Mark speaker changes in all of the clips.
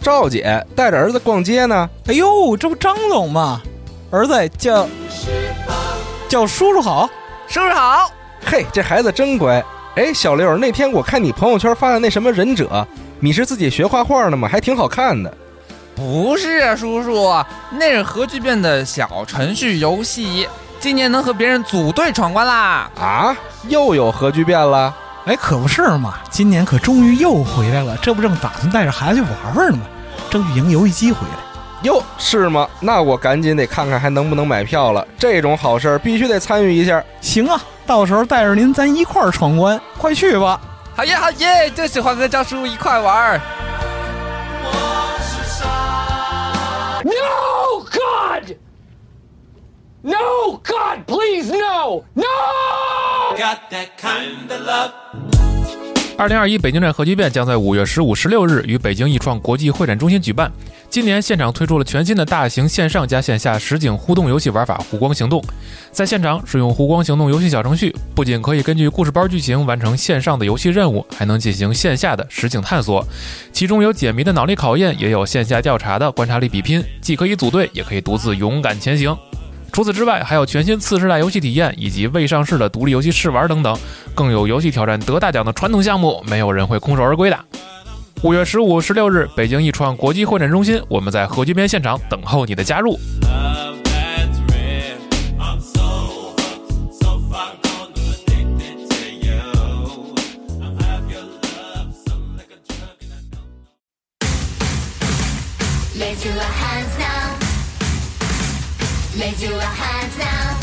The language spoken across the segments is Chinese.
Speaker 1: 赵姐带着儿子逛街呢，
Speaker 2: 哎呦，这不张总吗？儿子叫叫叔叔好，
Speaker 3: 叔叔好，
Speaker 1: 嘿，这孩子真乖。哎，小刘，那天我看你朋友圈发的那什么忍者，你是自己学画画的吗？还挺好看的。
Speaker 3: 不是啊，叔叔，那是核聚变的小程序游戏，今年能和别人组队闯关啦！
Speaker 1: 啊，又有核聚变了。
Speaker 2: 哎，可不是嘛，今年可终于又回来了，这不正打算带着孩子去玩玩呢吗？争取赢游戏机回来。
Speaker 1: 哟，是吗？那我赶紧得看看还能不能买票了。这种好事儿必须得参与一下。
Speaker 2: 行啊，到时候带着您咱一块儿闯关，快去吧！
Speaker 3: 好耶好耶，就喜欢跟张叔叔一块玩儿。
Speaker 4: No, God! No, God, please, no! No!
Speaker 5: Got that kind of love.
Speaker 6: 二零二一北京站核聚变将在五月十五、十六日于北京易创国际会展中心举办。今年现场推出了全新的大型线上加线下实景互动游戏玩法“湖光行动”。在现场使用“湖光行动”游戏小程序，不仅可以根据故事包剧情完成线上的游戏任务，还能进行线下的实景探索。其中有解谜的脑力考验，也有线下调查的观察力比拼，既可以组队，也可以独自勇敢前行。除此之外，还有全新次世代游戏体验以及未上市的独立游戏试玩等等，更有游戏挑战得大奖的传统项目，没有人会空手而归的。五月十五、十六日，北京易创国际会展中心，我们在核聚变现场等候你的加入。
Speaker 5: Love that's real. I'm so hooked, so far gone, I'm addicted to you. I have your love, something like a drug, and I don't.
Speaker 7: Raise your hands now. Raise your hands now.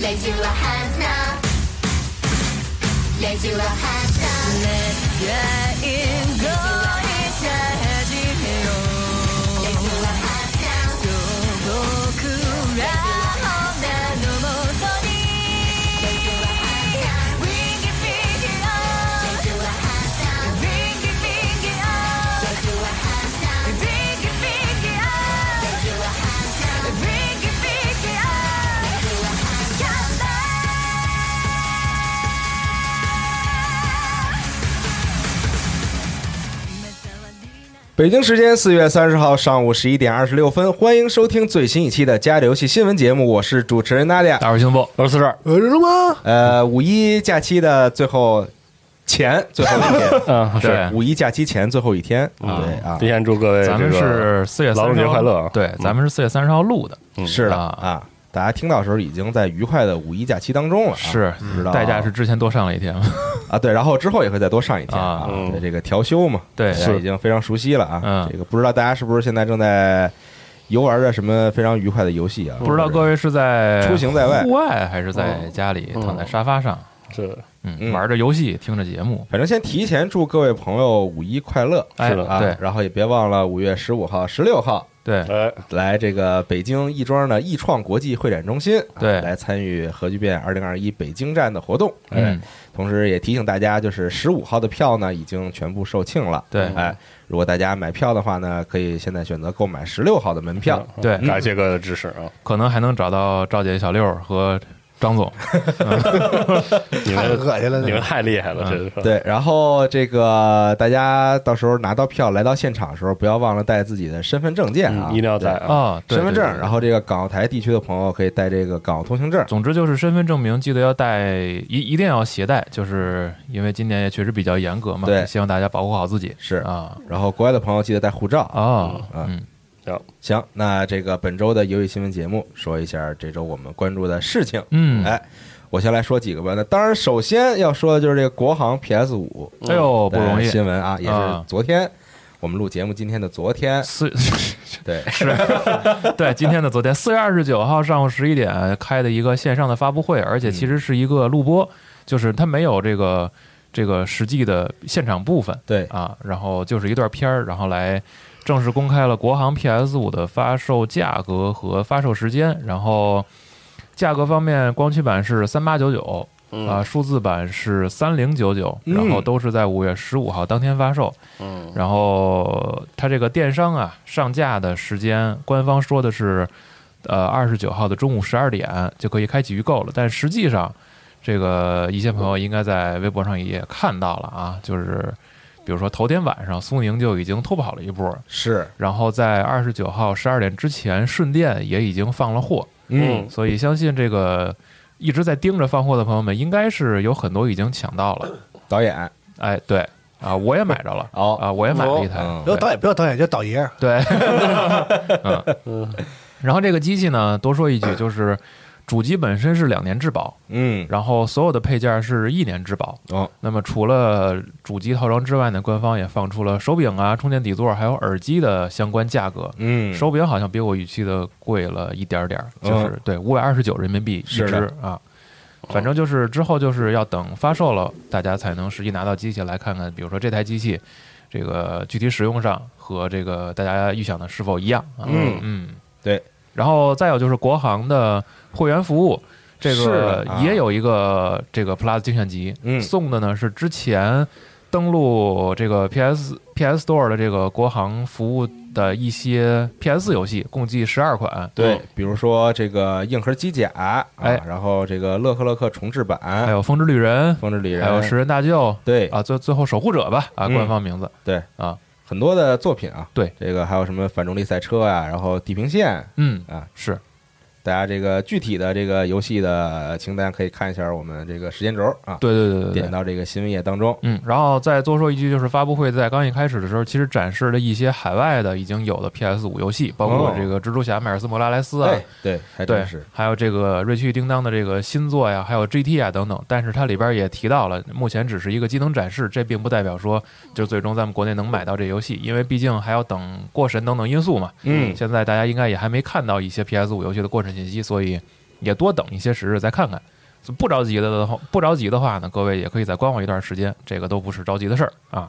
Speaker 7: Raise your hands now. Raise your hands now. Let's get in. Go inside Raise your hands now.
Speaker 1: 北京时间四月三十号上午十一点二十六分，欢迎收听最新一期的《家里游戏新闻节目》，我是主持人娜迪亚。
Speaker 6: 大伙儿幸福，
Speaker 1: 我是四十二，
Speaker 8: 呃，知道吗？
Speaker 1: 呃，五一假期的最后前最后一 天，
Speaker 6: 啊
Speaker 8: 嗯，
Speaker 1: 对，五一假期前最后一天，对啊
Speaker 8: 提，前祝各位
Speaker 6: 咱们
Speaker 8: 这个
Speaker 6: 是四月
Speaker 8: 劳
Speaker 6: 三
Speaker 8: 动
Speaker 6: 十
Speaker 8: 节
Speaker 6: 号
Speaker 8: 快乐啊
Speaker 6: 对，咱们是四月三十号录的，
Speaker 1: 是的
Speaker 6: 啊
Speaker 1: 啊，大家听到的时候已经在愉快的五一假期当中了啊，
Speaker 6: 是
Speaker 1: 知道
Speaker 6: 代价是之前多上了一天嘛？
Speaker 1: 啊，对，然后之后也会再多上一天
Speaker 6: 啊
Speaker 1: 啊，
Speaker 8: 嗯
Speaker 1: 对这个调休嘛，
Speaker 6: 对哎
Speaker 1: 大家已经非常熟悉了啊
Speaker 6: 嗯，
Speaker 1: 这个不知道大家是不是现在正在游玩着什么非常愉快的游戏啊？
Speaker 6: 不知道各位是在
Speaker 1: 出行在外
Speaker 6: 户外还是在家里躺在沙发上，
Speaker 8: 是
Speaker 6: 嗯，
Speaker 1: 嗯
Speaker 6: 玩着游戏，听着节目，
Speaker 1: 反正先提前祝各位朋友五一快乐
Speaker 6: 哎，
Speaker 8: 是的
Speaker 1: 啊！
Speaker 6: 对
Speaker 1: 然后也别忘了五月十五号、十六号
Speaker 6: 对，
Speaker 8: 哎，
Speaker 1: 来这个北京亦庄的易创国际会展中心，啊
Speaker 6: 对
Speaker 1: 来参与核聚变二零二一北京站的活动。哎
Speaker 6: 嗯，
Speaker 1: 同时也提醒大家，就是十五号的票呢已经全部售罄了。
Speaker 6: 对
Speaker 1: 哎，如果大家买票的话呢，可以现在选择购买十六号的门票。
Speaker 6: 对
Speaker 8: 嗯感谢各位的支持啊！
Speaker 6: 可能还能找到赵姐、小六和张总，
Speaker 8: 你
Speaker 9: 太
Speaker 8: 们
Speaker 9: 恶心了，
Speaker 8: 你
Speaker 9: 那
Speaker 8: 们
Speaker 9: 个
Speaker 8: 太厉害了，
Speaker 6: 嗯
Speaker 8: 真是。
Speaker 1: 嗯对，然后这个大家到时候拿到票来到现场的时候，不要忘了带自己的身份证件啊，
Speaker 8: 嗯，一定要
Speaker 1: 对
Speaker 8: 在啊！
Speaker 6: 啊，对
Speaker 1: 身份证，
Speaker 6: 对对
Speaker 1: 然后这个港澳台地区的朋友可以带这个港澳通行证。
Speaker 6: 总之就是身份证明记得要带，一一定要携带，就是因为今年也确实比较严格嘛，
Speaker 1: 对
Speaker 6: 希望大家保护好自己。
Speaker 1: 是
Speaker 6: 啊
Speaker 1: 然后国外的朋友记得带护照啊。
Speaker 6: 哦，
Speaker 1: 嗯
Speaker 6: 嗯，
Speaker 8: 行，
Speaker 1: 行，那这个本周的游戏新闻节目，说一下这周我们关注的事情。
Speaker 6: 嗯
Speaker 1: 哎，我先来说几个吧。那当然，首先要说的就是这个国行 PS 五
Speaker 6: 哎呦不容易，
Speaker 1: 新闻啊，也是
Speaker 6: 啊
Speaker 1: 昨天我们录节目今天的昨天，
Speaker 6: 四
Speaker 1: 对，
Speaker 6: 对，今天的昨天四月二十九号上午十一点开的一个线上的发布会，而且其实是一个录播，就是它没有这个这个实际的现场部分
Speaker 1: 对，
Speaker 6: 啊，然后就是一段片儿，然后来正式公开了国行 PS 五的发售价格和发售时间，然后价格方面，光驱版是三八九九。啊，数字版是三零九九，然后
Speaker 1: 嗯
Speaker 6: 都是在五月十五号当天发售。
Speaker 8: 嗯，
Speaker 6: 然后它这个电商啊上架的时间，官方说的是呃二十九号的中午十二点就可以开启预购了，但实际上这个一些朋友应该在微博上也看到了啊，就是。比如说头天晚上苏宁就已经偷跑了一波，
Speaker 1: 是，
Speaker 6: 然后在二十九号十二点之前，顺电也已经放了货，
Speaker 8: 嗯，
Speaker 6: 所以相信这个一直在盯着放货的朋友们，应该是有很多已经抢到了。
Speaker 1: 嗯导演，
Speaker 6: 哎，对啊，我也买着了，
Speaker 1: 哦
Speaker 6: 啊，我也买了一台
Speaker 1: 哦，
Speaker 9: 不要
Speaker 6: 对
Speaker 9: 导演，不要导演，叫导爷儿。
Speaker 6: 对，嗯， 然后这个机器呢，多说一句，就是主机本身是两年质保，
Speaker 1: 嗯，
Speaker 6: 然后所有的配件是一年质保。
Speaker 1: 哦，
Speaker 6: 那么除了主机套装之外呢，官方也放出了手柄啊、充电底座还有耳机的相关价格。
Speaker 1: 嗯，
Speaker 6: 手柄好像比我预期的贵了一点点儿，
Speaker 1: 嗯
Speaker 6: 就是对五百二十九人民币一
Speaker 1: 是的哦
Speaker 6: 只啊。反正就是之后就是要等发售了，大家才能实际拿到机器来看看，比如说这台机器，这个具体使用上和这个大家预想的是否一样啊？
Speaker 1: 嗯
Speaker 6: 嗯，
Speaker 1: 对。
Speaker 6: 然后再有就是国行的会员服务，这
Speaker 1: 是
Speaker 6: 个
Speaker 1: 的啊
Speaker 6: 也有一个这个 Plus 精选集，
Speaker 1: 嗯
Speaker 6: 送的呢是之前登录这个 PS PS Store 的这个国行服务的一些 PS 游戏，共计十二款，
Speaker 1: 对，比如说这个硬核机甲，啊
Speaker 6: 哎
Speaker 1: 然后这个乐克乐克重置版，
Speaker 6: 还有《风之旅人》，
Speaker 1: 风之旅人，
Speaker 6: 还有《食人大舅》，
Speaker 1: 对
Speaker 6: 啊，最最后守护者吧，啊，
Speaker 1: 嗯
Speaker 6: 官方名字，
Speaker 1: 对
Speaker 6: 啊，
Speaker 1: 很多的作品啊，
Speaker 6: 对，
Speaker 1: 这个还有什么反重力赛车啊，然后地平线，
Speaker 6: 嗯
Speaker 1: 啊，
Speaker 6: 是
Speaker 1: 大家这个具体的这个游戏的清单可以看一下我们这个时间轴啊，
Speaker 6: 对对对对对，
Speaker 1: 点到这个新闻页当中，
Speaker 6: 嗯，然后再多说一句，就是发布会在刚一开始的时候，其实展示了一些海外的已经有的 PS 五游戏，包括
Speaker 1: 哦
Speaker 6: 这个蜘蛛侠迈尔斯·莫拉莱斯啊，
Speaker 1: 对对，还
Speaker 6: 对
Speaker 1: 真是，，
Speaker 6: 还有这个《瑞奇与叮当》的这个新作呀，还有 GT 啊等等。但是它里边也提到了，目前只是一个机能展示，这并不代表说就最终咱们国内能买到这游戏，因为毕竟还要等过审等等因素嘛。
Speaker 1: 嗯
Speaker 6: 现在大家应该也还没看到一些 PS 五游戏的过审信息，所以也多等一些时日再看看。所以不着急的话，不着急的话呢，各位也可以再观望一段时间，这个都不是着急的事儿啊。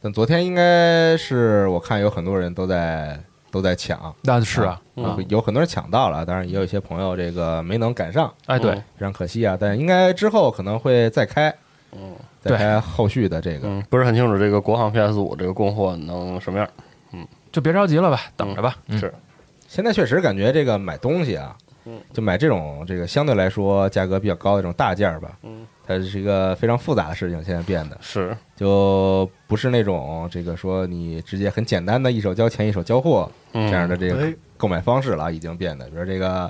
Speaker 1: 但昨天应该是我看有很多人都在都在抢，
Speaker 6: 那是啊，
Speaker 1: 有有很多人抢到了，当然也有一些朋友这个没能赶上，
Speaker 6: 哎对
Speaker 8: 嗯，
Speaker 1: 非常可惜啊，但应该之后可能会再开，
Speaker 8: 嗯，
Speaker 1: 再开后续的这个，
Speaker 8: 嗯，不是很清楚这个国行 PS 五这个供货能什么样。
Speaker 6: 就别着急了吧，等着吧。嗯，
Speaker 8: 是，
Speaker 1: 现在确实感觉这个买东西啊，就买这种这个相对来说价格比较高的这种大件儿吧，
Speaker 8: 嗯，
Speaker 1: 它是一个非常复杂的事情，现在变得
Speaker 8: 是，
Speaker 1: 就不是那种这个说你直接很简单的一手交钱一手交货
Speaker 8: 嗯
Speaker 1: 这样的这个
Speaker 9: 哎
Speaker 1: 购买方式了，已经变得，比如这个，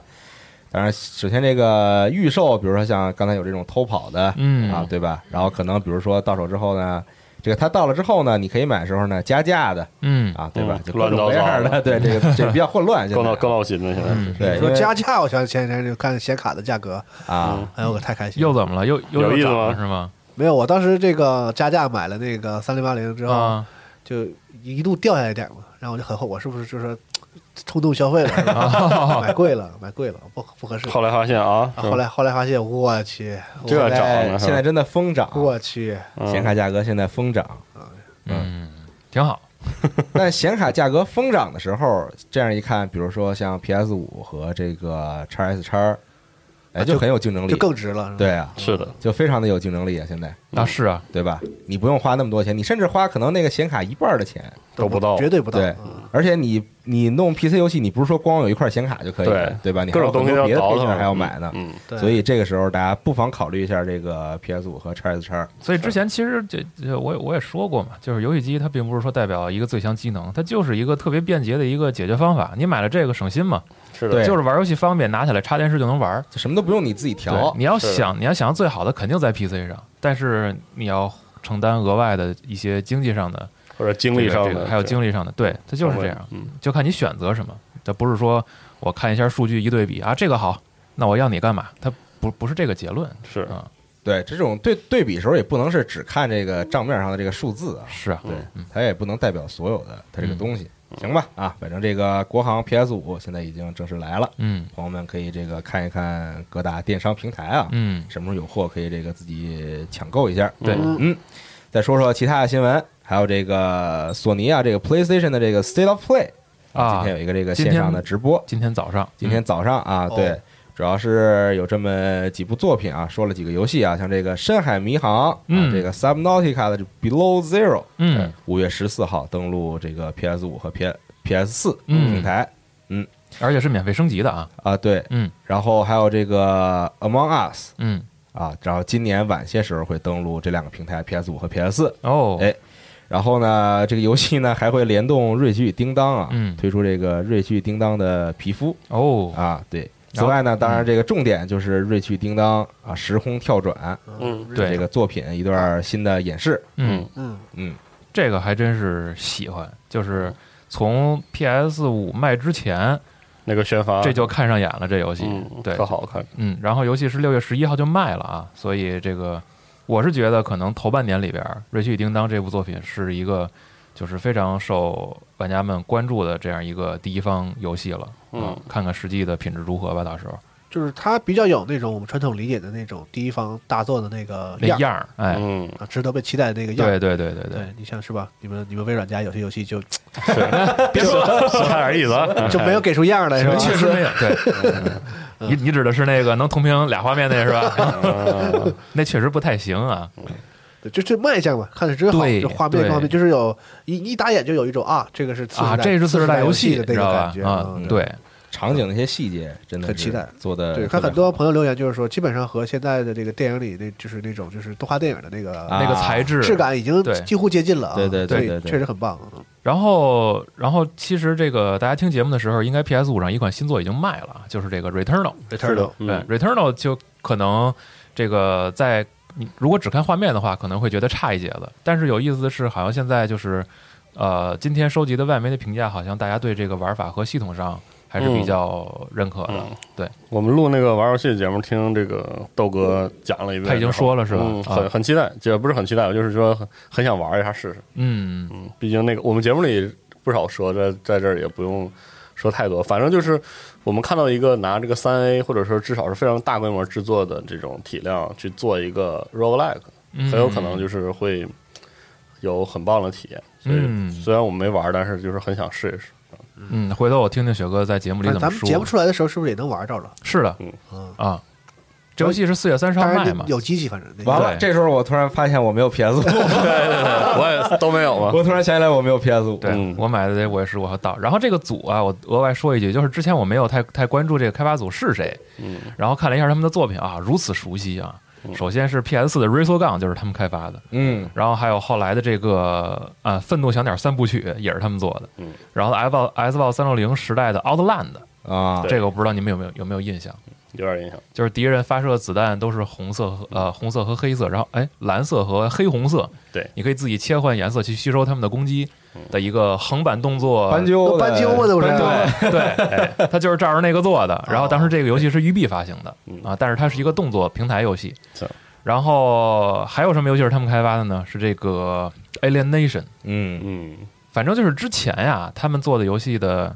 Speaker 1: 当然首先这个预售，比如说像刚才有这种偷跑的，
Speaker 6: 嗯
Speaker 1: 啊，对吧？然后可能比如说到手之后呢。这个它到了之后呢，你可以买的时候呢加价的
Speaker 6: 嗯，
Speaker 1: 啊，对吧
Speaker 8: 嗯？
Speaker 1: 就各种各样
Speaker 8: 乱糟糟
Speaker 1: 的，
Speaker 8: 的
Speaker 1: 对这个这 个比较混乱，现在
Speaker 8: 更闹更闹心了，现在
Speaker 6: 嗯
Speaker 8: 是。
Speaker 1: 对，
Speaker 9: 说
Speaker 1: 因为
Speaker 9: 加价，我想前几天就看显卡的价格，
Speaker 1: 啊，
Speaker 9: 哎呦，我太开心
Speaker 6: 又
Speaker 9: 了。
Speaker 6: 怎么了？又又
Speaker 8: 有
Speaker 6: 又
Speaker 8: 意思
Speaker 6: 涨了
Speaker 8: 吗
Speaker 6: 是吗？
Speaker 9: 没有，我当时这个加价买了那个三零八零之后，
Speaker 6: 啊，
Speaker 9: 就一度掉下来一点嘛，然后我就很后，我是不是就是冲动消费了是吧，
Speaker 6: 啊 嗯
Speaker 9: 买贵了，买贵了，不不合适。
Speaker 8: 后来发现啊，
Speaker 9: 啊后来后来发现，我去，我
Speaker 8: 这
Speaker 1: 现
Speaker 8: 涨
Speaker 1: 在
Speaker 8: 了是吧嗯
Speaker 1: 现在真的疯涨，
Speaker 9: 我去，
Speaker 1: 显卡价格现在疯涨。
Speaker 6: 嗯，挺好。
Speaker 1: 但显卡价格疯涨的时候，这样一看，比如说像 PS 五和这个 x S x 哎，就很有竞争力，
Speaker 9: 啊就更值了。是吧
Speaker 1: 对啊，
Speaker 8: 嗯是的，
Speaker 1: 就非常的有竞争力啊，现在
Speaker 6: 啊，是啊，
Speaker 1: 对吧？你不用花那么多钱，你甚至花可能那个显卡一半的钱，
Speaker 8: 都不到
Speaker 9: 绝对不到。
Speaker 1: 对
Speaker 9: 嗯
Speaker 1: 而且你你弄 PC 游戏，你不是说光有一块显卡就可以了，
Speaker 8: 对
Speaker 1: 对吧？你还
Speaker 8: 各
Speaker 1: 有
Speaker 8: 种
Speaker 1: 很
Speaker 8: 东西
Speaker 1: 多
Speaker 8: 要
Speaker 1: 别的
Speaker 8: 倒
Speaker 1: 配件
Speaker 8: 腾，
Speaker 1: 还要买呢。
Speaker 8: 嗯，
Speaker 9: 对
Speaker 1: 所以这个时候，大家不妨考虑一下这个 PS 五和 x S x
Speaker 6: 所以之前其实这这我也我也说过嘛，就是游戏机它并不是说代表一个最强机能，它就是一个特别便捷的一个解决方法。你买了这个省心嘛，
Speaker 8: 是
Speaker 1: 对
Speaker 8: 的，
Speaker 6: 就是玩游戏方便，拿起来插电视就能玩儿。
Speaker 1: 什么都不用你自己调
Speaker 6: 对，你要
Speaker 8: 是的嗯
Speaker 6: 想你要想最好的肯定在 PC 上，但是你要承担额外的一些经济上的、
Speaker 8: 或者
Speaker 6: 这
Speaker 8: 精
Speaker 6: 个
Speaker 8: 力上
Speaker 6: 这个
Speaker 8: 的，
Speaker 6: 还有精力上的，对，它就是这样，
Speaker 8: 嗯，
Speaker 6: 就看你选择什么。它不是说我看一下数据一对比啊，这个好，那我要你干嘛？它不不是这个结论，
Speaker 8: 是
Speaker 6: 啊，
Speaker 1: 对，这种对对比的时候也不能是只看这个账面上的这个数字啊，
Speaker 6: 是啊，
Speaker 1: 对，它也不能代表所有的它这个东
Speaker 6: 嗯
Speaker 1: 西，行吧？啊，反正这个国行 PS 五现在已经正式来了，
Speaker 6: 嗯
Speaker 1: 朋友们可以这个看一看各大电商平台啊，
Speaker 6: 嗯，
Speaker 1: 什么时候有货可以这个自己抢购一下。
Speaker 6: 对，
Speaker 1: 嗯，再说说其他的新闻，还有这个索尼啊，这个 PlayStation 的这个 State of Play
Speaker 6: 啊
Speaker 1: 今天有一个这个
Speaker 6: 今
Speaker 1: 线
Speaker 6: 天
Speaker 1: 上的直播，
Speaker 6: 今天早上，嗯
Speaker 1: 今天早上啊，
Speaker 9: 哦
Speaker 1: 对，主要是有这么几部作品啊，说了几个游戏啊，像这个《深海迷航》
Speaker 6: 嗯
Speaker 1: 啊，这个《Subnautica》的《Below Zero》，哎
Speaker 6: 嗯，
Speaker 1: 五月十四号登陆这个 PS 五和 P PS 四
Speaker 6: 嗯
Speaker 1: 平台
Speaker 6: 而且是免费升级的啊，
Speaker 1: 啊，对，
Speaker 6: 嗯
Speaker 1: 然后还有这个《Among Us
Speaker 6: 嗯，》
Speaker 1: 啊，然后今年晚些时候会登陆这两个平台 PS 五和 PS 四，
Speaker 6: 哦，
Speaker 1: 哎，然后呢，这个游戏呢还会联动《瑞奇与叮当》啊，
Speaker 6: 嗯
Speaker 1: 推出这个《瑞奇与叮当》的皮肤
Speaker 6: 哦，
Speaker 1: 啊，对。
Speaker 6: 然
Speaker 1: 此
Speaker 6: 后嗯
Speaker 1: 外呢，当然这个重点就是《瑞奇与叮当》啊，时空跳转
Speaker 8: 嗯
Speaker 6: 对
Speaker 1: 这个作品一段新的演示，
Speaker 6: 嗯，
Speaker 9: 嗯，
Speaker 1: 嗯，
Speaker 6: 这个还真是喜欢，就是从 PS 五卖之前，
Speaker 8: 那个宣发
Speaker 6: 这就看上眼了这游戏
Speaker 8: 嗯，
Speaker 6: 对
Speaker 8: 特，好看，
Speaker 6: 嗯，然后游戏是六月十一号就卖了啊，所以这个我是觉得可能头半年里边，《瑞奇与叮当》这部作品是一个就是非常受玩家们关注的这样一个第一方游戏了，啊
Speaker 8: 嗯
Speaker 6: 看看实际的品质如何吧，到时候
Speaker 9: 就是它比较有那种我们传统理解的那种第一方大作的那个
Speaker 6: 那
Speaker 9: 样儿
Speaker 6: 样儿，哎，
Speaker 8: 嗯，
Speaker 9: 啊，值得被期待的那个样儿。
Speaker 6: 对对对对对
Speaker 9: 对，你像是吧？你们你们微软家有些游戏就
Speaker 8: 别说了，差点意思
Speaker 6: 哎
Speaker 8: 啊，
Speaker 9: 就没有给出样儿来，是吧？
Speaker 6: 确实没有，对，嗯你你指的是那个能同屏俩画面那是吧？
Speaker 8: 嗯
Speaker 6: 那确实不太行啊，
Speaker 9: 对，就这卖相嘛，看着真好，
Speaker 6: 对
Speaker 9: 这画面
Speaker 6: 对
Speaker 9: 各方面就是有一一打眼就有一种啊，这个是次世代
Speaker 6: 啊，这是次
Speaker 9: 次
Speaker 6: 世代游
Speaker 9: 游
Speaker 6: 戏，你
Speaker 9: 的那
Speaker 6: 知
Speaker 9: 个
Speaker 6: 道吧
Speaker 9: 感觉？
Speaker 6: 啊，
Speaker 9: 嗯
Speaker 6: 对，
Speaker 1: 场景那些细节真的
Speaker 9: 很期待
Speaker 1: 是做的
Speaker 9: 对，看很多朋友留言就是说，基本上和现在的这个电影里那就是那种就是动画电影的那
Speaker 1: 啊
Speaker 9: 个
Speaker 6: 那个材质
Speaker 9: 质感已经
Speaker 6: 对
Speaker 9: 几乎接近了啊，
Speaker 1: 对对对
Speaker 9: 所以
Speaker 1: 对对
Speaker 9: 确实很棒。嗯
Speaker 6: 然后，然后其实这个大家听节目的时候，应该 PS 五上一款新作已经卖了，啊就是这个 Returnal。
Speaker 8: 是的，
Speaker 6: 对、
Speaker 8: 嗯
Speaker 6: r e t u r n a l 就可能这个在你如果只看画面的话，可能会觉得差一截子。但是有意思的是，好像现在就是呃，今天收集的外媒的评价，好像大家对这个玩法和系统上还是比较认可的。
Speaker 8: 嗯
Speaker 6: 对，
Speaker 8: 我们录那个玩游戏的节目，听这个豆哥讲了一遍之后，
Speaker 6: 他已经说了是吧
Speaker 8: 嗯
Speaker 6: 啊
Speaker 8: 很很期待，也不是很期待，我就是说很很想玩一下试试。
Speaker 6: 嗯，
Speaker 8: 嗯，毕竟那个我们节目里不少说，在在这儿也不用说太多，反正就是我们看到一个拿这个三 A 或者说至少是非常大规模制作的这种体量去做一个 roguelike，
Speaker 6: 嗯
Speaker 8: 很有可能就是会有很棒的体验。所
Speaker 6: 嗯
Speaker 8: 以虽然我们没玩，但是就是很想试 一试。
Speaker 6: 嗯，回头我听听雪哥在节目里
Speaker 9: 那
Speaker 6: 怎么
Speaker 9: 咱们
Speaker 6: 说。
Speaker 9: 节目出来的时候是不是也能玩着了？
Speaker 6: 是的，
Speaker 9: 嗯，
Speaker 6: 啊，这游戏是四月三十号
Speaker 9: 当
Speaker 6: 卖
Speaker 9: 然
Speaker 6: 嘛？
Speaker 9: 有机器，反正那个
Speaker 1: 完了，
Speaker 6: 对
Speaker 1: 这时候我突然发现我没有 PS 五，
Speaker 8: 我也都没有嘛。
Speaker 1: 我突然想起来我没有 PS 五。
Speaker 6: 对、
Speaker 8: 嗯
Speaker 6: 我买的得五月十五号到。然后这个组啊，我额外说一句，就是之前我没有太太关注这个开发组是谁，
Speaker 8: 嗯，
Speaker 6: 然后看了一下他们的作品啊，如此熟悉啊。首先是 PS 四的 r a c e g u n 就是他们开发的，
Speaker 1: 嗯，
Speaker 6: 然后还有后来的这个啊《愤怒小鸟》三部曲也是他们做的，
Speaker 8: 嗯，
Speaker 6: 然后 F S Box 三六零时代的 Outland，
Speaker 1: 啊，
Speaker 8: 对
Speaker 6: 这个我不知道你们有没有有没有印象，
Speaker 8: 有点印象。
Speaker 6: 就是敌人发射子弹都是红色和呃红色和黑色，然后哎蓝色和黑红色，
Speaker 8: 对
Speaker 6: 你可以自己切换颜色去吸收他们的攻击的一个横版动作
Speaker 1: 斑鸠
Speaker 9: 都
Speaker 1: 的，
Speaker 9: 斑鸠啊嘛，那不是？
Speaker 6: 对
Speaker 8: 哎
Speaker 6: 对，它就是照着那个做的。然后当时这个游戏是育碧发行的
Speaker 8: 嗯
Speaker 6: 啊，但是它是一个动作平台游戏
Speaker 8: 是。
Speaker 6: 然后还有什么游戏是他们开发的呢？是这个 Alien Nation。
Speaker 1: 嗯，
Speaker 8: 嗯，
Speaker 6: 反正就是之前呀，他们做的游戏的，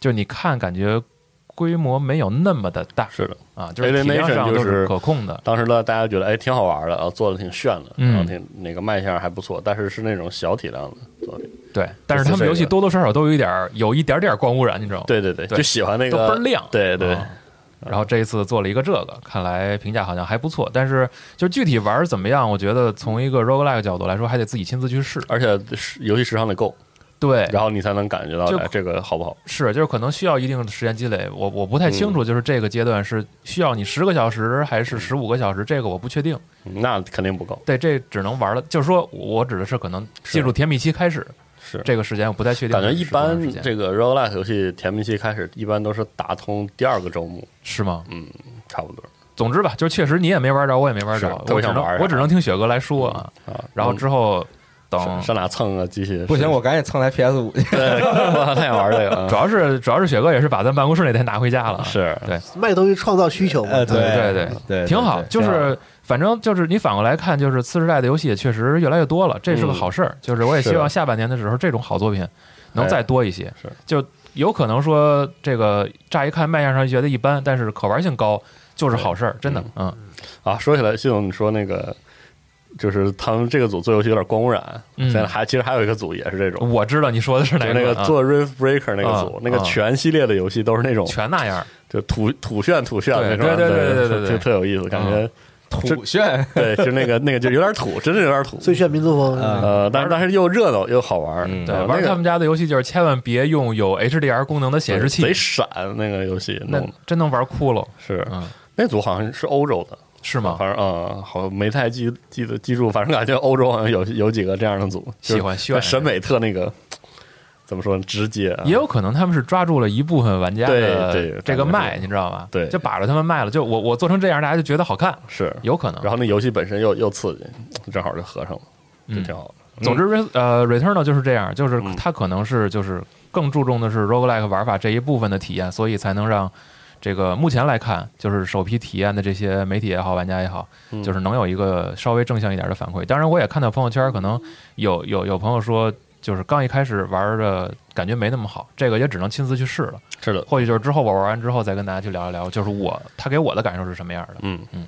Speaker 6: 就是你看感觉规模没有那么的大
Speaker 8: 是的。
Speaker 6: 啊，就是
Speaker 8: Alien
Speaker 6: 体量
Speaker 8: Nation
Speaker 6: 上都
Speaker 8: 就是是
Speaker 6: 可控的。
Speaker 8: 当时呢，大家觉得哎挺好玩的，然后做的挺炫的，
Speaker 6: 嗯
Speaker 8: 然后挺那个卖相还不错，但是是那种小体量的作品。
Speaker 6: 对，但是他们游戏多多少少都有一点儿有一点点儿光污染，你知道吗？
Speaker 8: 对对对，
Speaker 6: 对
Speaker 8: 就喜欢那
Speaker 6: 都
Speaker 8: 个
Speaker 6: 倍儿亮。
Speaker 8: 对对，
Speaker 6: 啊然后这一次做了一个这个，看来评价好像还不错，但是就具体玩儿怎么样，我觉得从一个 roguelike 角度来说，还得自己亲自去试。
Speaker 8: 而且时游戏时长得够，
Speaker 6: 对，
Speaker 8: 然后你才能感觉到
Speaker 6: 就
Speaker 8: 哎这个好不好。
Speaker 6: 是就是可能需要一定的时间积累，我我不太清
Speaker 8: 嗯
Speaker 6: 楚，就是这个阶段是需要你十个小时还是十五个小时，这个我不确定。
Speaker 8: 嗯那肯定不够，
Speaker 6: 对，这只能玩了，就是说我指的是可能进入甜蜜期开始
Speaker 8: 是
Speaker 6: 这个时间，我不太确定
Speaker 8: 感
Speaker 6: 是多
Speaker 8: 觉
Speaker 6: 长
Speaker 8: 一
Speaker 6: 时
Speaker 8: 般
Speaker 6: 间。
Speaker 8: 这个 roguelike 游戏甜蜜期开始，一般都是打通第二个周目，
Speaker 6: 是吗？
Speaker 8: 嗯，差不多
Speaker 6: 总之吧，就是确实你也没玩着，我也没玩
Speaker 8: 是
Speaker 6: 着，
Speaker 8: 特
Speaker 6: 我
Speaker 8: 别
Speaker 6: 只
Speaker 8: 想玩
Speaker 6: 能
Speaker 8: 儿
Speaker 6: 我只能听雪哥来说啊。
Speaker 8: 啊。
Speaker 6: 然后之后等
Speaker 8: 上上哪蹭啊？机器
Speaker 1: 不行，我赶紧蹭台 PS 五去。
Speaker 8: 对，我太想玩这个，
Speaker 6: 主
Speaker 8: 嗯
Speaker 6: 要是主要是雪哥也是把咱办公室那台拿回家了，
Speaker 8: 啊是
Speaker 6: 对
Speaker 9: 卖东西创造需求嘛
Speaker 1: 呃，？
Speaker 6: 哎对
Speaker 1: 对
Speaker 6: 对
Speaker 1: 对，
Speaker 6: 挺好。
Speaker 1: 对
Speaker 6: 就
Speaker 8: 挺好
Speaker 6: 是反正就是你反过来看，就是次世代的游戏也确实越来越多了，这是个
Speaker 8: 嗯
Speaker 6: 好事儿。就是我也
Speaker 8: 是哎
Speaker 6: 希望下半年的时候，这种好作品能再多一些。
Speaker 8: 是
Speaker 6: 就有可能说这个乍一看卖相上觉得一般，但是可玩性高就是好事儿，真的。嗯，
Speaker 8: 啊。说起来，系总你说那个。就是他们这个组做游戏有点光污染，
Speaker 6: 嗯
Speaker 8: 现在还其实还有一个组也是这种，
Speaker 6: 我知道你说的是
Speaker 8: 就
Speaker 6: 哪
Speaker 8: 是那个
Speaker 6: 啊
Speaker 8: 做 Rift Breaker 那个
Speaker 6: 啊
Speaker 8: 组，那个
Speaker 6: 啊
Speaker 8: 全系列的游戏都是那种
Speaker 6: 全那样儿，
Speaker 8: 就土土炫土炫的那种，
Speaker 6: 对对对对对对啊
Speaker 8: 就就特有意思，感觉
Speaker 1: 土炫，
Speaker 8: 对，就那个那个就有点土，真的有点土，
Speaker 9: 最炫民族风，
Speaker 6: 啊
Speaker 1: 呃
Speaker 8: 呃，但是但是又热闹又好玩儿，
Speaker 1: 嗯
Speaker 6: 对，
Speaker 8: 啊
Speaker 6: 玩
Speaker 8: 那个
Speaker 6: 他们家的游戏就是千万别用有 HDR 功能的显示器
Speaker 8: 贼，闪那个游戏
Speaker 6: 那
Speaker 8: 弄的
Speaker 6: 真能玩哭了。
Speaker 8: 是
Speaker 6: 嗯
Speaker 8: 那组好像是欧洲的，
Speaker 6: 是吗？
Speaker 8: 反正啊、好没太记记得记住，反正感觉欧洲好像有有几个这样的组，就是
Speaker 6: 喜欢炫
Speaker 8: 在审美特那个怎么说呢直接啊、
Speaker 6: 也有可能他们是抓住了一部分玩家
Speaker 8: 对对
Speaker 6: 的这个
Speaker 8: 咱们
Speaker 6: 卖，
Speaker 8: 是
Speaker 6: 你知道吗？
Speaker 8: 对
Speaker 6: 就把着他们卖了，就我我做成这样，大家就觉得好看，
Speaker 8: 是。
Speaker 6: 有可能。
Speaker 8: 然后那游戏本身又又刺激，正好就合上了，就挺好的。
Speaker 6: 嗯总之，Re- 呃，Returnal 就是这样，就是
Speaker 8: 嗯
Speaker 6: 它可能是就是更注重的是 roguelike 玩法这一部分的体验，所以才能让这个目前来看，就是首批体验的这些媒体也好，玩家也好，
Speaker 8: 嗯
Speaker 6: 就是能有一个稍微正向一点的反馈。当然，我也看到朋友圈可能有有有朋友说，就是刚一开始玩的感觉没那么好，这个也只能亲自去试了。
Speaker 8: 是的，
Speaker 6: 或许就是之后我玩完之后再跟大家去聊一聊，就是我他给我的感受是什么样的。
Speaker 8: 嗯
Speaker 6: 嗯，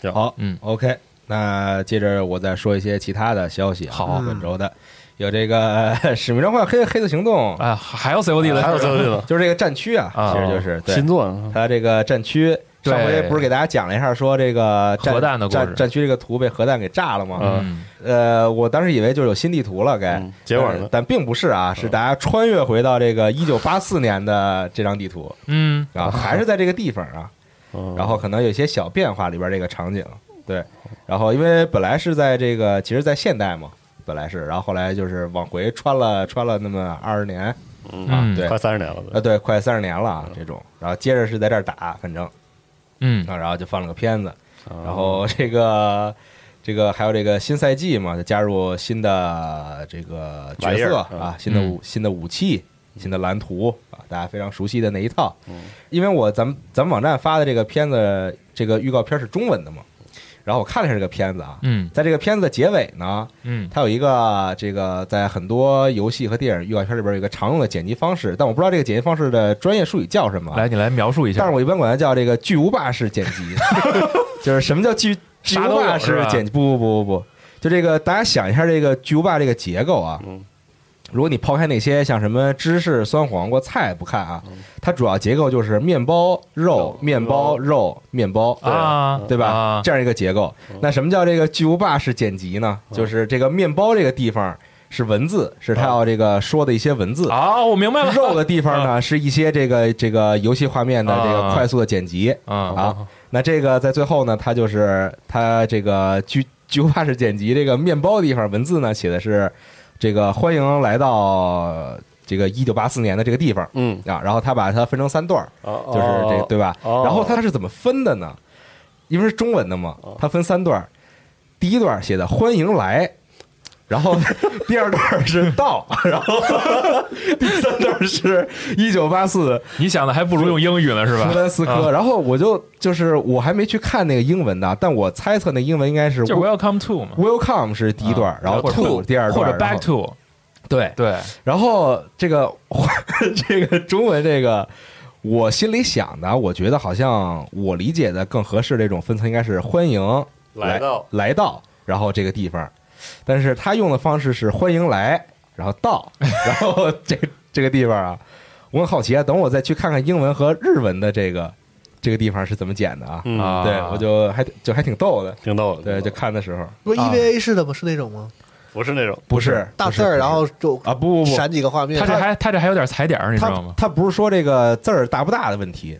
Speaker 8: 挺好。
Speaker 1: 好，
Speaker 6: 嗯
Speaker 1: ，OK，那接着我再说一些其他的消息啊。
Speaker 6: 好
Speaker 1: 本周的有这个 《使命召唤：黑黑色行动》，
Speaker 6: 啊，还有 COD 的，
Speaker 8: 还有最后一个
Speaker 1: 就是这个战区啊，
Speaker 6: 啊
Speaker 1: 其实就是对
Speaker 8: 新作呢，
Speaker 1: 它这个战区。
Speaker 6: 对
Speaker 1: 上回不是给大家讲了一下说这个战
Speaker 6: 核弹的故事
Speaker 1: 战战区这个图被核弹给炸了吗？
Speaker 8: 嗯
Speaker 6: 嗯，
Speaker 1: 呃，我当时以为就是有新地图了，该
Speaker 8: 嗯结果呢
Speaker 1: 但但并不是啊，是大家穿越回到这个一九八四年的这张地图
Speaker 6: 嗯，
Speaker 1: 啊，还是在这个地方啊，
Speaker 8: 嗯
Speaker 1: 然后可能有一些小变化里边这个场景，对，然后因为本来是在这个，其实，在现代嘛，本来是，然后后来就是往回穿了穿了那么二十年，
Speaker 6: 嗯
Speaker 1: 啊对
Speaker 8: 快三十年了，
Speaker 1: 呃，对，快三十年了啊，这种，然后接着是在这儿打，反正，
Speaker 6: 嗯，
Speaker 1: 啊，然后就放了个片子，
Speaker 8: 嗯
Speaker 1: 然后这个这个还有这个新赛季嘛，就加入新的这个角色
Speaker 8: 玩意儿
Speaker 1: 啊，新的武新的武器、新的蓝图啊，大家非常熟悉的那一套。因为我咱们咱们网站发的这个片子，这个预告片是中文的嘛，然后我看了一下这个片子啊，
Speaker 6: 嗯
Speaker 1: 在这个片子的结尾呢，
Speaker 6: 嗯
Speaker 1: 它有一个这个在很多游戏和电影预告片里边有一个常用的剪辑方式，但我不知道这个剪辑方式的专业术语叫什么啊。
Speaker 6: 来，你来描述一
Speaker 1: 但
Speaker 6: 下
Speaker 1: 是。我一般管它叫这个巨无霸式剪 辑，就是什么叫巨巨
Speaker 6: 啥都
Speaker 1: 无
Speaker 6: 有
Speaker 1: 霸
Speaker 6: 是
Speaker 1: 式
Speaker 6: 吧
Speaker 1: 剪辑？不不不不不，就这个大家想一下这个巨无霸这个结构啊
Speaker 8: 嗯。
Speaker 1: 如果你抛开那些像什么芝士、酸黄瓜、菜不看啊，它主要结构就是面包、肉
Speaker 8: 肉、
Speaker 1: 面包、
Speaker 8: 肉
Speaker 1: 肉、面包，
Speaker 6: 啊，
Speaker 1: 对吧
Speaker 6: 啊？
Speaker 1: 这样一个结构。那什么叫这个巨无霸式剪辑呢？
Speaker 6: 嗯
Speaker 1: 就是这个面包这个地方是文字，是他要这个说的一些文字。
Speaker 6: 啊，我明白了，
Speaker 1: 肉的地方呢，是一些这个这个游戏画面的这个
Speaker 6: 啊
Speaker 1: 快速的剪辑。
Speaker 6: 啊
Speaker 1: 啊，那这个在最后呢，它就是它这个巨巨无霸式剪辑这个面包的地方文字呢写的是这个欢迎来到这个一九八四年的这个地方
Speaker 8: 嗯，
Speaker 1: 啊，然后他把它分成三段儿，
Speaker 8: 就
Speaker 1: 就是这对吧？
Speaker 8: 哦
Speaker 1: 然后它是怎么分的呢？因为是中文的嘛，
Speaker 6: 哦
Speaker 1: 它分三段儿，第一段写的欢迎来。然后 第二段是到，然后 第三段是一九八四
Speaker 6: 你想的还不如用英语呢，是吧嗯
Speaker 1: 弗？兰斯科，然后我就就是我还没去看那个英文的，但我猜测那英文应该是
Speaker 6: 就是 Welcome to 嘛，
Speaker 1: welcome 是第一段
Speaker 6: 啊，
Speaker 1: 然后
Speaker 6: 或者
Speaker 1: to 第二
Speaker 6: 或
Speaker 1: 段，
Speaker 6: 者
Speaker 1: 然后
Speaker 6: Back to，
Speaker 1: 对，
Speaker 6: 对，
Speaker 1: 然后这个这个中文这个。我心里想的，我觉得好像我理解的更合适，这种分层应该是欢迎
Speaker 8: 来到
Speaker 1: 来到，然后这个地方，但是他用的方式是欢迎来，然后 到，然后这这个地方啊，我很好奇啊，等我再去看看英文和日文的这个这个地方是怎么剪的啊，
Speaker 8: 嗯
Speaker 6: 啊
Speaker 1: 对我就还就还挺逗的，
Speaker 8: 挺逗的，
Speaker 1: 对，
Speaker 8: 挺
Speaker 1: 就
Speaker 8: 逗的
Speaker 1: 看的时候
Speaker 9: 不是 EVA 式的吗？是那种吗？
Speaker 8: 不是那种
Speaker 1: 不是
Speaker 9: 大
Speaker 1: 啊不是
Speaker 9: 字儿，
Speaker 1: 不
Speaker 9: 然
Speaker 1: 是
Speaker 9: 后就
Speaker 1: 啊不不不，
Speaker 9: 闪几个画面。
Speaker 6: 他这还他这还有点踩点儿，你知道
Speaker 1: 他
Speaker 6: 吗？
Speaker 1: 他不是说这个字儿大不大的问题，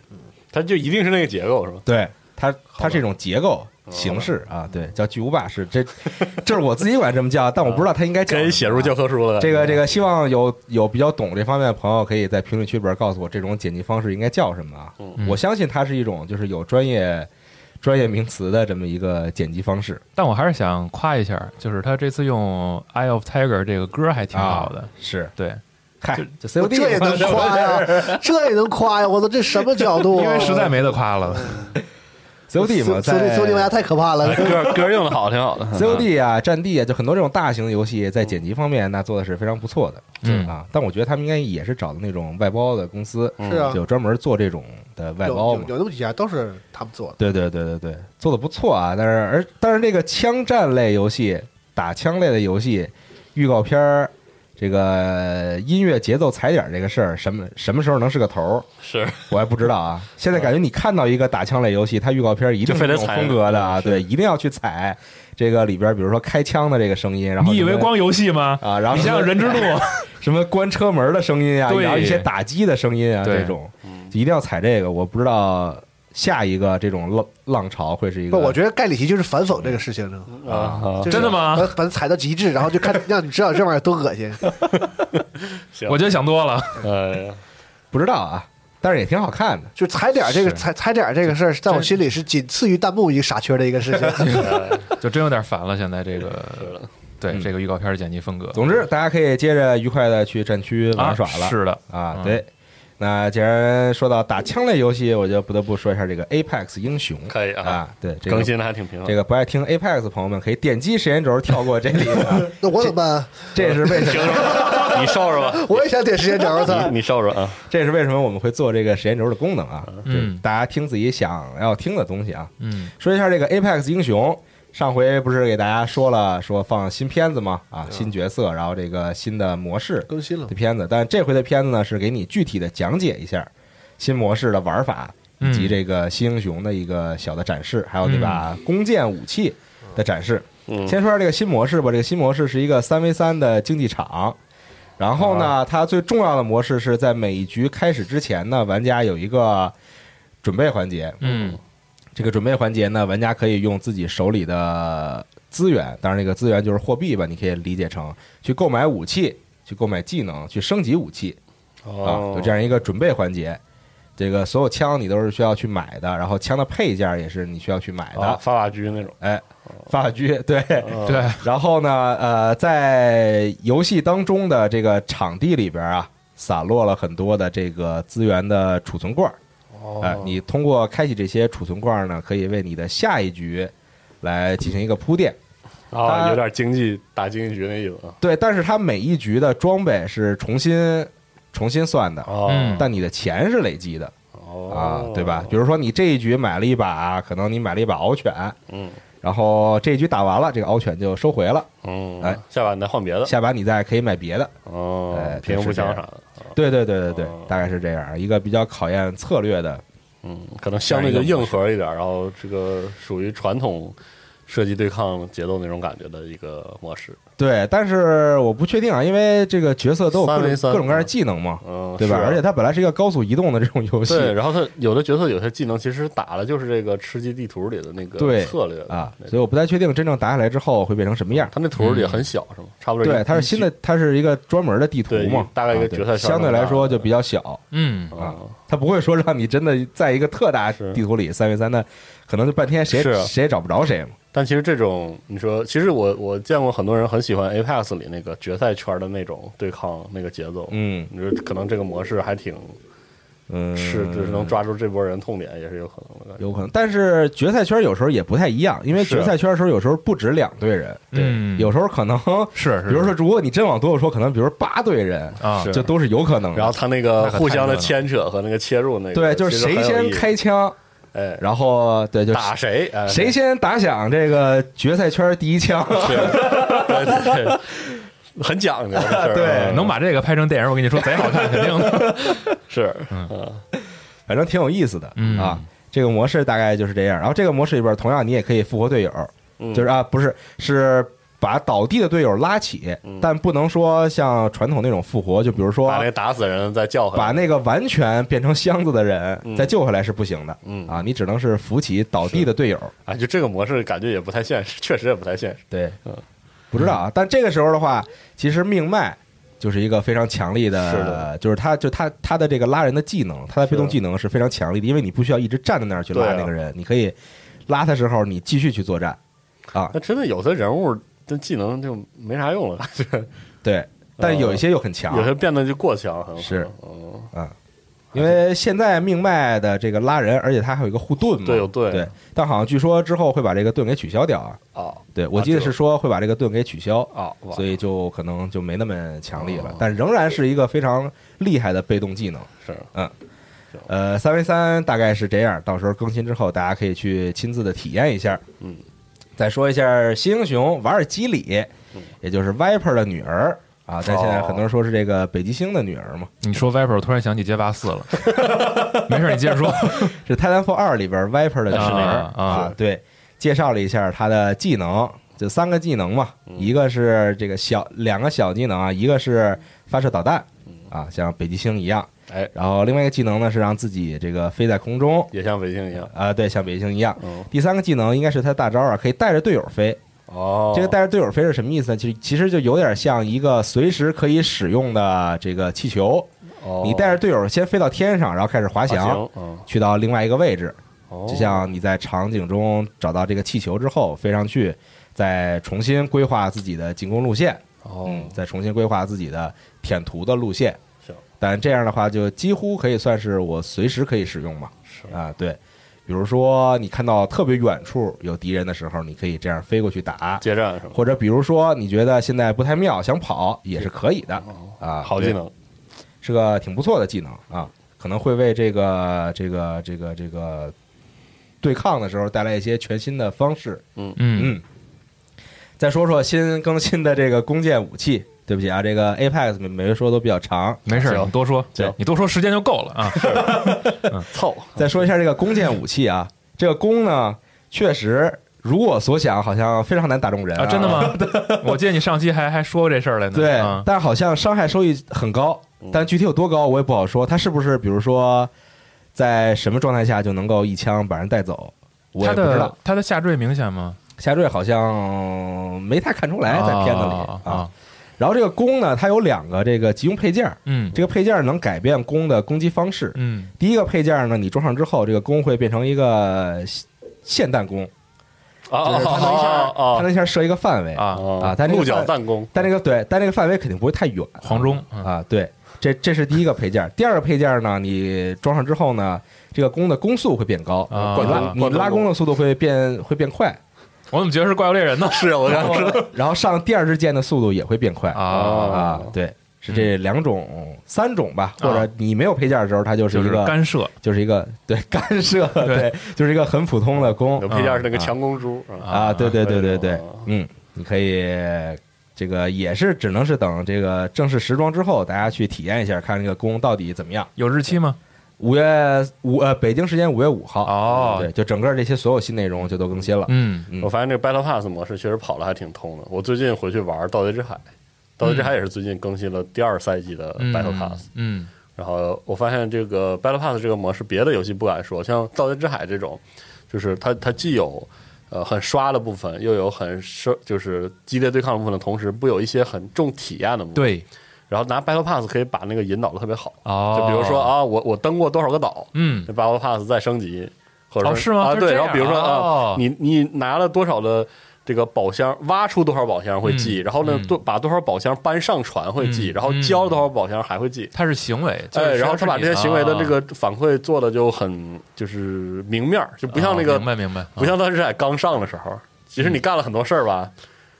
Speaker 8: 它就一定是那个结构是吧？
Speaker 1: 对它它是一种结构形式啊，对，叫巨无霸式，这这是我自己管这么叫，但我不知道它应该叫
Speaker 8: 跟
Speaker 1: 什么啊
Speaker 8: 写入教科书了。
Speaker 1: 这个这个，希望有有比较懂这方面的朋友，可以在评论区里边告诉我这种剪辑方式应该叫什么啊
Speaker 8: 嗯？
Speaker 1: 我相信它是一种就是有专业专业名词的这么一个剪辑方式
Speaker 6: 但我还是想夸一下，就是他这次用《Eye of Tiger》这个歌还挺好的
Speaker 1: 啊，，是
Speaker 6: 对，
Speaker 1: 嗨，就
Speaker 9: 我
Speaker 1: COD
Speaker 9: 这也能 夸呀，这也能夸呀！我操，这什么角度啊？
Speaker 6: 因为实在没得夸了。
Speaker 1: COD 嘛，
Speaker 9: 所以
Speaker 1: 在哎
Speaker 9: 所以玩家太可怕了。
Speaker 8: 歌歌用的好，挺好的。
Speaker 1: COD 啊、战地啊，就很多这种大型的游戏在剪辑方面那做的是非常不错的，
Speaker 6: 嗯
Speaker 1: 啊，但我觉得他们应该也是找的那种外包的公司，
Speaker 9: 是啊，
Speaker 1: 就专门做这种的外
Speaker 9: 有
Speaker 1: 包
Speaker 9: 有
Speaker 1: 嘛。
Speaker 9: 有那么几家都是他们做的。
Speaker 1: 对对对对对，做的不错啊，但是而但是这个枪战类游戏、打枪类的游戏，预告片儿。这个音乐节奏踩点儿这个事儿，什么什么时候能是个头儿，
Speaker 8: 是
Speaker 1: 我还不知道啊。现在感觉你看到一个打枪类游戏，它预告片儿一定
Speaker 8: 就是非得
Speaker 1: 这种
Speaker 8: 踩
Speaker 1: 风格的啊，
Speaker 8: 是
Speaker 1: 对，一定要去踩这个里边儿，比如说开枪的这个声音，然后
Speaker 6: 你以
Speaker 1: 什么
Speaker 6: 为光游戏吗？
Speaker 1: 啊，然后
Speaker 6: 你
Speaker 1: 什
Speaker 6: 像
Speaker 1: 么
Speaker 6: 人之路，
Speaker 1: 什么关车门的声音啊，
Speaker 6: 对
Speaker 1: 然后一些打击的声音啊，
Speaker 6: 对
Speaker 1: 这种就一定要踩这个。我不知道下一个这种浪浪潮会是一
Speaker 9: 不，
Speaker 1: 个，
Speaker 9: 我觉得盖里奇就是反讽这个事情呢，
Speaker 1: 嗯
Speaker 8: 啊
Speaker 9: 就是
Speaker 6: 真的吗
Speaker 9: 把把它踩到极致，然后 就看让你知道这玩意儿多恶心。
Speaker 6: 我觉得想多了。
Speaker 8: 哎呀，
Speaker 1: 不知道啊，但是也挺好看的。
Speaker 9: 就踩点儿这个
Speaker 1: 是
Speaker 9: 踩踩点儿这个事儿，在我心里是仅次于弹幕一个傻缺的一个事 情。
Speaker 8: 呃
Speaker 6: 就真有点烦了。现在这个，对
Speaker 1: 嗯
Speaker 6: 这个预告片的剪辑风
Speaker 8: 呃
Speaker 6: 格，
Speaker 1: 总之，大家可以接着愉快的去战区
Speaker 6: 啊
Speaker 1: 玩耍了。
Speaker 6: 是的，
Speaker 1: 啊
Speaker 6: 嗯，
Speaker 1: 对。那既然说到打枪类游戏，我就不得不说一下这个 Apex 英雄。
Speaker 8: 可以啊
Speaker 1: 啊，对，这个
Speaker 8: 更新的还挺频繁。
Speaker 1: 这个不爱听 Apex 的朋友们可以点击时间轴跳过这里 啊，
Speaker 9: 那我怎么办？
Speaker 1: 这是为什么？
Speaker 8: 你烧着 吧，
Speaker 9: 我也想点时间轴儿，操！
Speaker 8: 你烧着啊，
Speaker 1: 这是为什么我们会做这个时间轴的功能啊？
Speaker 6: 嗯
Speaker 1: 对大家听自己想要听的东西啊。
Speaker 6: 嗯，
Speaker 1: 说一下这个 Apex 英雄，上回不是给大家说了，说放新片子嘛，啊，新角色，然后这个新的模式
Speaker 9: 更新了
Speaker 1: 的，片子，但这回的片子呢是给你具体的讲解一下新模式的玩法，以及
Speaker 6: 嗯
Speaker 1: 这个新英雄的一个小的展示，还有这把弓箭武器的展示。
Speaker 8: 嗯
Speaker 1: 先说下这个新模式吧，这个新模式是一个三 v 三的竞技场。然后呢，它最重要的模式是在每一局开始之前呢，玩家有一个准备环节。
Speaker 6: 嗯，
Speaker 1: 这个准备环节呢，玩家可以用自己手里的资源，当然这个资源就是货币吧，你可以理解成去购买武器、去购买技能、去升级武器
Speaker 8: 哦
Speaker 1: 啊，有这样一个准备环节。这个所有枪你都是需要去买的，然后枪的配件也是你需要去买
Speaker 8: 啊
Speaker 1: 的。
Speaker 8: 发发狙那种，
Speaker 1: 哎，发狙对，
Speaker 8: 嗯
Speaker 6: 对，
Speaker 1: 然后呢，呃，在游戏当中的这个场地里边啊，散落了很多的这个资源的储存罐儿。
Speaker 8: 哦
Speaker 1: 哎、你通过开启这些储存罐儿呢，可以为你的下一局来进行一个铺垫。
Speaker 8: 啊，
Speaker 1: 他
Speaker 8: 有点经济打经济局那意思啊。
Speaker 1: 对，但是它每一局的装备是重新重新算的，
Speaker 8: 哦
Speaker 6: 嗯
Speaker 1: 但你的钱是累积的啊
Speaker 8: 哦，，
Speaker 1: 对吧？比如说你这一局买了一把，可能你买了一把獒犬，
Speaker 8: 嗯
Speaker 1: 然后这一局打完了，这个獒犬就收回了，
Speaker 8: 嗯，
Speaker 1: 哎，
Speaker 8: 下把你再换别的
Speaker 1: 下把你再可以买别的。
Speaker 8: 哦
Speaker 1: 哎，
Speaker 8: 平
Speaker 1: 就是
Speaker 8: 步
Speaker 1: 这
Speaker 8: 枪
Speaker 1: 样
Speaker 8: 啥的，
Speaker 1: 对对对对对
Speaker 8: 哦，
Speaker 1: 大概是这样，一个比较考验策略的。
Speaker 8: 嗯，可能相对就硬核一点，然后这个属于传统射击对抗节奏那种感觉的一个模式，
Speaker 1: 对，但是我不确定啊，因为这个角色都有各
Speaker 8: 三 v
Speaker 1: 种
Speaker 8: 三
Speaker 1: 各种各样的技能嘛，
Speaker 8: 嗯，
Speaker 1: 对吧？
Speaker 8: 是啊
Speaker 1: 而且它本来是一个高速移动的这种游戏
Speaker 8: 对，然后他有的角色有些技能其实打的就是这个吃鸡地图里的那个
Speaker 1: 对
Speaker 8: 策略
Speaker 1: 啊，
Speaker 8: 那
Speaker 1: 所以我不太确定真正打下来之后会变成什么样。
Speaker 8: 他那图也很小是吗？差嗯不多一
Speaker 1: 对，它是新的，它是一个专门的地图
Speaker 8: 对
Speaker 1: 嘛，
Speaker 8: 大概一个
Speaker 1: 啊对
Speaker 8: 决赛圈
Speaker 1: 相对
Speaker 8: 那么
Speaker 1: 来
Speaker 8: 大
Speaker 1: 说就比较小
Speaker 6: 嗯，
Speaker 1: 啊
Speaker 8: 啊，，
Speaker 1: 它不会说让你真的在一个特大
Speaker 8: 是
Speaker 1: 地图里三 v 三的，可能就半天谁
Speaker 8: 是啊
Speaker 1: 谁也找不着谁嘛。
Speaker 8: 但其实这种，你说，其实我我见过很多人很喜欢 Apex 里那个决赛圈的那种对抗那个节奏，
Speaker 1: 嗯
Speaker 8: 你说可能这个模式还挺
Speaker 1: 嗯，
Speaker 8: 是，就是能抓住这波人痛点也是有可能的感觉。
Speaker 1: 有可能，但是决赛圈有时候也不太一样，因为
Speaker 8: 是
Speaker 1: 决赛圈的时候有时候不止两队人，
Speaker 6: 嗯
Speaker 1: 有时候可能
Speaker 6: 是是
Speaker 1: 比如说，如果你真往多了说，可能比如说八队人，
Speaker 6: 啊，
Speaker 1: 这都是有嗯可能的。
Speaker 8: 然后他那个
Speaker 6: 那可
Speaker 8: 互相的
Speaker 6: 太热闹了
Speaker 8: 牵扯和那个切入那个，
Speaker 1: 对，就是
Speaker 8: 其实
Speaker 1: 谁
Speaker 8: 很有
Speaker 1: 先
Speaker 8: 意思，
Speaker 1: 开枪，
Speaker 8: 哎，
Speaker 1: 然后对，就
Speaker 8: 打谁，哎
Speaker 1: 谁先打响这个决赛圈第一 枪。
Speaker 8: 对对对对很讲究，这事 儿
Speaker 1: 对
Speaker 8: 嗯
Speaker 6: 哎能把这个拍成电影，我跟你说贼好看，肯 定的。
Speaker 8: 是
Speaker 1: 反正挺有意思的、
Speaker 6: 嗯
Speaker 1: 啊。这个模式大概就是这样。然后这个模式里边，同样你也可以复活队友，
Speaker 8: 嗯
Speaker 1: 就是啊，不是是。把倒地的队友拉起，但不能说像传统那种复活，就比如说
Speaker 8: 把那嗯打死人再叫回来，
Speaker 1: 把那个完全变成箱子的人
Speaker 8: 嗯
Speaker 1: 再救回来是不行的，
Speaker 8: 嗯
Speaker 1: 啊，你只能是扶起倒地的队友，
Speaker 8: 啊，就这个模式感觉也不太现实，确实也不太现实。
Speaker 1: 对
Speaker 8: 嗯，
Speaker 1: 不知道啊。但这个时候的话，其实命脉就是一个非常强力的，
Speaker 8: 是的
Speaker 1: 就是他就他他的这个拉人的技能，他的被动技能是非常强力的，因为你不需要一直站在那儿去
Speaker 8: 对
Speaker 1: 拉
Speaker 8: 啊
Speaker 1: 那个人，你可以拉他时候你继续去作战啊，
Speaker 8: 那真的有的人物的技能就没啥用了，
Speaker 1: 对。但有一些又很强，
Speaker 8: 呃有些变得就过强，很有可能
Speaker 1: 是
Speaker 8: 嗯，
Speaker 1: 因为现在命脉的这个拉人，而且它还有一个护盾嘛，
Speaker 8: 对有盾
Speaker 1: 对。但好像据说之后会把这个盾给取消掉啊，
Speaker 8: 哦
Speaker 1: 对，我记得是说会把这个盾给取消，
Speaker 8: 哦，哇
Speaker 1: 所以就可能就没那么强力了，但仍然是一个非常厉害的被动技能。
Speaker 8: 是
Speaker 1: 呃，三 v 三大概是这样，到时候更新之后大家可以去亲自的体验一下。
Speaker 8: 嗯，
Speaker 1: 再说一下新英雄瓦尔基里，也就是 Viper 的女儿啊，但现在很多人说是这个北极星的女儿嘛，
Speaker 6: 你说 Viper，我突然想起街霸四 了。没事，你接着说。
Speaker 1: 是《Titanfall 二》里边 Viper 的女
Speaker 6: 是那
Speaker 1: 儿
Speaker 6: 样啊
Speaker 1: 对，介绍了一下她的技能，就三个技能嘛，
Speaker 8: 嗯
Speaker 1: 一个是这个小两个小技能啊，一个是发射导弹啊，像北极星一样，
Speaker 8: 嗯哎，
Speaker 1: 然后另外一个技能呢是让自己这个飞在空中，
Speaker 8: 也像北京一样。
Speaker 1: 啊、对，像北星一样。
Speaker 8: 嗯，
Speaker 1: 第三个技能应该是他大招啊，可以带着队友飞。
Speaker 8: 哦，
Speaker 1: 这个带着队友飞是什么意思呢？其实其实就有点像一个随时可以使用的这个气球，
Speaker 8: 哦
Speaker 1: 你带着队友先飞到天上，然后开始滑
Speaker 8: 滑
Speaker 1: 翔，
Speaker 8: 翔，嗯，
Speaker 1: 去到另外一个位置。
Speaker 8: 哦
Speaker 1: 就像你在场景中找到这个气球之后飞上去，再重新规划自己的进攻路线，
Speaker 8: 哦
Speaker 1: 嗯，，再重新规划自己的舔图的路线
Speaker 8: 是。
Speaker 1: 但这样的话，就几乎可以算是我随时可以使用嘛。
Speaker 8: 是
Speaker 1: 啊，对，比如说你看到特别远处有敌人的时候，你可以这样飞过去打，
Speaker 8: 接战是吧？
Speaker 1: 或者比如说你觉得现在不太妙，想跑也是可以的
Speaker 8: 哦
Speaker 1: 啊。
Speaker 8: 好
Speaker 1: 对
Speaker 8: 技，能，
Speaker 1: 是个挺不错的技能啊，可能会为这个这个这个这个对抗的时候带来一些全新的方式。
Speaker 6: 嗯，
Speaker 1: 嗯，再说说新更新的这个弓箭武器。对不起啊，这个 Apex 每每回说都比较长，
Speaker 6: 没事儿，
Speaker 8: 行
Speaker 6: 你多说
Speaker 8: 行，
Speaker 6: 你多说时间就够了啊。
Speaker 8: 凑
Speaker 1: 再说一下这个弓箭武器啊，这个弓呢，确实如我所想，好像非常难打中人
Speaker 6: 啊，真 的？吗？我记得你上期还还说过这事儿来呢。
Speaker 1: 对
Speaker 6: 啊，
Speaker 1: 但好像伤害收益很高，但具体有多高我也不好说。它是不是比如说在什么状态下就能够一枪把人带走？我也
Speaker 6: 他
Speaker 1: 不知道
Speaker 6: 的。他的下坠明显吗？
Speaker 1: 夏坠好像没太看出来，在片子里
Speaker 6: 啊
Speaker 1: 啊。，然后这个弓呢，它有两个这个急用配件儿，
Speaker 6: 嗯
Speaker 1: 这个配件儿能改变弓的攻击方式。
Speaker 6: 嗯，
Speaker 1: 第一个配件儿呢，你装上之后，这个弓会变成一个霰弹弓，
Speaker 8: 啊
Speaker 1: 就是它能一下
Speaker 8: 啊
Speaker 1: 它能一下射一个范围
Speaker 6: 啊
Speaker 1: 哦啊但这个
Speaker 8: 鹿角
Speaker 1: 范
Speaker 8: 弹弓，
Speaker 1: 但这个对，但这个范围肯定不会太远。
Speaker 6: 黄忠啊
Speaker 1: 啊，对，这这是第一个配件儿。第二个配件儿呢，你装上之后呢，这个弓的弓速会变高，
Speaker 6: 啊
Speaker 1: 你拉你拉弓的速度会变会变快，
Speaker 6: 我怎么觉得是怪物猎人呢？
Speaker 8: 是啊我想知道
Speaker 1: 然后上第二支箭的速度也会变快
Speaker 6: 啊，嗯
Speaker 1: 啊，对。是这两种、三种吧，或者你没有配件儿的时候，它就是
Speaker 6: 啊就
Speaker 1: 一
Speaker 6: 是
Speaker 1: 个，
Speaker 6: 干涉
Speaker 1: 就是一个对干涉，对，就是一个很普通的弓
Speaker 8: 啊有配件是那个强弓珠啊，
Speaker 1: 啊，对对对对对
Speaker 6: 哎
Speaker 8: 啊，
Speaker 1: 嗯，你可以这个也是只能是等这个正式时装之后，大家去体验一下，看这个弓到底怎么样。
Speaker 6: 有日期吗？
Speaker 1: 五月五呃，北京时间五月五号
Speaker 6: 哦
Speaker 1: 对，就整个这些所有新内容就都更新
Speaker 8: 呃
Speaker 1: 了。
Speaker 6: 嗯，
Speaker 1: 嗯
Speaker 8: 我发现这个 Battle Pass 模式确实跑了还挺通的。我最近回去玩《盗贼之海》，《盗贼之海》也是最近更新了第二赛季的 Battle Pass，、
Speaker 6: 嗯
Speaker 8: 然后我发现这个 Battle Pass 这个模式，别的游戏不敢说，像《盗贼之海》这种，就是它它既有呃很刷的部分，又有很是就是激烈对抗的部分的同时，不有一些很重体验的部分。，
Speaker 6: 对，
Speaker 8: 然后拿 Battle Pass 可以把那个引导的特别好，
Speaker 6: 哦
Speaker 8: 就比如说，啊，我我登过多少个岛，
Speaker 6: 嗯
Speaker 8: 那 Battle Pass 再升级，或者
Speaker 6: 哦
Speaker 8: 说
Speaker 6: 是吗
Speaker 8: 啊，
Speaker 6: 它是这
Speaker 8: 对，
Speaker 6: 样
Speaker 8: 然后比如说
Speaker 6: 哦
Speaker 8: 啊，你你拿了多少的这个宝箱，挖出多少宝箱会记，
Speaker 6: 嗯
Speaker 8: 然后呢
Speaker 6: 嗯，
Speaker 8: 多把多少宝箱搬上船会记，
Speaker 6: 嗯
Speaker 8: 然后
Speaker 6: 嗯
Speaker 8: 交了多少宝箱还会记。
Speaker 6: 他是行为，就
Speaker 8: 哎，
Speaker 6: 是
Speaker 8: 然后他把这些行为的这
Speaker 6: 啊
Speaker 8: 个反馈做的就很就是明面儿，就不像那
Speaker 6: 哦
Speaker 8: 个
Speaker 6: 明白明嗯白，
Speaker 8: 不像《当时海》刚上的时候，其实你干了很多事儿吧，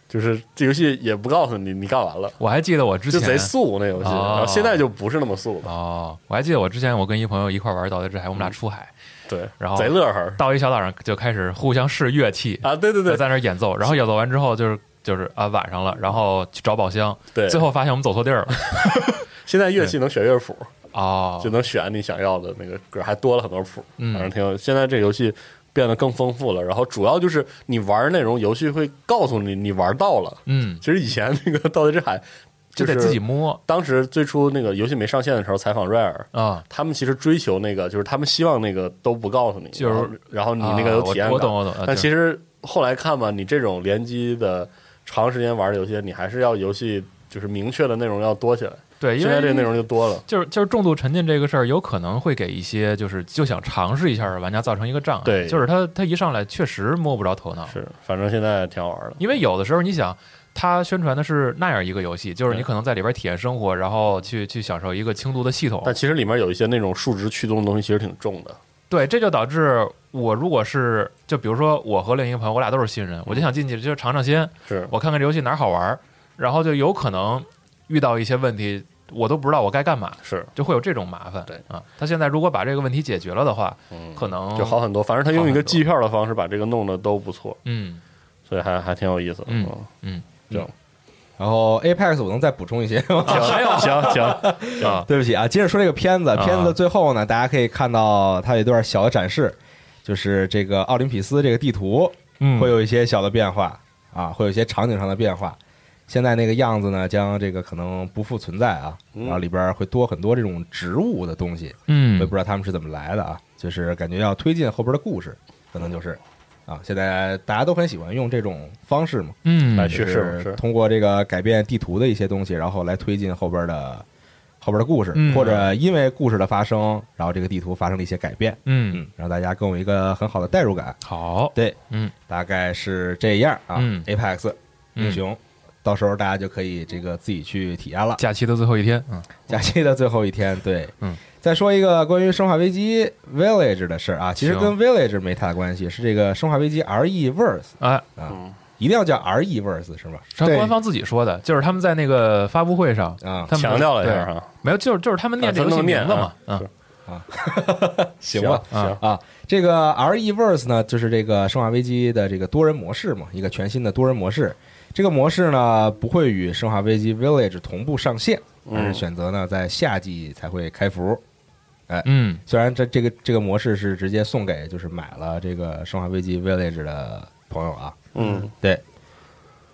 Speaker 8: 就是这游戏也不告诉你你干完了，
Speaker 6: 我还记得我之
Speaker 8: 就
Speaker 6: 前
Speaker 8: 贼素那游戏，
Speaker 6: 哦
Speaker 8: 然后现在就不是那么素了，
Speaker 6: 哦，我还记得我之前我跟一朋友一块玩《盗贼之海》，我们
Speaker 8: 嗯
Speaker 6: 俩出海
Speaker 8: 对，
Speaker 6: 然后
Speaker 8: 贼乐呵
Speaker 6: 到一小岛上就开始互相试乐器，
Speaker 8: 啊，对对
Speaker 6: 就
Speaker 8: 对
Speaker 6: 在那儿演奏，然后演奏完之后就是就是啊晚上了，然后去找宝箱，
Speaker 8: 对，
Speaker 6: 最后发现我们走错地 儿了。
Speaker 8: 现在乐器能选乐谱，
Speaker 6: 哦
Speaker 8: 就能选你想要的那个歌，还多了很多谱，
Speaker 6: 嗯
Speaker 8: 反正挺有。现在这游戏变得更丰富了，然后主要就是你玩内容，游戏会告诉你你玩到了。
Speaker 6: 嗯，
Speaker 8: 其实以前那个《盗贼之海》
Speaker 6: 就得
Speaker 8: 是
Speaker 6: 自己摸
Speaker 8: 当时最初那个游戏没上线的时候，采访 Rare，
Speaker 6: 啊。
Speaker 8: 他们其实追求那个，就是他们希望那个都不告诉你，
Speaker 6: 就是
Speaker 8: 然后然后你那个有体验感。
Speaker 6: 啊我我懂我懂啊
Speaker 8: 但
Speaker 6: 就是
Speaker 8: 其实后来看吧，你这种联机的长时间玩的游戏，你还是要游戏就是明确的内容要多起来。
Speaker 6: 对，因
Speaker 8: 现
Speaker 6: 为
Speaker 8: 在这内容就多了。
Speaker 6: 就是就是重度沉浸这个事儿，有可能会给一些就是就想尝试一下的玩家造成一个障碍。
Speaker 8: 对
Speaker 6: 就是他他一上来确实摸不着头脑，
Speaker 8: 是，反正现在挺好玩的。
Speaker 6: 因为有的时候你想。他宣传的是那样一个游戏，就是你
Speaker 8: 对
Speaker 6: 可能在里边体验生活，然后去去享受一个轻度的系统。
Speaker 8: 但其实里面有一些那种数值驱动的东西，其实挺重的。
Speaker 6: 对，这就导致我如果是就比如说我和另一个朋友，我俩都是新人，
Speaker 8: 嗯
Speaker 6: 我就想进去就是尝尝鲜，
Speaker 8: 是
Speaker 6: 我看看这游戏哪儿好玩儿，然后就有可能遇到一些问题，我都不知道我该干嘛，
Speaker 8: 是，
Speaker 6: 就会有这种麻烦。
Speaker 8: 对
Speaker 6: 啊，他现在如果把这个问题解决了的话，
Speaker 8: 嗯，
Speaker 6: 可能
Speaker 8: 就好。很多。反正他用一
Speaker 6: 好
Speaker 8: 个
Speaker 6: 很多
Speaker 8: 计票的方式把这个弄得都不错，
Speaker 6: 嗯，
Speaker 8: 所以还还挺有意思的。
Speaker 6: 嗯嗯，
Speaker 8: 行
Speaker 1: 然后 Apex 我能再补充一些吗？
Speaker 8: 还有嗯行行行，
Speaker 1: 对不起啊，接着说这个片子，片子的最后呢，大家可以看到它有一段小的展示，就是这个奥林匹斯这个地图
Speaker 6: 嗯
Speaker 1: 会有一些小的变化啊，会有一些场景上的变化。现在那个样子呢，将这个可能不复存在啊。
Speaker 6: 嗯
Speaker 1: 然后里边会多很多这种植物的东西，我也
Speaker 6: 嗯
Speaker 1: 不知道他们是怎么来的啊，就是感觉要推进后边的故事，可能就是啊，现在大家都很喜欢用这种方式嘛，
Speaker 6: 嗯
Speaker 8: 来
Speaker 1: 就
Speaker 8: 叙事嘛
Speaker 1: 是
Speaker 8: 是
Speaker 1: 通过这个改变地图的一些东西，然后来推进后边的后边的故事，
Speaker 6: 嗯
Speaker 1: 或者因为故事的发生，然后这个地图发生了一些改变，
Speaker 6: 嗯，
Speaker 1: 嗯，让大家更有一个很好的代入感。
Speaker 6: 好，
Speaker 1: 对，
Speaker 6: 嗯，
Speaker 1: 大概是这样啊。
Speaker 6: 嗯
Speaker 1: Apex
Speaker 6: 嗯
Speaker 1: 英雄，到时候大家就可以这个自己去体验了。
Speaker 6: 假期的最后一天，嗯
Speaker 1: 假期的最后一天，对，
Speaker 6: 嗯。
Speaker 1: 再说一个关于《生化危机 Village》的事儿啊，其实
Speaker 6: 行
Speaker 1: 跟 Village 没太大关系，是这个《生化危机 RE Verse》
Speaker 6: 哎，
Speaker 1: 啊，一定要叫 RE Verse 是吧？
Speaker 6: 是
Speaker 9: 对
Speaker 6: 官方自己说的，就是他们在那个发布会上，
Speaker 1: 啊，
Speaker 6: 他们
Speaker 8: 强调了一下
Speaker 6: 对
Speaker 8: 哈，
Speaker 6: 没有，就是就是他们念这
Speaker 8: 啊
Speaker 6: 游
Speaker 8: 他
Speaker 6: 戏
Speaker 8: 们
Speaker 6: 名
Speaker 8: 念
Speaker 6: 字嘛，
Speaker 8: 啊
Speaker 6: 嗯
Speaker 1: 行吧，
Speaker 8: 行，
Speaker 1: 啊，这个 RE Verse 呢，就是这个《生化危机》的这个多人模式嘛，一个全新的多人模式。这个模式呢，不会与《生化危机 Village》同步上线，而是选择呢在夏季才会开服。
Speaker 6: 嗯
Speaker 1: 虽然这这个这个模式是直接送给就是买了这个《生化危机 Village》的朋友啊。
Speaker 8: 嗯，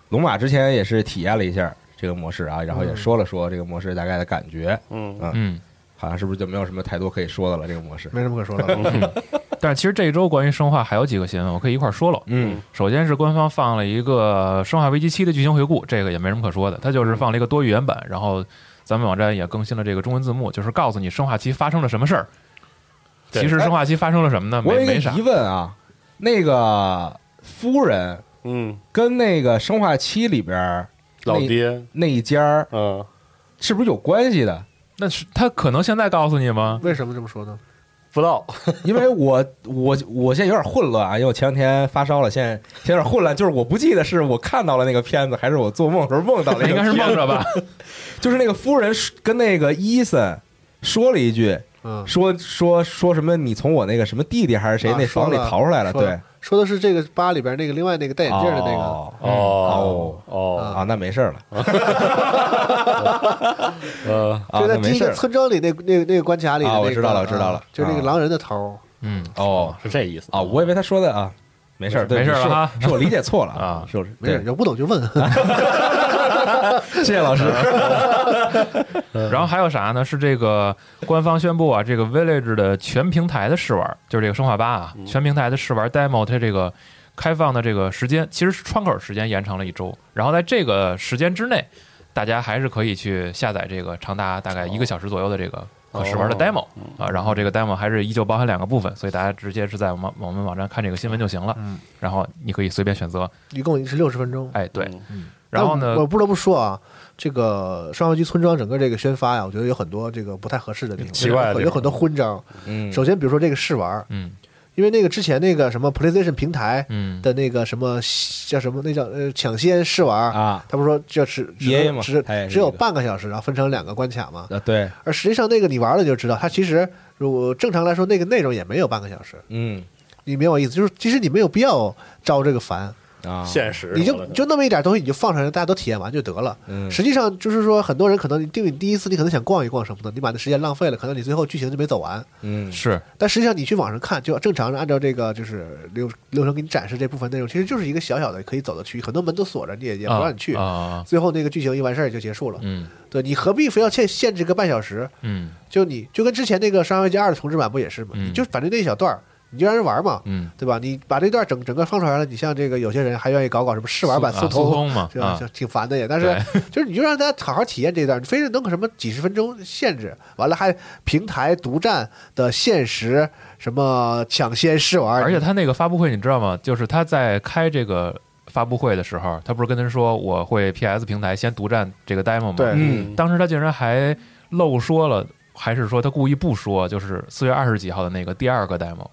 Speaker 1: 龙马之前也是体验了一下这个模式啊，然后也说了说这个模式大概的感觉，
Speaker 8: 嗯
Speaker 6: 嗯。
Speaker 1: 好像是不是就没有什么太多可以说的了？这个模式，
Speaker 9: 没什么可 说的了。
Speaker 8: 嗯
Speaker 6: 但是其实这一周关于生化还有几个新闻，我可以一块儿说了。
Speaker 1: 嗯
Speaker 6: 首先是官方放了一个《生化危机七》的剧情回顾，这个也没什么可说的，它就是放了一个多语言版，然后咱们网站也更新了这个中文字幕，就是告诉你生化七发生了什么事儿。
Speaker 8: 对
Speaker 6: 其实生化七发生了什么呢？
Speaker 1: 我有
Speaker 6: 没
Speaker 1: 一个
Speaker 6: 没啥
Speaker 1: 疑，问啊，那个夫人
Speaker 8: 嗯，
Speaker 1: 跟那个《生化七》里边儿
Speaker 8: 老爹，
Speaker 1: 那一家儿
Speaker 8: 嗯，
Speaker 1: 是不是有关系的？
Speaker 6: 那是他可能现在告诉你吗？
Speaker 9: 为什么这么说呢？
Speaker 8: 不知道，
Speaker 1: 因为我我我现在有点混乱啊，因为我前两天发烧了，现在现在有点混乱，就是我不记得是我看到了那个片子，还是我做梦的时候梦到了。
Speaker 6: 那 应该是梦，着吧？
Speaker 1: 就是那个夫人说跟那个伊森说了一句，
Speaker 9: 嗯，
Speaker 1: 说说说什么你从我那个什么弟弟还是谁
Speaker 9: 啊
Speaker 1: 那房里
Speaker 9: 说了哎
Speaker 1: 逃出来了，
Speaker 9: 说
Speaker 1: 对，
Speaker 9: 说的是这个吧里边那个另外那个戴眼镜的那个，
Speaker 1: 哦
Speaker 8: 哦哦，
Speaker 1: 啊，那没事儿了
Speaker 8: 呃，
Speaker 1: 啊，
Speaker 9: 就在
Speaker 1: 那
Speaker 9: 第
Speaker 1: 没
Speaker 9: 一
Speaker 1: 事
Speaker 9: 个
Speaker 1: 儿了
Speaker 9: 村庄里那那那个关卡里的
Speaker 1: 啊
Speaker 9: 那个，
Speaker 1: 我知道了我知道了
Speaker 9: 啊就那个
Speaker 1: 啊
Speaker 9: 狼人的头，
Speaker 6: 嗯，
Speaker 1: 哦
Speaker 8: 是这意思
Speaker 1: 啊，我以为他说的啊，没事儿，对
Speaker 6: 没事儿了
Speaker 1: 是我
Speaker 6: 哈
Speaker 1: 是我理解错了
Speaker 6: 啊
Speaker 1: 是我对
Speaker 9: 没事，有不懂 就问。
Speaker 1: 谢谢 老师。
Speaker 6: 然后还有啥呢？是这个官方宣布啊，这个 Village 的全平台的试玩，就是这个生化八啊，
Speaker 9: 嗯
Speaker 6: 全平台的试玩 demo，它这个开放的这个时间，其实是窗口时间延长了一周。然后在这个时间之内，大家还是可以去下载这个长达
Speaker 9: 哦
Speaker 6: 大概一个小时左右的这个可试玩的 demo
Speaker 8: 嗯
Speaker 6: 啊。然后这个 demo 还是依旧包含两个部分，所以大家直接是在我们我们网站看这个新闻就行了。
Speaker 9: 嗯
Speaker 6: 然后你可以随便选择，
Speaker 9: 一共是六十分钟。
Speaker 6: 哎，对
Speaker 8: 嗯。
Speaker 6: 然后
Speaker 9: 但
Speaker 6: 呢
Speaker 9: 我，我不得不说啊，这个《生化危机村庄》整个这个宣发呀，我觉得有很多这个不太合适的地方，
Speaker 8: 奇怪的地方
Speaker 9: 有很多混章。
Speaker 1: 嗯
Speaker 9: 首先，比如说这个试玩儿，
Speaker 6: 嗯
Speaker 9: 因为那个之前那个什么 PlayStation 平台
Speaker 6: 嗯，
Speaker 9: 的那个什么叫什么那叫呃抢先试玩儿，
Speaker 1: 啊，
Speaker 9: 他不是说这只只
Speaker 1: EA
Speaker 9: 能
Speaker 1: 嘛
Speaker 9: 只
Speaker 1: 它也是
Speaker 9: 只有
Speaker 1: 一个
Speaker 9: 半个小时，然后分成两个关卡嘛。
Speaker 1: 呃，对，
Speaker 9: 而实际上那个你玩了你就知道，它其实如果正常来说那个内容也没有半个小时，
Speaker 1: 嗯
Speaker 9: 你明白我意思？就是其实你没有必要招这个烦，
Speaker 1: 啊，
Speaker 8: 现实，
Speaker 9: 你就就那么一点东西你就放上来，大家都体验完就得了。
Speaker 1: 嗯
Speaker 9: 实际上就是说，很多人可能定你第一次，你可能想逛一逛什么的，你把那时间浪费了，可能你最后剧情就没走完。
Speaker 1: 嗯
Speaker 6: 是
Speaker 9: 但实际上你去网上看，就正常的按照这个就是流流程给你展示这部分内容，其实就是一个小小的可以走的区域，很多门都锁着，你也也不
Speaker 6: 啊
Speaker 9: 让你去。
Speaker 6: 啊，
Speaker 9: 最后那个剧情一完事儿也就结束了。
Speaker 6: 嗯
Speaker 9: 对你何必非要限限制个半小时？
Speaker 6: 嗯
Speaker 9: 就你就跟之前那个《生化危机二》的重置版不也是吗？
Speaker 6: 嗯
Speaker 9: 你就反正那一小段儿，你就让人玩嘛，
Speaker 6: 嗯。
Speaker 9: 对吧？你把这段整整个放出来了，你像这个有些人还愿意搞搞什么试玩版
Speaker 6: 啊
Speaker 9: 速
Speaker 6: 速
Speaker 9: 通。
Speaker 6: 通嘛
Speaker 9: 是吧
Speaker 6: 啊？，
Speaker 9: 就挺烦的也，但是就是你就让大家好好体验这段，你非得弄个什么几十分钟限制，完了还平台独占的限时什么抢先试玩，啊
Speaker 6: 而且他那个发布会你知道吗？就是他在开这个发布会的时候，他不是跟他说我会 PS 平台先独占这个 demo 吗？
Speaker 9: 对
Speaker 1: 嗯
Speaker 6: 当时他竟然还漏说了，还是说他故意不说？就是四月二十几号的那个第二个 demo，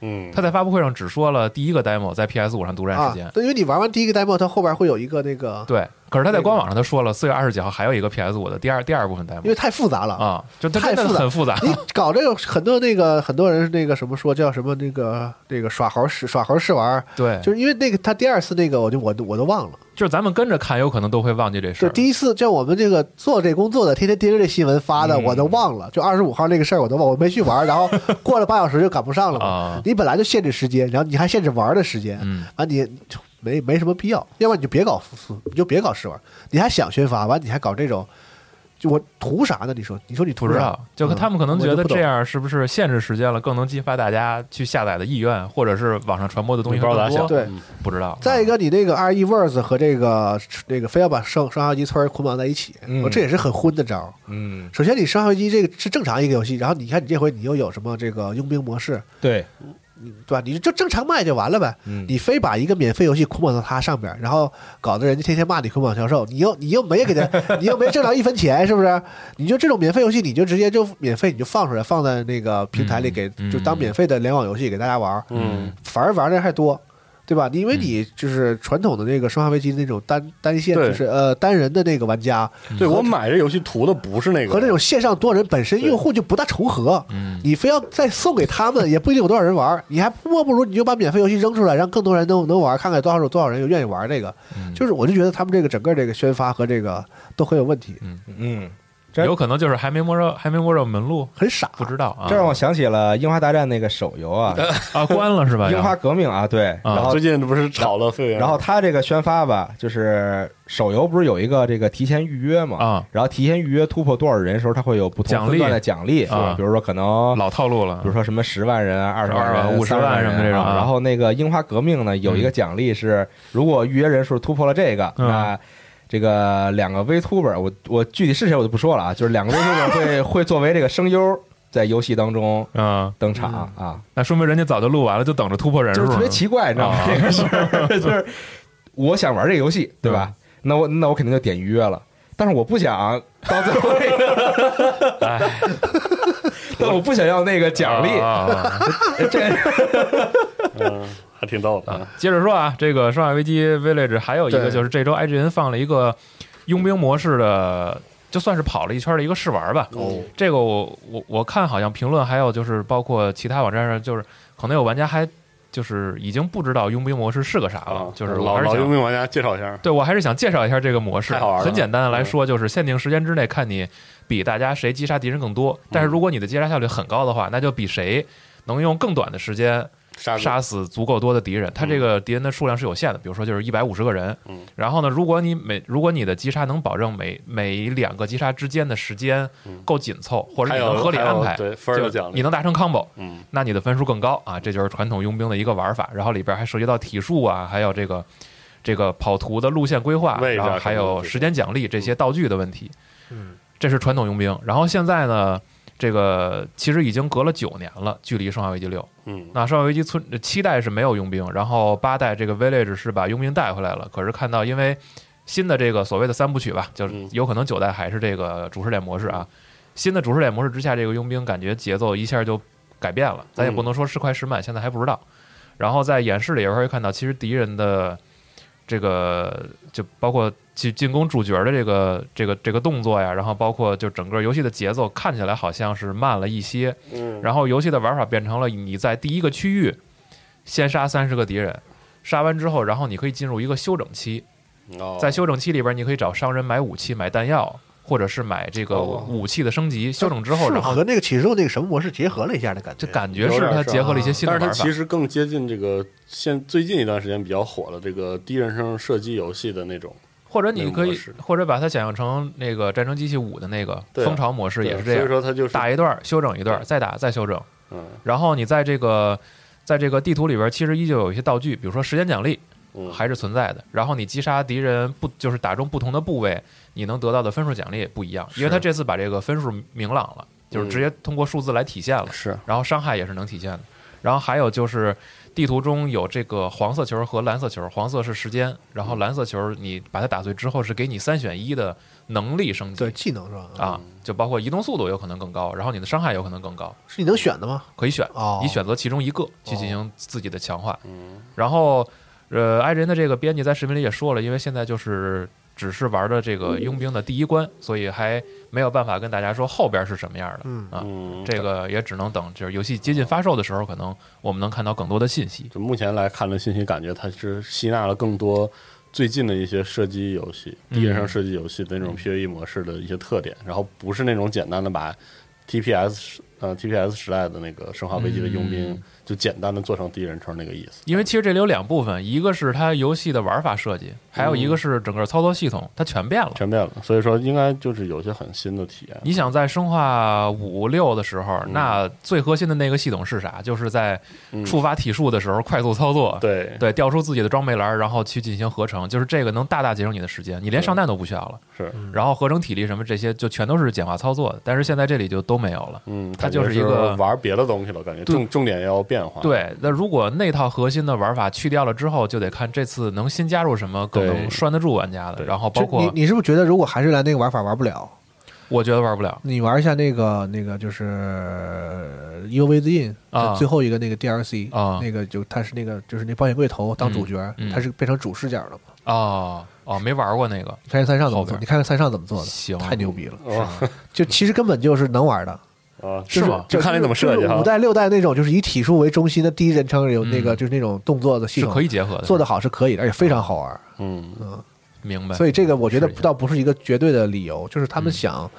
Speaker 8: 嗯，
Speaker 6: 他在发布会上只说了第一个 demo 在 PS 五上独占
Speaker 9: 啊
Speaker 6: 时间。，啊
Speaker 9: 对，因为你玩完第一个 demo，它后边会有一个那个，
Speaker 6: 对，可是他在官网上他说了四月二十几号还有一个 PS 五的第二第二部分
Speaker 9: 因为
Speaker 6: demo
Speaker 9: 太复杂了。
Speaker 6: 啊，就他
Speaker 9: 太
Speaker 6: 真的
Speaker 9: 复杂
Speaker 6: 很复杂。
Speaker 9: 你搞这个很多那个很多人那个什么说叫什么那个那个耍猴试耍猴试玩，
Speaker 6: 对，
Speaker 9: 就是因为那个他第二次那个我就我都我都忘了，
Speaker 6: 就是咱们跟着看，有可能都会忘记这事
Speaker 9: 就
Speaker 6: 儿。
Speaker 9: 第一次叫我们这个做这工作的，天天盯着这新闻发
Speaker 6: 嗯
Speaker 9: 的，我都忘了。就二十五号那个事儿我都忘，我没去玩，然后过了半小时就赶不上了嘛
Speaker 6: 啊。
Speaker 9: 你本来就限制时间，然后你还限制玩的时间，
Speaker 6: 嗯
Speaker 9: 完你没没什么必要。要不然你就别搞复苏，你就别搞试玩，你还想宣发，完你还搞这种，就我图啥呢？你说，你说你图
Speaker 6: 不知
Speaker 9: 啥
Speaker 6: 道？，就他们可能
Speaker 9: 嗯我
Speaker 6: 觉
Speaker 9: 就
Speaker 6: 得
Speaker 9: 不懂
Speaker 6: 这样是不是限制时间了，更能激发大家去下载的意愿，或者是网上传播的东西
Speaker 8: 不知道咋
Speaker 6: 更多
Speaker 8: 想。
Speaker 9: 对
Speaker 8: 嗯
Speaker 6: 不知道。
Speaker 9: 再一个，你这个 R E Words 和这个这个非要把生生化危机村捆绑在一起，
Speaker 1: 嗯
Speaker 9: 我这也是很昏的招儿。
Speaker 1: 嗯，
Speaker 9: 首先，你生化危机这个是正常一个游戏，然后你看你这回你又有什么这个佣兵模式，
Speaker 1: 对，
Speaker 9: 对吧？你就正常卖就完了呗。
Speaker 1: 嗯
Speaker 9: 你非把一个免费游戏捆绑到它上边儿，然后搞得人家天天骂你捆绑销售，你又你又没给他，你又没挣着一分钱，是不是？你就这种免费游戏，你就直接就免费你就放出来，放在那个平台里给、
Speaker 6: 嗯
Speaker 9: 就当免费的联网游戏给大家玩儿，
Speaker 8: 嗯，
Speaker 9: 反而玩的还多。对吧？你因为你就是传统的那个《生化危机》那种单单线，
Speaker 8: 对
Speaker 9: 就是呃单人的那个玩家，
Speaker 8: 对我买这游戏图的不是那个
Speaker 9: 和那种线上多人本身用户就不大重合，
Speaker 6: 嗯
Speaker 9: 你非要再送给他们，也不一定有多少人 玩儿，你还莫不如你就把免费游戏扔出来，让更多人能能玩儿，看看多少有多少人有愿意玩儿这个。
Speaker 6: 嗯
Speaker 9: 就是我就觉得他们这个整个这个宣发和这个都很有问题，
Speaker 1: 嗯，这
Speaker 6: 有可能就是还没摸着，还没摸着门路，
Speaker 9: 很傻。
Speaker 6: 不知道啊。
Speaker 1: 这让我想起了《樱花大战》那个手游啊，
Speaker 9: 呃
Speaker 6: 啊，关了是吧？
Speaker 1: 《 樱花革命》啊，对，
Speaker 6: 啊
Speaker 1: 然后
Speaker 8: 最近不是炒了费，
Speaker 1: 然后他这个宣发吧，就是手游不是有一个这个提前预约嘛？
Speaker 6: 啊，
Speaker 1: 然后提前预约突破多少人的时候，他会有不同
Speaker 6: 奖励
Speaker 1: 分段的奖励，是吧
Speaker 6: 啊？
Speaker 1: 比如说可能，
Speaker 6: 老套路了，
Speaker 1: 比如说什么十万人啊、二十万
Speaker 6: 啊
Speaker 1: 人、
Speaker 6: 50万
Speaker 1: 30
Speaker 6: 什么这
Speaker 1: 人
Speaker 6: 种
Speaker 1: 啊
Speaker 6: 啊
Speaker 1: 然后那个樱花革命呢，有一个奖励是，如果预约人数突破了这个，
Speaker 6: 嗯
Speaker 1: 那。这个两个 VTuber，我我具体是谁我就不说了啊，就是两个 VTuber 会 会作为这个声优在游戏当中
Speaker 6: 啊，
Speaker 1: 登场啊，
Speaker 6: 那说明人家早就录完了，就等着突破人数
Speaker 1: 就是
Speaker 6: 呢。
Speaker 1: 特别奇怪，你知道吗？
Speaker 6: 啊
Speaker 1: 这个事儿 就是我想玩这个游戏，对吧？那我那我肯定就点预约了，但是我不想到最后那个， 但我不想要那个奖励，
Speaker 6: 哎啊啊啊
Speaker 1: 这
Speaker 8: 嗯，还挺逗的啊。
Speaker 6: 接着说啊，这个《生化危机 Village》还有一个
Speaker 9: 对
Speaker 6: 就是这周 IGN 放了一个佣兵模式的，就算是跑了一圈的一个试玩吧。
Speaker 8: 哦，
Speaker 6: 这个我我我看好像评论还有就是包括其他网站上，就是可能有玩家还就是已经不知道佣兵模式是个啥了，
Speaker 8: 啊
Speaker 6: 就是我
Speaker 8: 老
Speaker 6: 还是
Speaker 8: 老
Speaker 6: 想
Speaker 8: 佣兵玩家介绍一下，
Speaker 6: 对，我还是想介绍一下这个模式。
Speaker 8: 太好玩了
Speaker 6: 很简单的来说，就是限定时间之内看你比大家谁击杀敌人更多。但
Speaker 8: 嗯
Speaker 6: 是如果你的击杀效率很高的话，那就比谁能用更短的时间
Speaker 8: 杀
Speaker 6: 杀死足够多的敌人。它
Speaker 8: 嗯
Speaker 6: 这个敌人的数量是有限的，比如说就是一百五十个人。然后呢，如果你每如果你的击杀能保证每每两个击杀之间的时间够紧凑，或
Speaker 8: 嗯
Speaker 6: 者
Speaker 8: 还
Speaker 6: 你
Speaker 8: 有
Speaker 6: 能合理
Speaker 8: 还有
Speaker 6: 安排，
Speaker 8: 对分儿的
Speaker 6: 就
Speaker 8: 奖励
Speaker 6: 你能达成 combo，
Speaker 8: 嗯，
Speaker 6: 那你的分数更高啊。这就是传统佣兵的一个玩法。然后里边还涉及到体术啊，还有这个这个跑图的路线规划，
Speaker 8: 位置啊
Speaker 6: 然后
Speaker 8: 什么
Speaker 6: 还有
Speaker 8: 的
Speaker 6: 时间奖励这些道具的问题。嗯，这是传统佣兵。然后现在呢，这个其实已经隔了九年了，距离《生化危机六》。
Speaker 8: 嗯，
Speaker 6: 那《生化危机村》呃七代是没有佣兵，然后八代这个 Village 是把佣兵带回来了。可是看到因为新的这个所谓的三部曲吧，就是
Speaker 8: 嗯
Speaker 6: 有可能九代还是这个主视点模式啊。新的主视点模式之下，这个佣兵感觉节奏一下就改变了，咱也不能说是快是慢，现在还不知道。然后在演示里边会看到，其实敌人的这个就包括进进攻主角的这个这个这个动作呀，然后包括就整个游戏的节奏看起来好像是慢了一些，
Speaker 8: 嗯
Speaker 6: 然后游戏的玩法变成了你在第一个区域先杀三十个敌人，杀完之后，然后你可以进入一个休整期，
Speaker 8: 哦
Speaker 6: 在休整期里边，你可以找商人买武器、买弹药，或者是买这个
Speaker 8: 哦
Speaker 6: 武器的升级。休整之后，
Speaker 9: 是
Speaker 6: 然后
Speaker 9: 和那个启示录那个什么模式结合了一下的感觉，
Speaker 6: 就感觉
Speaker 8: 有
Speaker 6: 是
Speaker 8: 点
Speaker 6: 它
Speaker 8: 是
Speaker 6: 结合了一
Speaker 9: 啊
Speaker 6: 些新
Speaker 8: 但
Speaker 6: 的
Speaker 8: 是它
Speaker 6: 玩法
Speaker 8: 其。实更接近这个现最近一段时间比较火的这个第一人称射击游戏的那种，
Speaker 6: 或者你可
Speaker 8: 那个模
Speaker 6: 以
Speaker 8: 式，
Speaker 6: 或者把它想象成那个《战争机器五》的那个
Speaker 8: 对啊
Speaker 6: 蜂巢模式，也是这
Speaker 8: 对所以
Speaker 6: 样，
Speaker 8: 说它就是
Speaker 6: 打一段休整一段，再打再休整。
Speaker 8: 嗯
Speaker 6: 然后你在这个在这个地图里边，其实依旧有一些道具，比如说时间奖励
Speaker 8: 嗯
Speaker 6: 还是存在的。然后你击杀敌人不就是打中不同的部位，你能得到的分数奖励也不一样，因为他这次把这个分数明朗了，就是直接通过数字来体现了。
Speaker 8: 是
Speaker 6: 然后伤害也是能体现的。然后还有就是地图中有这个黄色球和蓝色球，黄色是时间，然后蓝色球你把它打碎之后是给你三选一的能力升级
Speaker 9: 对技能是吧？
Speaker 6: 啊，就包括移动速度有可能更高，然后你的伤害有可能更高。
Speaker 9: 是你能选的吗？
Speaker 6: 可以选
Speaker 9: 哦，嗯
Speaker 6: 你选择其中一个去进行自己的强化。然后，呃，艾人的这个编辑在视频里也说了，因为现在就是只是玩的这
Speaker 9: 嗯
Speaker 6: 个佣兵的第一关，所以还没有办法跟大家说后边是什么样的。
Speaker 9: 嗯
Speaker 6: 啊，
Speaker 8: 嗯
Speaker 6: 这个也只能等就是游戏接近发售的时候，可能我们能看到更多的信息。
Speaker 8: 就目前来看的信息，感觉它是吸纳了更多最近的一些射击游戏、第一人
Speaker 6: 嗯
Speaker 8: 称射嗯 E 击游戏的那种 PVE 模式的一些特点，然后不是那种简单的把 TPS 呃 TPS 时代的那个《生化危机》的佣兵，就简单的做成第一人称那个意思。
Speaker 6: 因为其实这里有两部分，一个是它游戏的玩法设计，还有
Speaker 9: 嗯
Speaker 6: 一个是整个操作系统，它全变了。
Speaker 8: 全变了，所以说应该就是有一些很新的体验。
Speaker 6: 你想在生化五六的时
Speaker 9: 嗯
Speaker 6: 候，那最核心的那个系统是啥？就是在触发体术的时候快速操作，
Speaker 8: 对
Speaker 6: 对，调出自己的装备栏，然后去进行合成，就是这个能大大节省你的时间，你连上弹都不需要了。
Speaker 8: 是，
Speaker 6: 然后合成体力什么这些就全都是简化操作的，但是现在这里就都没有了。
Speaker 8: 嗯，
Speaker 6: 它
Speaker 8: 感
Speaker 6: 就
Speaker 8: 觉
Speaker 6: 是
Speaker 8: 是
Speaker 6: 一个
Speaker 8: 玩别的东西了，感觉
Speaker 6: 对
Speaker 8: 重重点要变
Speaker 9: 啊
Speaker 8: 化。，
Speaker 6: 对，那如果那套核心的玩法去掉了之后，就得看这次能新加入什么更
Speaker 8: 对
Speaker 6: 能拴得住玩家的。
Speaker 8: 对
Speaker 6: 然后
Speaker 9: 就
Speaker 6: 包括
Speaker 9: 你，你是不是觉得如果还是来那个玩法玩不了？
Speaker 6: 我觉得玩不了。
Speaker 9: 你玩一下那个那个就是呃 UV 的 in
Speaker 6: 啊
Speaker 9: 最后一个那个 DLC
Speaker 6: 啊
Speaker 9: 那个就他是那个就是那保险柜头当主角
Speaker 6: 嗯嗯，
Speaker 9: 他是变成主视角了嘛？
Speaker 6: 哦哦，没玩过那个，
Speaker 9: 你看人三上怎
Speaker 6: 后
Speaker 9: 么
Speaker 6: 边
Speaker 9: 做？你看看三上怎么做的？
Speaker 6: 行
Speaker 9: 太牛逼了！
Speaker 8: 啊
Speaker 9: 就其实根本就是能玩的，
Speaker 8: 啊，
Speaker 6: 是
Speaker 9: 就
Speaker 6: 吗
Speaker 8: 就看你怎么设计
Speaker 9: 就是
Speaker 8: 哈
Speaker 9: 五代六代那种就是以体术为中心的第一人称有那个
Speaker 6: 嗯
Speaker 9: 就是那种动作的系
Speaker 6: 是
Speaker 9: 统，
Speaker 6: 可以结合的，
Speaker 9: 做的好是可以的，而且非常好玩。
Speaker 8: 嗯，
Speaker 6: 明白。
Speaker 9: 所以这个我觉得
Speaker 6: 是一样
Speaker 9: 倒不是一个绝对的理由，就是他们想，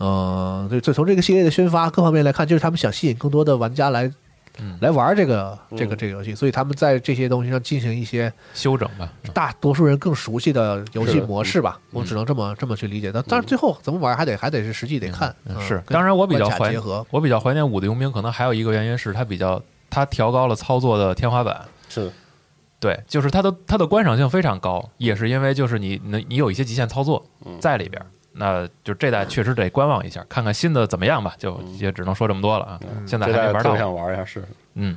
Speaker 9: 嗯，对，就从这个系列的宣发各方面来看，就是他们想吸引更多的玩家来
Speaker 6: 嗯
Speaker 9: 来玩这个
Speaker 8: 嗯
Speaker 9: 这个这个游戏，所以他们在这些东西上进行一些
Speaker 6: 修整吧。
Speaker 9: 大多数人更熟悉的游
Speaker 8: 是
Speaker 9: 戏
Speaker 8: 的
Speaker 9: 模式吧，
Speaker 6: 嗯
Speaker 9: 我只能这么这么去理解。但但是最后怎么玩还得还得是实际得看，嗯
Speaker 6: 是，
Speaker 9: 跟
Speaker 6: 当然我比较
Speaker 9: 关卡
Speaker 6: 怀
Speaker 9: 结合，
Speaker 6: 我比较怀念五的佣兵，可能还有一个原因是它比较它调高了操作的天花板。
Speaker 8: 是
Speaker 6: 对，就是它的它的观赏性非常高，也是因为就是你能你有一些极限操作在里边儿，那就这代确实得观望一下，看看新的怎么样吧，就也只能说这么多了啊。现在
Speaker 8: 这
Speaker 6: 还没
Speaker 8: 代
Speaker 6: 玩
Speaker 8: 特
Speaker 6: 到
Speaker 8: 别，想玩一下，是
Speaker 6: 嗯。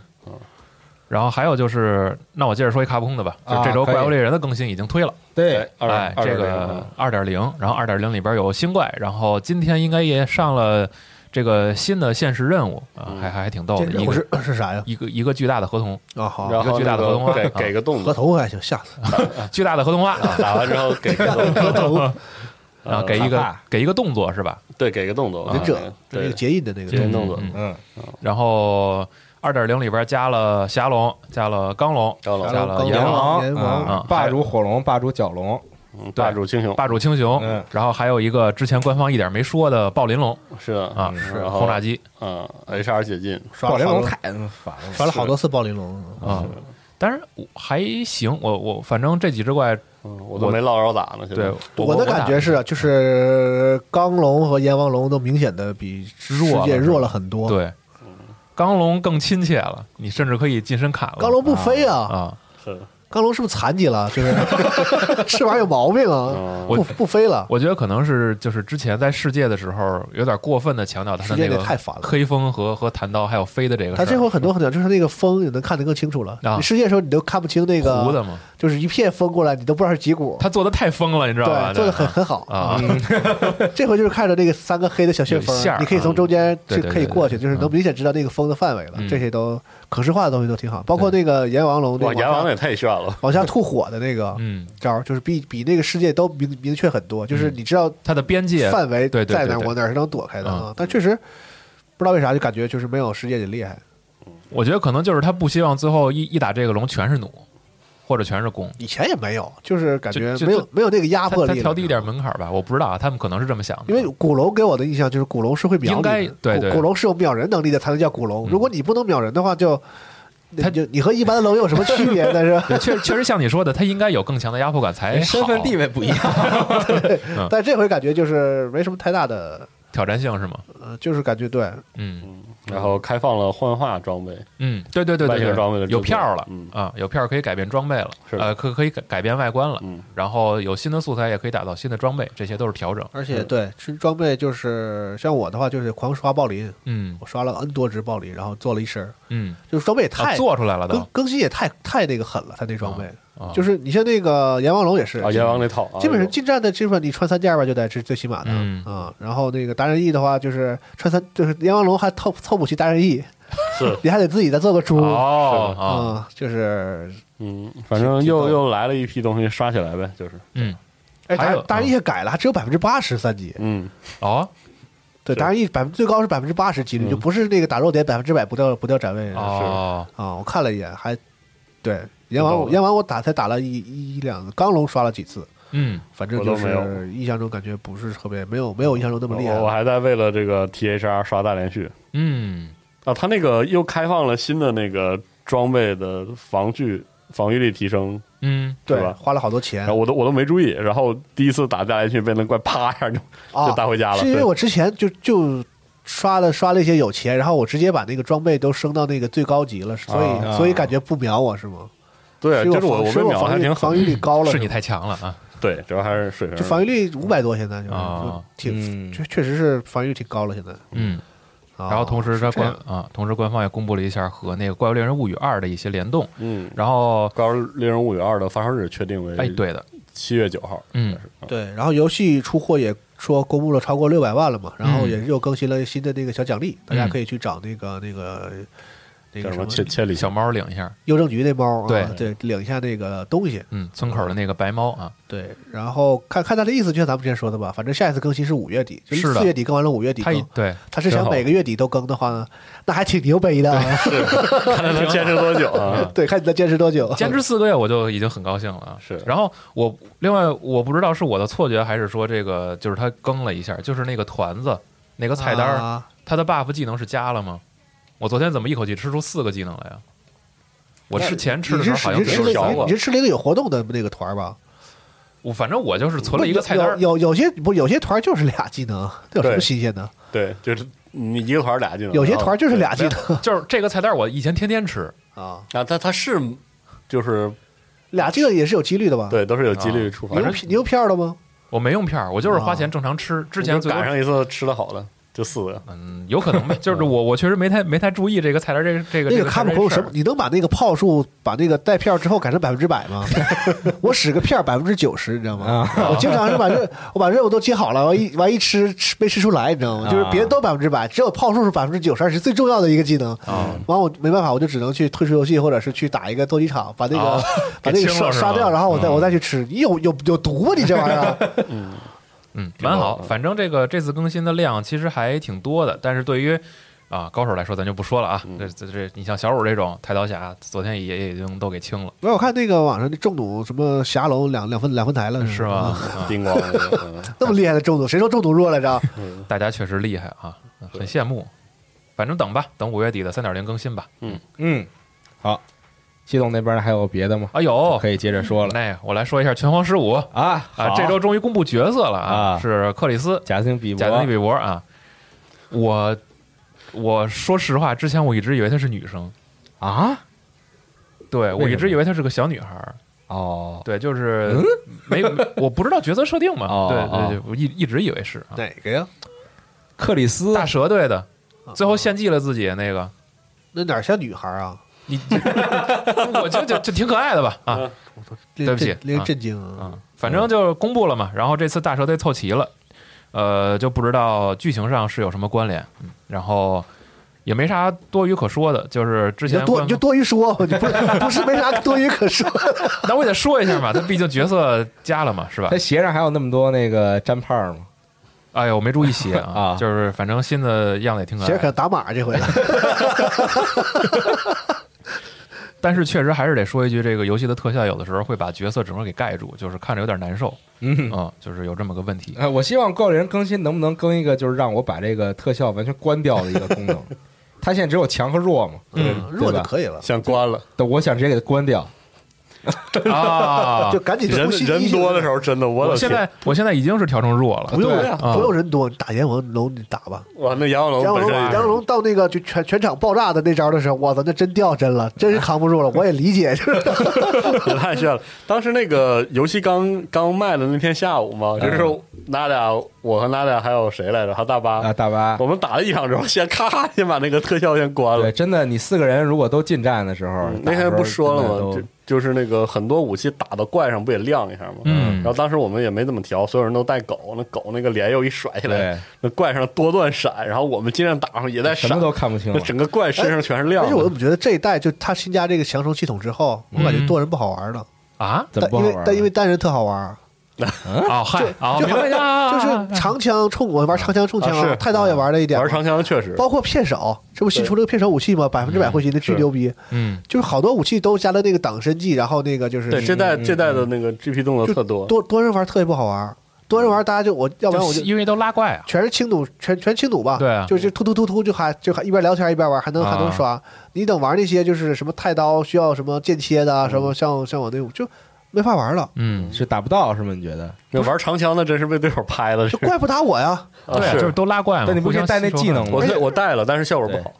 Speaker 6: 然后还有就是，那我接着说一卡普空的吧，就是这周
Speaker 1: 啊可以
Speaker 6: 怪物猎人的更新已经推了，
Speaker 1: 对，
Speaker 8: 二
Speaker 6: 哎，
Speaker 8: 二
Speaker 6: 这
Speaker 8: 点
Speaker 6: 个
Speaker 8: 零啊
Speaker 6: 二点零，然后二点零里边有新怪，然后今天应该也上了这个新的现实任务啊，
Speaker 8: 嗯
Speaker 6: 还还还挺逗
Speaker 9: 这
Speaker 6: 的，一
Speaker 9: 任务
Speaker 6: 个
Speaker 9: 是是啥呀？
Speaker 6: 一个一个巨大的合同，
Speaker 9: 啊好，
Speaker 8: 然
Speaker 6: 一个
Speaker 8: 后
Speaker 6: 巨大的
Speaker 8: 那
Speaker 6: 合同啊
Speaker 8: 给
Speaker 6: 啊
Speaker 8: 给个动作，
Speaker 9: 合同还行，下次
Speaker 6: 巨大的合同蛙啊，
Speaker 8: 打完之后给个动作，
Speaker 6: 然后给一个
Speaker 1: 卡帕
Speaker 6: 给一个动作是吧？
Speaker 8: 对，给个动作，
Speaker 9: 忍者
Speaker 8: 啊
Speaker 9: 那
Speaker 8: 对
Speaker 9: 个，结印的那个
Speaker 8: 结印
Speaker 9: 东
Speaker 8: 动
Speaker 9: 西
Speaker 8: 作，
Speaker 6: 嗯
Speaker 1: 嗯，
Speaker 6: 然后二点零里边加了侠龙，加了钢龙，
Speaker 8: 高
Speaker 9: 加
Speaker 6: 加
Speaker 8: 老
Speaker 9: 了
Speaker 6: 了
Speaker 9: 钢
Speaker 6: 炎
Speaker 9: 龙
Speaker 6: 王。
Speaker 1: 王
Speaker 9: 阎王
Speaker 1: 啊
Speaker 6: 嗯，
Speaker 1: 霸主火龙，霸主角龙，
Speaker 8: 嗯霸主青雄，
Speaker 6: 霸主青雄
Speaker 1: 嗯，
Speaker 6: 然后还有一个之前官方一点没说的暴鳞龙
Speaker 8: 是的嗯
Speaker 6: 啊，
Speaker 8: 然后
Speaker 6: 轰炸机
Speaker 8: 嗯，HR 解禁，
Speaker 9: 刷
Speaker 1: 暴
Speaker 9: 了
Speaker 1: 鳞
Speaker 9: 好
Speaker 1: 龙
Speaker 9: 多
Speaker 1: 太烦了，
Speaker 9: 刷了好多次暴鳞龙，
Speaker 6: 啊，
Speaker 8: 嗯
Speaker 6: 当然我还行，我我反正这几只怪，
Speaker 8: 嗯，我都
Speaker 6: 我
Speaker 8: 没落着打呢，现在
Speaker 6: 对
Speaker 9: 我的感觉
Speaker 6: 打
Speaker 9: 是啊，就是钢龙和阎王龙都明显的比世
Speaker 6: 弱了
Speaker 9: 界
Speaker 6: 是吧
Speaker 9: 弱了很多。，
Speaker 6: 对，钢龙更亲切了，你甚至可以近身砍了。
Speaker 9: 钢龙不飞啊，
Speaker 6: 啊，
Speaker 8: 是
Speaker 9: 钢龙是不是残疾了？就是 翅膀有毛病
Speaker 8: 嗯
Speaker 9: 啊，
Speaker 6: 嗯我
Speaker 9: 不不飞了。
Speaker 6: 我觉得可能是就是之前在世界的时候有点过分的强调它的
Speaker 9: 世界
Speaker 6: 那个
Speaker 9: 那太烦了
Speaker 6: 黑风和和弹刀还有飞的这个事儿。
Speaker 9: 它这回很多很多，就是那个风你能看得更清楚了。
Speaker 6: 啊
Speaker 9: 你世界的时候你都看不清那
Speaker 6: 糊的
Speaker 9: 个，
Speaker 6: 嘛，
Speaker 9: 就是一片风过来你都不知道是几股。
Speaker 6: 他做的太疯了，你知道吧？
Speaker 9: 对，做的很
Speaker 6: 啊
Speaker 9: 很好 嗯
Speaker 6: 啊。
Speaker 9: 这回就是看着那个三个黑的小旋风
Speaker 6: 有线儿啊，
Speaker 9: 你可以从中间
Speaker 6: 对
Speaker 9: 去
Speaker 6: 对对
Speaker 9: 可以过去，
Speaker 6: 对
Speaker 9: 就是能明显知道那个风的范围了
Speaker 6: 嗯。
Speaker 9: 这些都可视化的东西都挺好，包括那个阎王龙，那
Speaker 8: 哇，
Speaker 9: 往下
Speaker 8: 阎王也太炫了，
Speaker 9: 往下吐火的那个，
Speaker 6: 嗯，
Speaker 9: 招儿，就是比比那个世界都明明确很多，就是你知道
Speaker 6: 它的边嗯界
Speaker 9: 范围
Speaker 6: 对对
Speaker 9: 在
Speaker 6: 对
Speaker 9: 哪儿，
Speaker 6: 对
Speaker 9: 我哪儿是能躲开的
Speaker 6: 嗯
Speaker 9: 啊。但确实不知道为啥就感觉就是没有世界的厉害，
Speaker 6: 我觉得可能就是他不希望最后一一打这个龙全是弩，或者全是弓。
Speaker 9: 以前也没有，就是感觉
Speaker 6: 就就
Speaker 9: 没有没有那个
Speaker 6: 他
Speaker 9: 压迫
Speaker 6: 他
Speaker 9: 力。
Speaker 6: 调低一点，门槛吧，我不知道啊，他们可能是这么想的。
Speaker 9: 因为古龙给我的印象就是古龙是会秒
Speaker 6: 应
Speaker 9: 你
Speaker 6: 该
Speaker 9: 的，
Speaker 6: 对
Speaker 9: 古
Speaker 6: 对嗯
Speaker 9: 古龙是有秒人能力的才能叫古龙，如果你不能秒人的话就。
Speaker 6: 他
Speaker 9: 就你和一般的龙有什么区别呢？是吧？
Speaker 6: 对确确实像你说的，他应该有更强的压迫感才好
Speaker 1: 哎身份地位不一样，
Speaker 9: 但这回感觉就是没什么太大的，
Speaker 6: 挑战性是吗？
Speaker 9: 呃，就是感觉对，
Speaker 6: 嗯。
Speaker 8: 然后开放了幻化装备，
Speaker 6: 嗯，对对对对
Speaker 8: 外
Speaker 6: 对，
Speaker 8: 形装备的制
Speaker 6: 有
Speaker 8: 作
Speaker 6: 票了，
Speaker 8: 嗯
Speaker 6: 啊，有票可以改变装备了，
Speaker 8: 是的
Speaker 6: 呃，可可以改改变外观了，
Speaker 8: 嗯
Speaker 6: 然后有新的素材也可以打造新的装备，这些都是调整。
Speaker 9: 而且对，其实装备就是像我的话，就是狂刷暴鳞，
Speaker 6: 嗯
Speaker 9: 我刷了 N 多只暴鳞，然后做了一身儿，
Speaker 6: 嗯，
Speaker 9: 就是装备也
Speaker 6: 啊
Speaker 9: 太、
Speaker 6: 做出来了
Speaker 9: 更
Speaker 6: 都，
Speaker 9: 更新也太太那个狠了，他那装备、
Speaker 6: 啊
Speaker 9: 就是你像那个阎王龙也是，
Speaker 8: 啊，阎王那套啊，
Speaker 9: 基本上近战的基本上你穿三件吧就得，这是最起码的啊、
Speaker 6: 嗯
Speaker 9: 然后那个达人翼 E 的话，就是穿三，就是阎王龙还凑凑不齐达人翼，
Speaker 8: 是
Speaker 9: 你还得自己再做个猪
Speaker 6: 哦
Speaker 9: 啊、
Speaker 6: 啊，
Speaker 9: 就是
Speaker 8: 嗯，反正又又来了一批东西，刷起来呗，就是，
Speaker 6: 嗯
Speaker 9: 哎，
Speaker 6: 还
Speaker 9: 达
Speaker 6: 有
Speaker 9: 达人翼还改了，还只有百分之八十三级，
Speaker 8: 嗯，
Speaker 6: 哦
Speaker 9: 对，
Speaker 8: 是
Speaker 9: 达人翼百分最高是百分之八十几率，
Speaker 8: 嗯
Speaker 9: 就不是那个打肉点百分之百不掉不掉展位
Speaker 6: 哦，
Speaker 9: 啊，我看了一眼，还对阎
Speaker 8: 知道
Speaker 9: 王
Speaker 8: 了
Speaker 9: 阎王我打才打了一一一两次，钢龙刷了几次，
Speaker 6: 嗯，
Speaker 9: 反正
Speaker 8: 我
Speaker 9: 就
Speaker 8: 都没有嗯
Speaker 9: 是印象中感觉不是特别没有没有印象中那么厉害
Speaker 8: 我我。还在为了这个 THR 刷大连续，
Speaker 6: 嗯，
Speaker 8: 啊，它那个又开放了新的那个装备的防具防御力提升，
Speaker 6: 嗯，
Speaker 8: 是吧
Speaker 9: 花了好多钱
Speaker 8: 然后。我都我都没注意，然后第一次打架来去被那怪啪一下就
Speaker 9: 啊
Speaker 8: 就带回家了。
Speaker 9: 是因为
Speaker 8: 对
Speaker 9: 我之前就就刷了刷了一些有钱，然后我直接把那个装备都升到那个最高级了，所以、
Speaker 8: 啊
Speaker 9: 所以感觉不秒我是吗？
Speaker 8: 对，
Speaker 9: 是
Speaker 8: 就是我
Speaker 9: 防
Speaker 8: 我
Speaker 9: 是
Speaker 8: 被
Speaker 9: 我
Speaker 8: 秒得还
Speaker 9: 防御
Speaker 8: 挺
Speaker 9: 防
Speaker 8: 狠，
Speaker 9: 御力高了，
Speaker 6: 是你
Speaker 9: 吗
Speaker 6: 太强了啊，
Speaker 8: 对，主要还是水平
Speaker 9: 就防御力五百多，现在就
Speaker 6: 嗯
Speaker 9: 是、
Speaker 6: 啊
Speaker 9: 就挺
Speaker 1: 嗯
Speaker 9: 确、确实是防御力挺高了，现在。
Speaker 6: 嗯，
Speaker 9: 啊
Speaker 6: 然后同时它
Speaker 9: 是这
Speaker 6: 官
Speaker 9: 样
Speaker 6: 啊，同时官方也公布了一下和那个《怪物猎人物语二》的一些联动，
Speaker 8: 嗯，
Speaker 6: 然后
Speaker 8: 《高猎人物语二》的发售日确定为
Speaker 6: 哎，对的，
Speaker 8: 七月九号，
Speaker 6: 嗯
Speaker 8: 应该是，
Speaker 9: 对，然后游戏出货也说公布了超过六百万了嘛，然后
Speaker 6: 嗯
Speaker 9: 也又更新了新的那个小奖励，大家
Speaker 6: 嗯
Speaker 9: 可以去找那个那个那
Speaker 8: 叫
Speaker 9: 个
Speaker 8: 什
Speaker 9: 什
Speaker 8: 么
Speaker 9: 么
Speaker 8: 千千里
Speaker 6: 小猫领一下，
Speaker 9: 邮政局那猫啊，
Speaker 6: 对
Speaker 9: 对，领一下那个东西。
Speaker 6: 嗯，村口的那个白猫啊，
Speaker 9: 对，然后看看他的意思，就像咱们之前说的吧，反正下一次更新是五月底，就是
Speaker 6: 的
Speaker 9: 四月底更完了，五月底
Speaker 6: 它一
Speaker 9: 更。
Speaker 6: 对
Speaker 9: 他是
Speaker 6: 真
Speaker 9: 想
Speaker 6: 好
Speaker 9: 每个月底都更的话呢，那还挺牛掰的啊。？
Speaker 8: 看 他能坚持多久啊
Speaker 9: 对，看你能坚持 多久。
Speaker 6: 坚持四个月我就已经很高兴了啊。
Speaker 8: 是
Speaker 6: 然后我另外我不知道是我的错觉还是说这个就是它更了一下，就是那个团子那个菜单儿，
Speaker 9: 啊
Speaker 6: 它的 buff 技能是加了吗？我昨天怎么一口气吃出四个技能来呀？啊我之前吃
Speaker 9: 你
Speaker 6: 的时
Speaker 9: 是
Speaker 6: 候好像
Speaker 9: 你
Speaker 6: 只
Speaker 9: 是吃
Speaker 6: 有
Speaker 9: 了
Speaker 8: 调
Speaker 6: 三
Speaker 9: 你
Speaker 6: 个
Speaker 9: 你，是吃了一个有活动的那个团儿吧？
Speaker 6: 我反正我就是存了一
Speaker 9: 不
Speaker 6: 个菜单儿
Speaker 9: 有，有有些不有些团儿就是俩技能，这有什么
Speaker 8: 对
Speaker 9: 新鲜的？
Speaker 8: 对，就是你一个团儿俩技能，
Speaker 9: 有些团儿就是俩
Speaker 8: 啊
Speaker 9: 技能
Speaker 6: 就是这个菜单儿我以前天天吃，
Speaker 9: 啊，
Speaker 8: 对啊，他他是就是
Speaker 9: 俩技能也是有几率的吧？，
Speaker 8: 对，都是有几率触发，
Speaker 9: 啊你
Speaker 8: 反
Speaker 9: 有
Speaker 8: 正
Speaker 9: 你有票了吗？
Speaker 6: 我没用片儿，我就是
Speaker 9: 啊
Speaker 6: 花钱正常吃。之前
Speaker 8: 就
Speaker 6: 最多
Speaker 8: 赶上一次吃的好的就四个，
Speaker 6: 嗯，有可能呗，就是我我确实没太没太注意这个菜单儿这个这个
Speaker 9: 啊那
Speaker 6: 这
Speaker 9: 个
Speaker 6: 个
Speaker 9: 卡
Speaker 6: 菜
Speaker 9: 普
Speaker 6: 单
Speaker 9: 空
Speaker 6: 儿这事
Speaker 9: 什么
Speaker 6: 儿？
Speaker 9: 你能把那个炮数把那个带票之后改成百分之 百吗？我使个片百分之九十，你知道吗？
Speaker 6: 啊
Speaker 9: 我经常是把任我把任务都接好了，完一完一吃吃没吃出来，你知道吗？
Speaker 6: 啊
Speaker 9: 就是别人都百分之百，只有炮数是百分之九十二，是最重要的一个技能。
Speaker 6: 啊
Speaker 9: 完我没办法，我就只能去退出游戏，或者是去打一个斗鸡场，把那
Speaker 6: 啊
Speaker 9: 个 把那
Speaker 6: 给
Speaker 9: 个
Speaker 6: 清了
Speaker 9: 刷
Speaker 6: 是吧
Speaker 9: 刷掉，然后我再我再去吃。你有有有毒啊吗？你这玩意 儿？
Speaker 6: 嗯，蛮好。反正这个这次更新的量其实还挺多的，但是对于啊高手来说，咱就不说了啊。
Speaker 1: 嗯
Speaker 6: 这这这，你像小五这种抬刀侠，昨天也也已经都给清了，
Speaker 9: 没有，我看那个网上的中毒什么侠龙两两分两分台
Speaker 1: 嗯
Speaker 9: 了，
Speaker 6: 是
Speaker 9: 吧？
Speaker 6: 吗？ 啊
Speaker 8: 叮咣的那个，嗯
Speaker 9: 那么厉害的中毒，谁说中毒弱来 着？
Speaker 6: 大家确实厉害啊，很羡慕。反正等吧，等五月底的三点零更新吧。
Speaker 1: 嗯，好，系统那边还有别的吗？
Speaker 6: 啊，有
Speaker 1: 哦可以接着说了
Speaker 6: 那我来说一下拳皇十五
Speaker 1: 啊
Speaker 6: 啊，这周终于公布角色了啊，
Speaker 1: 啊
Speaker 6: 是克里斯
Speaker 1: 贾斯汀比伯
Speaker 6: 贾斯汀比伯啊。我我说实话，之前我一直以为她是女生，
Speaker 1: 啊，
Speaker 6: 对我
Speaker 1: 为
Speaker 6: 一
Speaker 1: 什
Speaker 6: 直
Speaker 1: 么
Speaker 6: 以为她是个小女孩儿。
Speaker 1: 哦，
Speaker 6: 对，就是
Speaker 9: 嗯
Speaker 6: 没没我不知道角色设定嘛，
Speaker 1: 哦
Speaker 6: 对
Speaker 1: 哦
Speaker 6: 对对，我一一直以为是啊
Speaker 9: 哪个呀？
Speaker 1: 克里斯
Speaker 6: 大蛇队的，
Speaker 9: 哦
Speaker 6: 最后献祭了自己那个，
Speaker 9: 那哪像女孩啊？
Speaker 6: 你我觉得就就挺可爱的吧啊，
Speaker 9: 嗯
Speaker 6: 对
Speaker 9: 令
Speaker 6: 不
Speaker 9: 震
Speaker 6: 起
Speaker 9: 令
Speaker 6: 啊
Speaker 9: 人震惊啊！
Speaker 6: 啊，反正就公布了嘛。然后这次大蛇队凑齐了，呃，就不知道剧情上是有什么关联，嗯然后也没啥多余可说的，就是之
Speaker 9: 你就
Speaker 6: 前
Speaker 9: 多
Speaker 6: 官
Speaker 9: 你就多余说，你不是不是没啥多余可说。
Speaker 6: 那我也得说一下嘛，他毕竟角色加了嘛，是吧
Speaker 1: 他？鞋上还有那么多那个粘泡吗？
Speaker 6: 哎呀，我没注意 写啊，
Speaker 1: 啊
Speaker 6: 就是反正新的样子也挺可
Speaker 9: 其实可
Speaker 6: 爱，
Speaker 9: 打码这回
Speaker 6: 但是确实还是得说一句，这个游戏的特效有的时候会把角色整个给盖住，就是看着有点难受，
Speaker 1: 嗯，
Speaker 6: 嗯，就是有这么个问 题。
Speaker 1: 啊，我希望《怪物猎人》更新能不能更一个，就是让我把这个特效完全关掉的一个功 能。它现在只有强和弱嘛，
Speaker 9: 嗯
Speaker 1: 对
Speaker 9: 弱
Speaker 1: 吧
Speaker 9: 就可以了，
Speaker 8: 像关了。
Speaker 1: 但我想直接给它关掉。
Speaker 6: 啊
Speaker 9: 就！赶紧
Speaker 8: 人
Speaker 9: 重新
Speaker 8: 人多的时
Speaker 9: 候，
Speaker 8: 候，真的我
Speaker 6: 我
Speaker 8: 的
Speaker 6: 现
Speaker 8: 天，
Speaker 6: 在我现在已经是调成弱了
Speaker 9: 不，用
Speaker 1: 对
Speaker 9: 人
Speaker 6: 啊
Speaker 9: 不用人多，你打阎王龙你打吧。
Speaker 8: 哇，那杨小龙
Speaker 9: 杨王
Speaker 8: 哦本
Speaker 9: 龙
Speaker 8: 身
Speaker 9: 杨王龙到那个就全全场爆炸的那招的时候，哇操，那真掉帧了，真是扛不住了。我也理解， 就是
Speaker 8: 也太炫了。当时那个游戏刚刚卖的那天下午嘛，就是娜俩，我和娜俩还有谁来着？还有大巴
Speaker 1: 啊，大巴
Speaker 8: 我，们打了一场之后，先咔咔先把那个特效先关了
Speaker 1: 对，。真的，你四个人如果都进站的时候，
Speaker 8: 那天不说了吗？
Speaker 1: 吗
Speaker 8: 就？就是那个很多武器打到怪上不也亮一下吗？
Speaker 6: 嗯
Speaker 8: 然后当时我们也没怎么调，所有人都带狗，那狗那个脸又一甩起来
Speaker 1: 对，
Speaker 8: 那怪上多段闪，然后我们尽量打上也在
Speaker 1: 什
Speaker 8: 闪，
Speaker 1: 么都看不清
Speaker 8: 那
Speaker 1: 了。
Speaker 8: 整个怪身上全是亮的。
Speaker 9: 但是哎我怎么觉得这一代就他新加这个降生系统之后，我感觉多人不好玩了。
Speaker 6: 啊
Speaker 1: 怎么
Speaker 9: 但
Speaker 1: 不
Speaker 9: 因
Speaker 1: 好
Speaker 9: 为
Speaker 1: 玩？
Speaker 9: 但因为单人特好玩，
Speaker 6: 哦嗨哦，
Speaker 9: 就
Speaker 6: 明白呀，
Speaker 9: 就是长枪冲我玩长枪冲枪
Speaker 8: 啊是
Speaker 9: 啊，太刀也玩了一点嘛，
Speaker 8: 玩长枪确实，
Speaker 9: 包括片手，这不新出了个片手武器吗？百分之百会心，那巨牛逼！
Speaker 6: 嗯
Speaker 9: 就是好多武器都加了那个挡身技，然后那个就是
Speaker 6: 嗯
Speaker 8: 对这代这代的那个 GP 动作特多，
Speaker 9: 多多人玩特别不好玩。多人玩，大家就我要不然我就
Speaker 6: 因为都拉怪啊，
Speaker 9: 全是轻弩，全全轻弩吧，
Speaker 6: 对啊啊
Speaker 9: 就就突突突突就还就还一边聊天一边玩，还能还能刷。你等玩那些就是什么太刀需要什么间切的啊，什么像像我那种就没法玩了，
Speaker 6: 嗯，
Speaker 1: 是打不到是吗？你觉得？
Speaker 8: 那玩长枪的真是被对手拍的，是
Speaker 9: 就怪不打我呀。
Speaker 8: 啊
Speaker 6: 对啊，就是
Speaker 8: 是
Speaker 6: 都拉怪嘛。
Speaker 1: 但你不
Speaker 6: 互
Speaker 1: 可以
Speaker 6: 相
Speaker 1: 带那
Speaker 6: 吸收
Speaker 1: 技能
Speaker 6: 嘛
Speaker 1: 吗
Speaker 8: 我
Speaker 9: 而且
Speaker 8: 我带了，但是效果不好，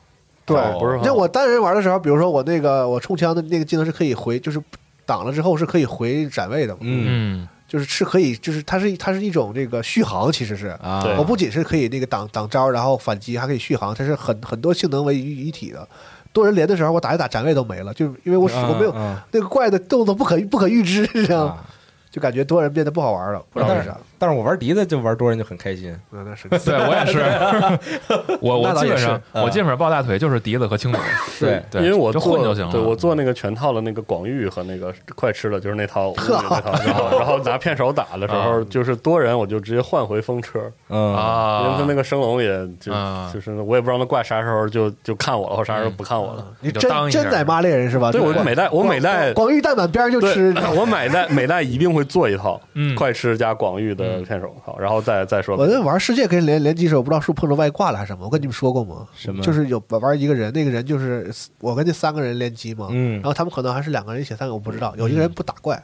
Speaker 1: 哦
Speaker 6: 啊
Speaker 8: 不是很
Speaker 9: 你
Speaker 8: 好
Speaker 9: 像我单人玩的时候，比如说我那个我冲枪的那个技能是可以回，就是挡了之后是可以回展位的嘛，
Speaker 1: 嗯
Speaker 6: 嗯，
Speaker 9: 就是是可以，就是它是它是一种这个续航，其实是。
Speaker 1: 啊，
Speaker 8: 对
Speaker 9: 我不仅是可以那个挡挡招，然后反击，还可以续航，它是很很多性能为一一体的。多人连的时候，我打一打展位都没了，就是因为我使我没有、
Speaker 1: 嗯
Speaker 9: 那个怪的动作不可不可预知，你知
Speaker 1: 嗯
Speaker 9: 道吗？
Speaker 1: 啊
Speaker 9: 就感觉多人变得不好玩了，不知道为啥。
Speaker 1: 但是我玩笛子就玩多人就很开心，
Speaker 9: 那那是
Speaker 6: 嗯对我也是，我我
Speaker 9: 那倒
Speaker 6: 基
Speaker 9: 也
Speaker 6: 本
Speaker 9: 是
Speaker 6: 上我基本上抱大腿就是笛子和青龙，
Speaker 1: 对
Speaker 6: 对，
Speaker 8: 因为我
Speaker 6: 就
Speaker 8: 做
Speaker 6: 混就行了。嗯
Speaker 8: 对我做那个全套的那个广域和那个快吃的，就是那 套那套，然后然后拿片手打的时
Speaker 6: 啊
Speaker 8: 候，就是多人我就直接换回风车，
Speaker 1: 嗯，
Speaker 8: 因为
Speaker 6: 啊
Speaker 8: 他，那个升龙也就
Speaker 6: 啊嗯
Speaker 8: 就是我也不知道那怪啥时候就就看我了，或啥时候不看我了。
Speaker 9: 你
Speaker 6: 就
Speaker 9: 真
Speaker 6: 当一下
Speaker 9: 真奶妈猎人是吧？
Speaker 8: 对，我就每代我每代
Speaker 9: 广域弹满边儿就吃
Speaker 8: 对， 我每代每代一定会做一套
Speaker 6: 嗯
Speaker 8: 快吃加广域的片手套，然后再再说
Speaker 9: 我那玩世界跟联联机时候，我不知道是不是碰着外挂了还是什么，我跟你们说过吗？
Speaker 1: 什么
Speaker 9: 就是有玩一个人，那个人就是我跟那三个人联机嘛，
Speaker 1: 嗯
Speaker 9: 然后他们可能还是两个人一起，三个我不知道，有一个人不打怪，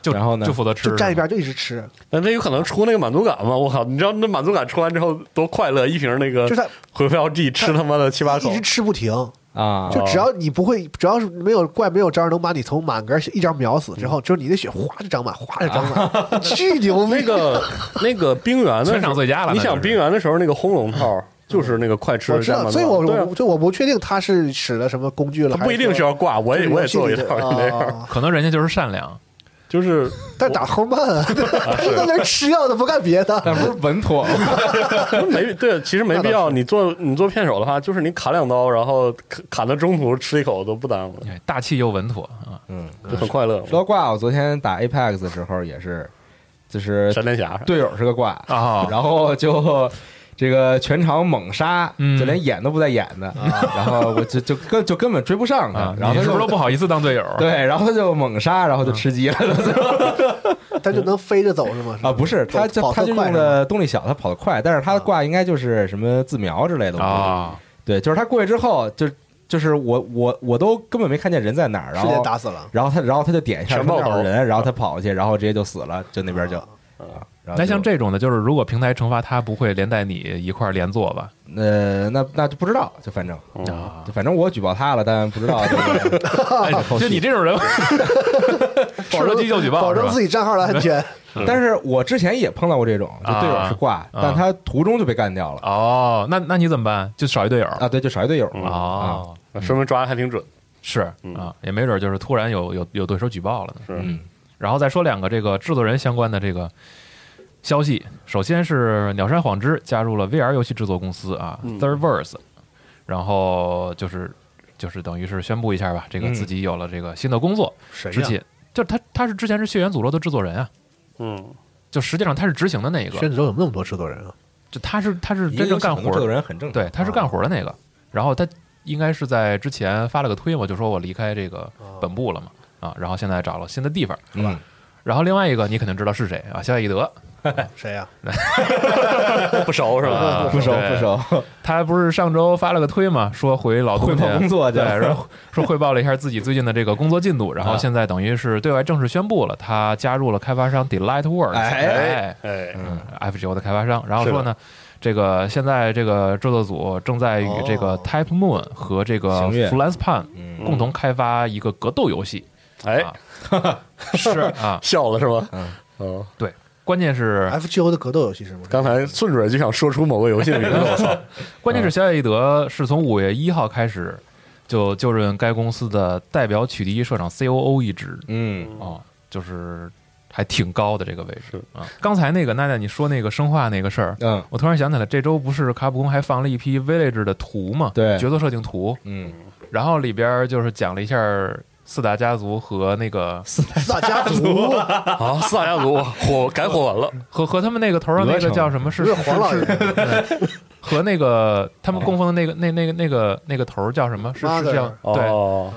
Speaker 6: 就
Speaker 1: 然后呢
Speaker 6: 就负责吃，
Speaker 9: 就站一边就一直吃，
Speaker 8: 但这有可能出那个满足感吗？我靠，你知道那满足感出完之后多快乐！一瓶那个
Speaker 9: 就是他
Speaker 8: 回复 LG 吃他妈的呃七八口哦
Speaker 9: 一直，吃不停，
Speaker 1: 啊，
Speaker 9: 就只要你不会，只要是没有怪没有招能把你从满格一招秒死之
Speaker 8: 嗯
Speaker 9: 后，就是你的血哗就长满，哗就长 满，巨牛逼
Speaker 8: 那！个那个冰原的时候
Speaker 6: 全场最佳
Speaker 8: 你
Speaker 6: 了那就是
Speaker 8: 想啊冰原的时候那个轰龙套就是那个快吃
Speaker 9: 嗯我
Speaker 8: 的
Speaker 9: 知
Speaker 8: 加满
Speaker 9: 道，
Speaker 8: 足
Speaker 9: 所以
Speaker 8: 感，
Speaker 9: 我
Speaker 8: 对啊
Speaker 9: 我就我不确定他是使了什么工具了，
Speaker 8: 它不一定是
Speaker 9: 是
Speaker 8: 要挂，我也我也做一套
Speaker 9: 啊
Speaker 8: 那 样，
Speaker 9: 样。
Speaker 6: 可能人家就是善良，
Speaker 8: 就是
Speaker 9: 但打齁慢啊， 他就在那儿吃药的，不干别的。
Speaker 1: 但不是稳 妥嗯吗，
Speaker 8: 没对，其实没必要。你做你做片手的话，就是你砍两刀，然后砍砍到中途吃一口都不耽误，
Speaker 6: 哎大气又稳妥啊。
Speaker 1: 嗯。
Speaker 8: 就很快乐。
Speaker 1: 说到挂，我昨天打 Apex 的时候也是，就是
Speaker 8: 闪电侠
Speaker 1: 队友是个挂
Speaker 6: 啊
Speaker 1: 然后就这个全场猛杀，
Speaker 6: 嗯
Speaker 1: 就连演都不带演的，然后我就就根就根本追不上他，
Speaker 6: 啊，
Speaker 1: 然后
Speaker 6: 你
Speaker 1: 他
Speaker 6: 是
Speaker 1: 就
Speaker 6: 啊不
Speaker 1: 是
Speaker 6: 都不好意思当队友？
Speaker 1: 对，然后他就猛杀，然后就吃鸡了、
Speaker 6: 嗯
Speaker 9: 他就能飞着走是吗？
Speaker 1: 啊！不是，他就
Speaker 9: 跑
Speaker 1: 他
Speaker 9: 得
Speaker 1: 就
Speaker 9: 快
Speaker 1: 用
Speaker 9: 是吗
Speaker 1: 的动力小，他跑得快，但是他的挂应该就是什么自瞄之类的我
Speaker 6: 啊，
Speaker 1: 估计对，就是他过去之后就就是我我我都根本没看见人在哪儿，然
Speaker 9: 瞬间
Speaker 1: 后
Speaker 9: 打死了。
Speaker 1: 然后他然后他就点一下
Speaker 8: 全
Speaker 1: 说
Speaker 8: 爆
Speaker 1: 哪儿有
Speaker 8: 头
Speaker 1: 人，然后他跑过去，然后直接就死了，就那边就
Speaker 9: 啊
Speaker 1: 啊。然后
Speaker 6: 那
Speaker 1: 就
Speaker 6: 像这种的，就是如果平台惩罚他，不会连带你一块儿连坐吧？
Speaker 1: 呃，那那就不知道，就反正
Speaker 6: 啊，
Speaker 1: 就反正我举报他了，但不知道这个
Speaker 6: 哎
Speaker 1: 后续
Speaker 6: 就你这种 人，吃了鸡就举报，
Speaker 9: 保证自
Speaker 6: 己
Speaker 9: 己账号的安全。
Speaker 1: 但是我之前也碰到过这种，就队友是挂，
Speaker 6: 啊
Speaker 1: 但他途中就被干掉了
Speaker 6: 哦。那那你怎么办？就少一队友
Speaker 1: 啊，对，就少一队友了。
Speaker 6: 哦，
Speaker 8: 说明抓的还挺准。
Speaker 6: 是啊，也没准就是突然有有有对手举报了呢。
Speaker 8: 是
Speaker 1: 嗯
Speaker 6: 然后再说两个这个制作人相关的这个消息。首先是鸟山晃之加入了 VR 游戏制作公司啊、
Speaker 8: 嗯
Speaker 6: t h i r d v e r s e 然后就是就是等于是宣布一下吧，这个
Speaker 1: 嗯
Speaker 6: 自己有了这个新的工作。
Speaker 9: 谁
Speaker 6: 之前就是他他是之前是《血源诅咒》的制作人啊，
Speaker 8: 嗯，
Speaker 6: 就实际上他是执行的那个，
Speaker 9: 宣子州有那么多制作人啊？
Speaker 6: 就他是他是
Speaker 1: 一
Speaker 6: 真
Speaker 1: 个
Speaker 6: 正
Speaker 1: 游戏
Speaker 6: 干
Speaker 1: 很多
Speaker 6: 活
Speaker 1: 制作
Speaker 6: 的，
Speaker 1: 人很正常，啊
Speaker 6: 对，他是干活的
Speaker 9: 哦
Speaker 6: 那个。然后他应该是在之前发了个推嘛，就说我离开这个本部了嘛。啊，然后现在找了新的地方，
Speaker 1: 嗯，
Speaker 6: 然后另外一个你肯定知道是谁啊，肖伊德，
Speaker 9: 嗯谁呀？
Speaker 8: 不熟是 吧？
Speaker 1: 嗯不熟
Speaker 6: 对
Speaker 1: 不熟，
Speaker 6: 他不是上周发了个推嘛，说回老东家
Speaker 1: 汇报工作去啊
Speaker 6: 对，然后说汇报了一下自己最近的这个工作进度，然后现在等于是对外正式宣布了，他加入了开发商 Delight Works，
Speaker 1: 哎
Speaker 8: 哎，
Speaker 6: 嗯，FGO 的开发商，然后说呢。这个现在这个制作组正在与这个
Speaker 9: 哦
Speaker 6: Type Moon 和这个
Speaker 1: 行月
Speaker 6: Flans Pan
Speaker 1: 嗯
Speaker 6: 共同开发一个格斗游戏，
Speaker 8: 哎
Speaker 6: 啊，是 啊，
Speaker 8: 笑了是吧？
Speaker 1: 嗯
Speaker 8: 嗯，
Speaker 6: 对，关键是
Speaker 1: 啊
Speaker 9: FGO 的格斗游戏是吗？
Speaker 8: 刚才顺嘴就想说出某个游戏的名字， 我操！
Speaker 6: 关键是小野义德是从五月一号开始就就任该公司的代表曲第一社长 COO 一职
Speaker 1: 嗯
Speaker 6: 哦，就是还挺高的这个位置
Speaker 8: 是
Speaker 6: 啊。刚才那个娜娜你说那个生化那个事儿，
Speaker 1: 嗯
Speaker 6: 我突然想起来，这周不是卡普空还放了一批 Village 的图嘛？
Speaker 1: 对
Speaker 6: 角色设定图，
Speaker 1: 嗯，
Speaker 6: 然后里边儿就是讲了一下四大家族和那个
Speaker 9: 四大家族
Speaker 8: 啊，四大家族火改火完了，
Speaker 6: 和和他们那个头上
Speaker 1: 鹅
Speaker 6: 那个
Speaker 1: 城
Speaker 6: 叫什么是
Speaker 9: 不是黄老
Speaker 6: 是
Speaker 9: 爷
Speaker 6: 是对和那个他们供奉的那个那那个那个那个头儿叫什么？是是
Speaker 9: Mother
Speaker 6: 叫对？
Speaker 8: 哦，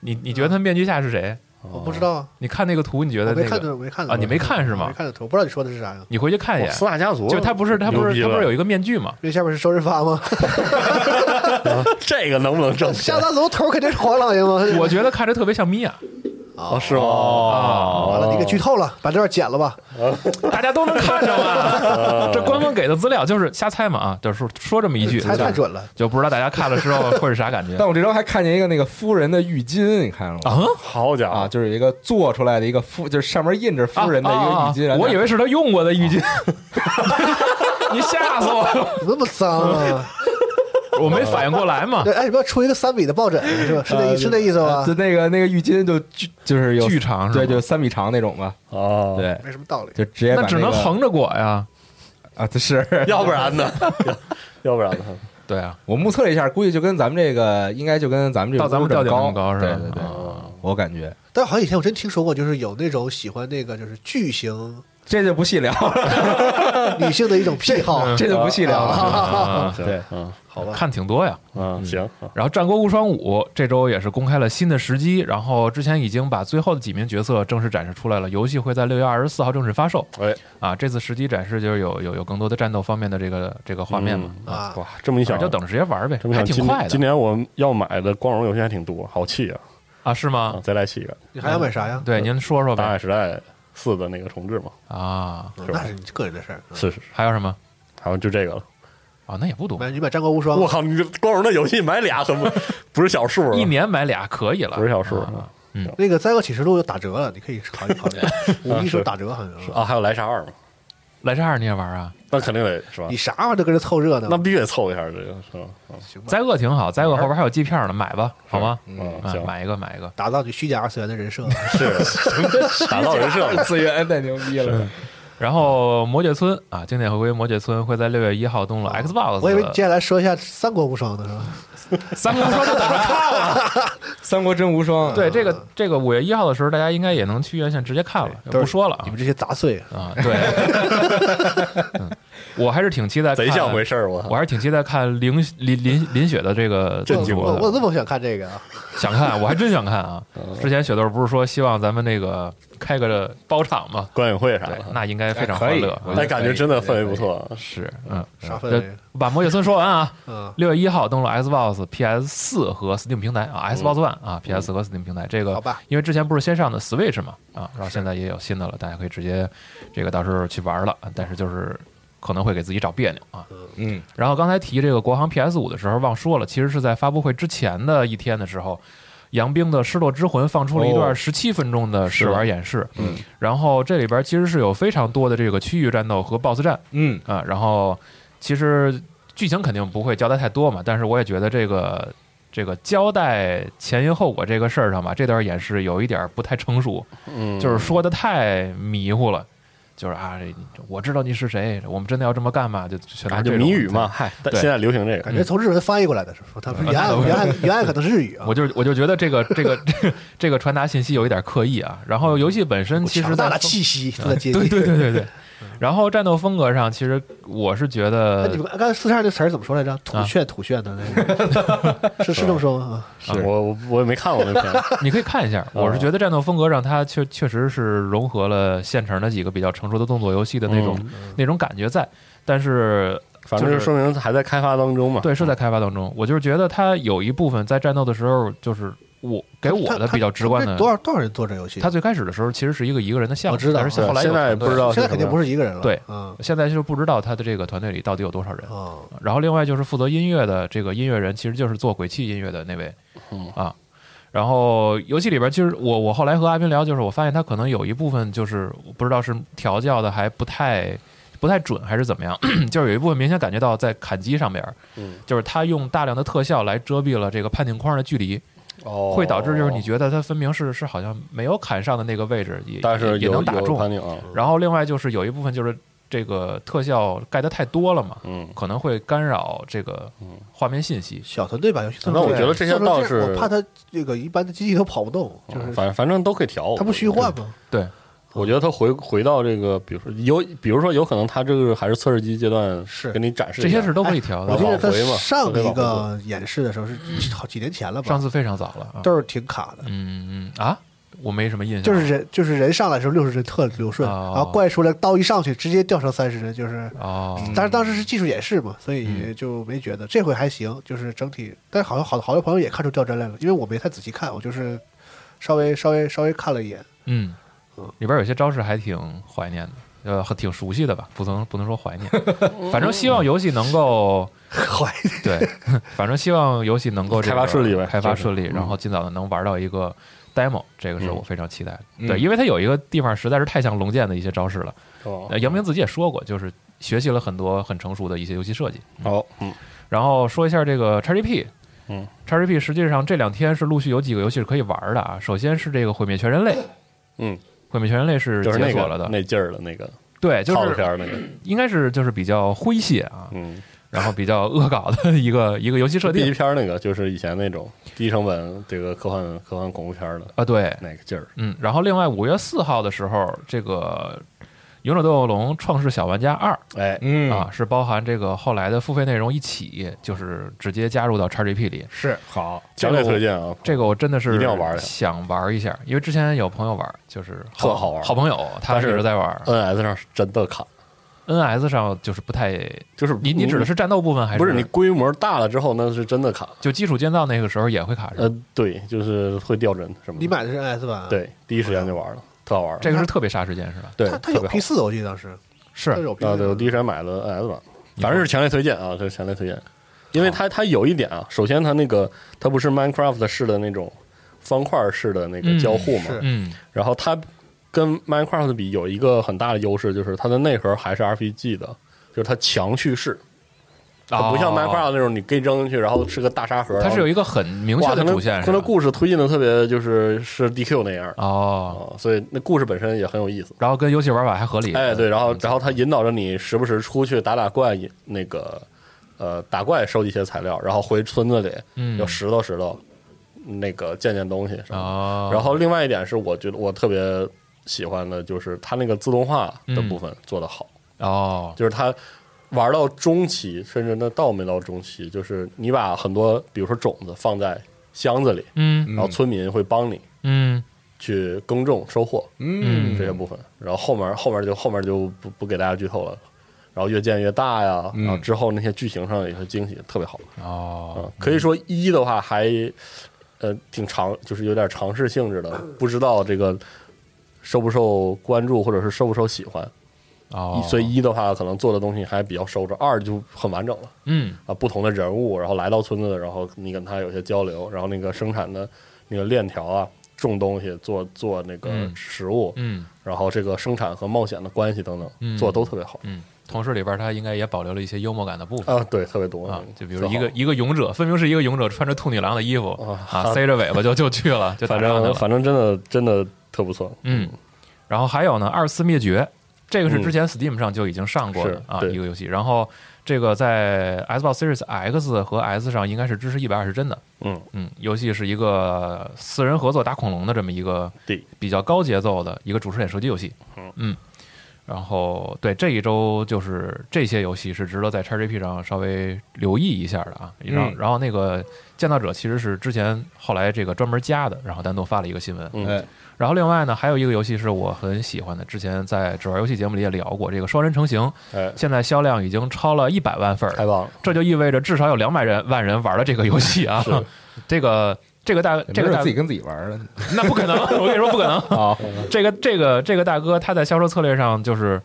Speaker 6: 你你觉得他面具下是谁？
Speaker 9: 我不知道啊，
Speaker 6: 你看那个图，你觉
Speaker 9: 嗯我
Speaker 6: 得
Speaker 9: 没
Speaker 6: 那
Speaker 9: 看
Speaker 6: 个
Speaker 9: 的，没看的
Speaker 6: 啊你没看是吗
Speaker 9: 我没看的图，不知道你说的是啥呀？
Speaker 6: 你回去看一
Speaker 9: 哦
Speaker 6: 眼
Speaker 8: 斯，大家族，
Speaker 6: 哎就它不是它不
Speaker 8: 牛
Speaker 6: 是
Speaker 8: 逼
Speaker 6: 它不是
Speaker 8: 了
Speaker 6: 有一个面具吗？
Speaker 9: 那下面是周润发吗？
Speaker 8: 这个能不能挣钱
Speaker 9: 夏？大龙头肯定是黄老爷吗？
Speaker 6: 我觉得看着特别像米 娅，
Speaker 8: 哦，是吗？哦
Speaker 9: 完了，你给剧透了，把这段剪了吧。
Speaker 6: 大家都能看 着
Speaker 9: 啊
Speaker 8: 嗯
Speaker 6: 嘛。这官方给的资料就是瞎猜嘛啊，就是说这么一句，
Speaker 9: 猜太
Speaker 6: 就是
Speaker 9: 准了，
Speaker 6: 就不知道大家看了之后会是啥感 觉
Speaker 1: 但我这周还看见一个那个夫人的浴巾，你看了吗？
Speaker 6: 啊？
Speaker 8: 好家
Speaker 1: 啊，
Speaker 8: 伙，
Speaker 1: 就是一个做出来的一个夫，就是上面印着夫人的一啊个
Speaker 6: 啊
Speaker 1: 浴巾。
Speaker 6: 啊啊
Speaker 1: 然后
Speaker 6: 我以为是他用过的浴巾。 你吓死我 了，
Speaker 9: 怎么那么脏 啊？
Speaker 6: 我没反应过来嘛。
Speaker 9: 对，哎，你不要出一个三米的抱枕是吧？是
Speaker 6: 啊
Speaker 9: 那是那意思吧
Speaker 1: 就？那个那个浴巾就巨就是有
Speaker 6: 巨长是吧
Speaker 1: 对，就三米长那种吧。
Speaker 8: 哦，，
Speaker 1: 对，
Speaker 9: 没什么道理。
Speaker 1: 就直接把
Speaker 6: 那只能
Speaker 1: 个
Speaker 6: 横着裹呀。
Speaker 1: 啊， 这是
Speaker 8: 要不 然呢？要不然呢？
Speaker 6: 对啊，
Speaker 1: 我目测了一下，估计就跟咱们这个应该就跟咱们这个
Speaker 6: 到咱们
Speaker 1: 标准
Speaker 6: 调点那
Speaker 1: 高
Speaker 6: 么高是吧？
Speaker 1: 对对对，
Speaker 6: 啊
Speaker 8: 嗯
Speaker 1: 我感觉
Speaker 9: 但好像以前我真听说过，就是有那种喜欢那个就是巨型
Speaker 1: 这就不细聊了，
Speaker 9: 女性的一种癖好。
Speaker 1: 这就不细聊了。
Speaker 6: 啊
Speaker 8: 行
Speaker 1: 对，
Speaker 8: 嗯
Speaker 9: 好吧，
Speaker 6: 看挺多呀。
Speaker 8: 嗯，行，啊
Speaker 6: 然后《战国无双五》这周也是公开了新的时机，然后之前已经把最后的几名角色正式展示出来了，游戏会在六月二十四号正式发售。
Speaker 8: 哎，
Speaker 6: 啊，这次时机展示就是有有有更多的战斗方面的这个这个画面嘛。
Speaker 8: 嗯
Speaker 6: 啊，
Speaker 9: 啊，
Speaker 8: 哇，这么一想，
Speaker 6: 就等着直接玩呗，
Speaker 8: 这么
Speaker 6: 还
Speaker 8: 想，
Speaker 6: 挺
Speaker 8: 今
Speaker 6: 快
Speaker 8: 年今
Speaker 6: 的
Speaker 8: 年我要买的光荣游戏还挺多，好气啊！
Speaker 6: 啊，是
Speaker 8: 啊
Speaker 6: 吗？
Speaker 8: 再来气一个《
Speaker 9: 你还想买啥呀？
Speaker 6: 对，您说说
Speaker 8: 大海
Speaker 6: 呗。
Speaker 8: 时代四》的那个重置嘛，
Speaker 6: 啊，
Speaker 9: 嗯
Speaker 8: 是吧
Speaker 9: 那是你个人的事儿。嗯
Speaker 8: 是是是，
Speaker 6: 还有什么？
Speaker 8: 好像就这个了。
Speaker 6: 啊，那也不多，
Speaker 9: 买你买《战国无双
Speaker 8: 我》，靠，你这光荣的游戏买俩可 不不是小数啊，
Speaker 6: 一年买俩可以了，
Speaker 8: 不是小数
Speaker 6: 啊
Speaker 8: 啊
Speaker 9: 那个《灾厄启示录》又打折了，你可以考虑考虑。五一时候打折好
Speaker 6: 嗯
Speaker 9: 像是。
Speaker 8: 啊，还有《莱莎二》嘛，
Speaker 6: 来这二你也玩啊？
Speaker 8: 那肯定得是吧
Speaker 9: 你？啥玩意儿都跟着凑热闹，
Speaker 8: 那必须得凑一下这个是吧？啊
Speaker 9: 行吧？
Speaker 6: 灾厄挺好，灾厄后边还有机票呢，买吧，好吗？
Speaker 8: 嗯，
Speaker 6: 啊，
Speaker 8: 行，
Speaker 6: 买一个，买一个。
Speaker 9: 打造你虚假二次元的人设，
Speaker 8: 是 打造人 设
Speaker 1: 二次元太牛逼了，
Speaker 6: 然后魔界村啊，经典回归魔界村会在六月一号登陆 Xbox。
Speaker 9: 哦我以为你接下来说一下《三国无双》呢，是吧？
Speaker 6: 三国无双就等着看了。
Speaker 1: 三国真无双。啊
Speaker 6: 对，这个这个五月一号的时候，大家应该也能去院线直接看了，不
Speaker 9: 都是
Speaker 6: 说了啊
Speaker 9: 你们这些杂碎，
Speaker 6: 啊。对， 嗯我还是挺期待，
Speaker 8: 贼像回事儿，
Speaker 6: 我
Speaker 8: 我
Speaker 6: 还是挺期待看林林林林雪的这个
Speaker 8: 这
Speaker 6: 动
Speaker 8: 我
Speaker 6: 作
Speaker 9: 我我嗯
Speaker 6: 的，
Speaker 9: 那么想看这个啊，
Speaker 6: 想看，我还真想看 啊！之前雪豆不是说希望咱们那个开个包场吗？
Speaker 8: 观影会啥
Speaker 6: 对
Speaker 9: 嗯
Speaker 8: 的，，
Speaker 6: 那应该非常
Speaker 1: 哎可
Speaker 6: 欢
Speaker 1: 以
Speaker 6: 乐
Speaker 1: 我
Speaker 6: 啊。
Speaker 8: 那感觉真的氛围不错啊。
Speaker 6: 是，嗯，
Speaker 9: 啥氛
Speaker 6: 这
Speaker 9: 围？
Speaker 6: 把魔界村说完啊。
Speaker 9: 嗯，
Speaker 6: 六月一号登陆 Xbox、PS 四和 Steam 平台
Speaker 1: 嗯
Speaker 6: 啊，Xbox One 啊，PS 四和 Steam 平台这个
Speaker 9: 好吧，
Speaker 6: 因为之前不是先上的 Switch 嘛啊，然后现在也有新的了，大家可以直接这个到时候去玩了，啊但是就是可能会给自己找别扭啊。
Speaker 1: 嗯，
Speaker 6: 然后刚才提这个国行 PS 五的时候忘说了，其实是在发布会之前的一天的时候。杨冰的《失落之魂》放出了一段
Speaker 1: 哦
Speaker 6: 十七分钟的试玩演示，
Speaker 1: 嗯，
Speaker 6: 然后这里边其实是有非常多的这个区域战斗和 BOSS 战，
Speaker 1: 嗯，
Speaker 6: 啊，然后其实剧情肯定不会交代太多嘛，但是我也觉得这个这个交代前因后果这个事儿上吧，这段演示有一点儿不太成熟，
Speaker 8: 嗯，
Speaker 6: 就是说的太迷糊了，就是啊，这我知道你是谁，我们真的要这么干吗？就全都
Speaker 8: 啊，
Speaker 6: 是
Speaker 8: 就
Speaker 6: 这种
Speaker 8: 谜语嘛，。嗨，但
Speaker 6: 对
Speaker 8: 现在流行这个
Speaker 9: 感觉从日文翻译过来的是吧？他们原案原案原案可能是日语啊
Speaker 6: 我，就我就觉得这个这个这个这个传达信息有一点刻意啊，然后游戏本身
Speaker 9: 有
Speaker 6: 其实
Speaker 9: 强大
Speaker 6: 在
Speaker 9: 的
Speaker 6: 风
Speaker 9: 气息正在接
Speaker 6: 对
Speaker 9: 近。
Speaker 6: 对对对 对，然后战斗风格上，其实我是觉
Speaker 9: 那
Speaker 6: 得
Speaker 9: 你们呃刚才四十二那词儿怎么说来着？土炫土炫的那个，是是这么说吗？啊
Speaker 8: 啊我我我也没看过那 片，
Speaker 6: 你可以看一下，
Speaker 8: 嗯
Speaker 6: 我是觉得战斗风格让它确确实是融合了现成的几个比较成熟的动作游戏的那种、
Speaker 8: 嗯
Speaker 6: 那种感觉在，但是
Speaker 8: 反正就
Speaker 6: 就是
Speaker 8: 说明还在开发当中嘛。
Speaker 6: 对是在开发当中，我就是觉得它有一部分在战斗的时候，就是我给我的比较直观
Speaker 9: 他他
Speaker 6: 的
Speaker 9: 他，多少多少人做这游戏？
Speaker 6: 它最开始的时候其实是一个一个人的项目，
Speaker 9: 我知道
Speaker 6: 但是后来
Speaker 8: 对
Speaker 6: 有
Speaker 8: 现在
Speaker 6: 团队
Speaker 8: 不知道
Speaker 9: 现在肯定不是一个人了。
Speaker 6: 对
Speaker 9: 嗯，
Speaker 6: 现在就是不知道他的这个团队里到底有多少人。
Speaker 9: 哦，
Speaker 6: 然后另外就是负责音乐的这个音乐人，其实就是做鬼泣音乐的那位
Speaker 8: 嗯
Speaker 6: 啊。然后游戏里边，其实我我后来和阿斌聊，就是我发现他可能有一部分就是我不知道是调教的还不太不太准，还是怎么样， 就是有一部分明显感觉到在砍击上边，
Speaker 8: 嗯
Speaker 6: 就是他用大量的特效来遮蔽了这个判定框的距离，
Speaker 8: 哦，
Speaker 6: 会导致就是你觉得他分明是是好像没有砍上的那个位置，也
Speaker 8: 但是
Speaker 6: 也也
Speaker 8: 有
Speaker 6: 能打
Speaker 8: 有
Speaker 6: 中，
Speaker 8: 反应啊，
Speaker 6: 然后另外就是有一部分就是这个特效盖的太多了嘛，
Speaker 8: 嗯
Speaker 6: 可能会干扰这个
Speaker 9: 嗯
Speaker 6: 画面信息。
Speaker 9: 小团队把游戏做
Speaker 8: 那
Speaker 9: 成
Speaker 8: 我
Speaker 9: 这样。
Speaker 8: 觉得这些
Speaker 9: 做成
Speaker 8: 倒
Speaker 9: 样
Speaker 8: 是
Speaker 9: 我怕他这个一般的机器都跑不动，就是
Speaker 8: 反反正都可以调。
Speaker 9: 它不虚幻吗？
Speaker 6: 对，
Speaker 8: 我觉得他回回到这个，比如说有，比如说有可能他这个还是测试机阶段，
Speaker 9: 是
Speaker 8: 给你展示
Speaker 6: 这
Speaker 8: 一下
Speaker 6: 些是都可以调
Speaker 9: 哎我
Speaker 6: 的。哦
Speaker 9: 记得
Speaker 8: 往
Speaker 9: 他
Speaker 8: 回嘛
Speaker 9: 上
Speaker 8: 往
Speaker 9: 一
Speaker 8: 回往
Speaker 9: 个演示的时候是好几年前了吧？
Speaker 6: 上次非常早了啊，
Speaker 9: 都是挺卡的，
Speaker 6: 嗯嗯啊，我没什么印象，
Speaker 9: 就是人就是人上来的时候六十帧特流顺，
Speaker 6: 哦
Speaker 9: 然后怪出来刀一上去直接掉成三十帧，就是。
Speaker 6: 哦，
Speaker 9: 嗯但是当时是技术演示嘛，所以就没觉得这回还行，就是整体。但是好像好好多朋友也看出掉帧来了，因为我没太仔细看，我就是稍微稍微稍微看了一眼。
Speaker 6: 嗯，
Speaker 9: 呃
Speaker 6: 里边有些招式还挺怀念的。呃，还挺熟悉的吧，不能不能说怀念， 反正希望游戏能够
Speaker 9: 怀
Speaker 6: 对， 反正希望游戏能够、这个
Speaker 8: 开发顺利呗
Speaker 6: 开发顺利，
Speaker 8: 就是嗯
Speaker 6: 然后尽早的能玩到一个 demo，这个是我非常期待的。
Speaker 1: 嗯
Speaker 6: 对，因为它有一个地方实在是太像龙剑的一些招式了。
Speaker 8: 哦
Speaker 6: 呃，杨明自己也说过，就是学习了很多很成熟的一些游戏设计。
Speaker 8: 好，嗯，
Speaker 6: 然后说一下这个 XGP，
Speaker 8: 嗯
Speaker 6: ，XGP 实际上这两天是陆续有几个游戏是可以玩的啊。首先是这个《毁灭全人类》，
Speaker 8: 嗯，
Speaker 6: 《毁灭全人类》是
Speaker 8: 就是
Speaker 6: 解
Speaker 8: 那
Speaker 6: 锁了
Speaker 8: 个
Speaker 6: 的，
Speaker 8: 那劲儿的那个
Speaker 6: 对，就
Speaker 8: 套子
Speaker 6: 是
Speaker 8: 片儿那个，
Speaker 6: 应该是就是比较诙谐啊，
Speaker 8: 嗯，
Speaker 6: 然后比较恶搞的一个一个游戏设
Speaker 8: 第一
Speaker 6: 定
Speaker 8: 片儿那个就是以前那种低成本这个科幻科幻恐怖片儿的
Speaker 6: 啊，对，
Speaker 8: 那个劲儿，
Speaker 6: 嗯，然后另外五月四号的时候，这个《勇者斗恶龙：创世小玩家二》
Speaker 8: 哎，
Speaker 1: 嗯
Speaker 6: 啊，是包含这个后来的付费内容一起，就是直接加入到 XGP 里。
Speaker 1: 是好，
Speaker 8: 强烈推荐啊，
Speaker 6: 这个我真的是
Speaker 8: 一定要玩一下
Speaker 6: 想玩一下，因为之前有朋友玩，就是
Speaker 8: 特好玩
Speaker 6: 好朋友他
Speaker 8: 但
Speaker 6: 一
Speaker 8: 是呃
Speaker 6: 直在玩。
Speaker 8: NS 上是真的卡，
Speaker 6: NS 上就是不太，
Speaker 8: 就是
Speaker 6: 你你指的是战斗部分还是
Speaker 8: 不是你规模大了之后那是真的卡？
Speaker 6: 就基础建造那个时候也会卡是吧
Speaker 8: 呃，对，就是会掉帧什么的。
Speaker 9: 你买的是 NS 版、啊？，
Speaker 8: 对，第一时间就玩了，特好玩。
Speaker 6: 这个是特别杀时间是吧？
Speaker 8: 对
Speaker 9: 它，它
Speaker 8: 特
Speaker 9: 有
Speaker 8: 别好
Speaker 9: P 四，我记得当时
Speaker 6: 是
Speaker 9: 它有 P 四、
Speaker 8: 啊，对，我第一时间买了 NS 版，反正是强烈推荐啊，这是强烈推荐，因为它它有一点啊，首先它那个它不是 Minecraft 式的那种方块式的那个交互嘛，
Speaker 9: 是
Speaker 6: 嗯
Speaker 8: 然后它跟 Minecraft 比有一个很大的优势，就是它的内核还是 RPG 的，就是它强叙事，它不像
Speaker 6: 哦
Speaker 8: Minecraft 那种你可以扔进去，然后是个大沙盒，
Speaker 6: 它是有
Speaker 8: 一
Speaker 6: 一个很明确的主线
Speaker 8: 它
Speaker 6: 是
Speaker 8: 的
Speaker 6: 吧？
Speaker 8: 故事推进的特别就是是 DQ 那样的啊，
Speaker 6: 哦，
Speaker 8: 所以那故事本身也很有意思。
Speaker 6: 然后跟游戏玩法还合理。
Speaker 8: 哎，对，然后
Speaker 6: 嗯
Speaker 8: 然后他引导着你时不时出去打打怪，也那个呃打怪收集一些材料，然后回村子里
Speaker 6: 嗯
Speaker 8: 要拾掇拾掇，那个见见东西什么
Speaker 6: 哦
Speaker 8: 的。然后另外一点是，我觉得我特别喜欢的就是它那个自动化
Speaker 6: 嗯
Speaker 8: 的部分做得好，
Speaker 6: 哦，
Speaker 8: 就是它玩到中期，甚至那到没到中期，就是你把很多比如说种子放在箱子里，
Speaker 6: 嗯
Speaker 8: 然后村民会帮你
Speaker 6: 嗯
Speaker 8: 去耕种收获。
Speaker 1: 嗯
Speaker 8: 这些部分。然后后面后面就后面就不不给大家剧透了。然后越建越大呀，
Speaker 1: 嗯
Speaker 8: 然后之后那些剧情上有些惊喜，特别好啊、
Speaker 6: 哦，
Speaker 8: 可以说一的话还呃挺尝，就是有点尝试性质的，不知道这个受不受关注或者是受不受喜欢。
Speaker 6: 哦，
Speaker 8: 所以一的话可能做的东西还比较收着，二就很完整了
Speaker 6: 嗯
Speaker 8: 啊，不同的人物，然后来到村子，然后你跟他有些交流，然后那个生产的那个链条啊，种东西做做那个
Speaker 6: 嗯
Speaker 8: 食物，
Speaker 6: 嗯
Speaker 8: 然后这个生产和冒险的关系等等，
Speaker 6: 嗯
Speaker 8: 做的都特别好
Speaker 6: 嗯，同时里边它应该也保留了一些幽默感的部分。
Speaker 8: 啊，对，特别多
Speaker 6: 啊，就比如
Speaker 8: 特好
Speaker 6: 一个一个勇者，分明是一个勇者穿着兔女郎的衣服
Speaker 8: 啊
Speaker 6: 啊，塞着尾巴就就去了，就打
Speaker 8: 反
Speaker 6: 仗去
Speaker 8: 正
Speaker 6: 了。
Speaker 8: 反正真的真的特不错，
Speaker 6: 嗯，然后还有呢，《二次灭绝》，这个是
Speaker 8: 嗯
Speaker 6: 之前 Steam 上就已经上过的
Speaker 8: 是
Speaker 6: 啊
Speaker 8: 对
Speaker 6: 一个游戏，然后这个在 Xbox Series X 和 S 上应该是支持一百二十帧的。
Speaker 8: 嗯
Speaker 6: 嗯，游戏是一个四人合作打恐龙的这么一个
Speaker 8: 对
Speaker 6: 比较高节奏的一个主视点射击游戏。嗯，然后对这一周就是这些游戏是值得在 XGP 上稍微留意一下的啊。然后、
Speaker 1: 嗯
Speaker 6: 然后那个建造者其实是之前后来这个专门加的，然后单独发了一个新闻。
Speaker 8: 嗯
Speaker 1: 哎
Speaker 6: 然后另外呢，还有一个游戏是我很喜欢的，之前在只玩游戏节目里也聊过，这个双人成行
Speaker 8: 哎，
Speaker 6: 现在销量已经超了一百万份儿
Speaker 1: 哎
Speaker 8: 太棒了，
Speaker 6: 这就意味着至少有两百人万人玩了这个游戏啊
Speaker 8: 是。
Speaker 6: 这个这个大这
Speaker 1: 这
Speaker 6: 个
Speaker 1: 是
Speaker 6: 大
Speaker 1: 哎
Speaker 6: 哦
Speaker 1: 自己跟自己玩的
Speaker 6: 那不 可能，我跟你说不可能。
Speaker 1: 啊，
Speaker 6: 这个这个这个大哥他在销售策略上就是。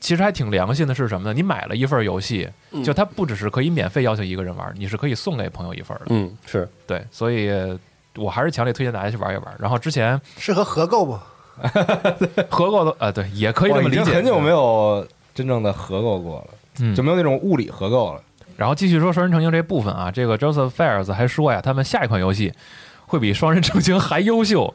Speaker 6: 其实还挺良心的，是什么呢？你买了一份游戏，
Speaker 1: 嗯
Speaker 6: 就它不只是可以免费邀请一个人玩，你是可以送给朋友一份的。
Speaker 8: 嗯，是
Speaker 6: 对，所以我还是强烈推荐大家去玩一玩。然后之前
Speaker 9: 适合合购吗？
Speaker 6: 合购的，呃，对，也可以
Speaker 1: 我
Speaker 6: 这么
Speaker 1: 已
Speaker 6: 理
Speaker 1: 经
Speaker 6: 解。
Speaker 1: 很久没有真正的合购过了，
Speaker 6: 嗯
Speaker 1: 就没有那种物理合购了。
Speaker 6: 然后继续说双人成行这部分啊，这个 Joseph Fares 还说呀，他们下一款游戏会比双人成行还优秀。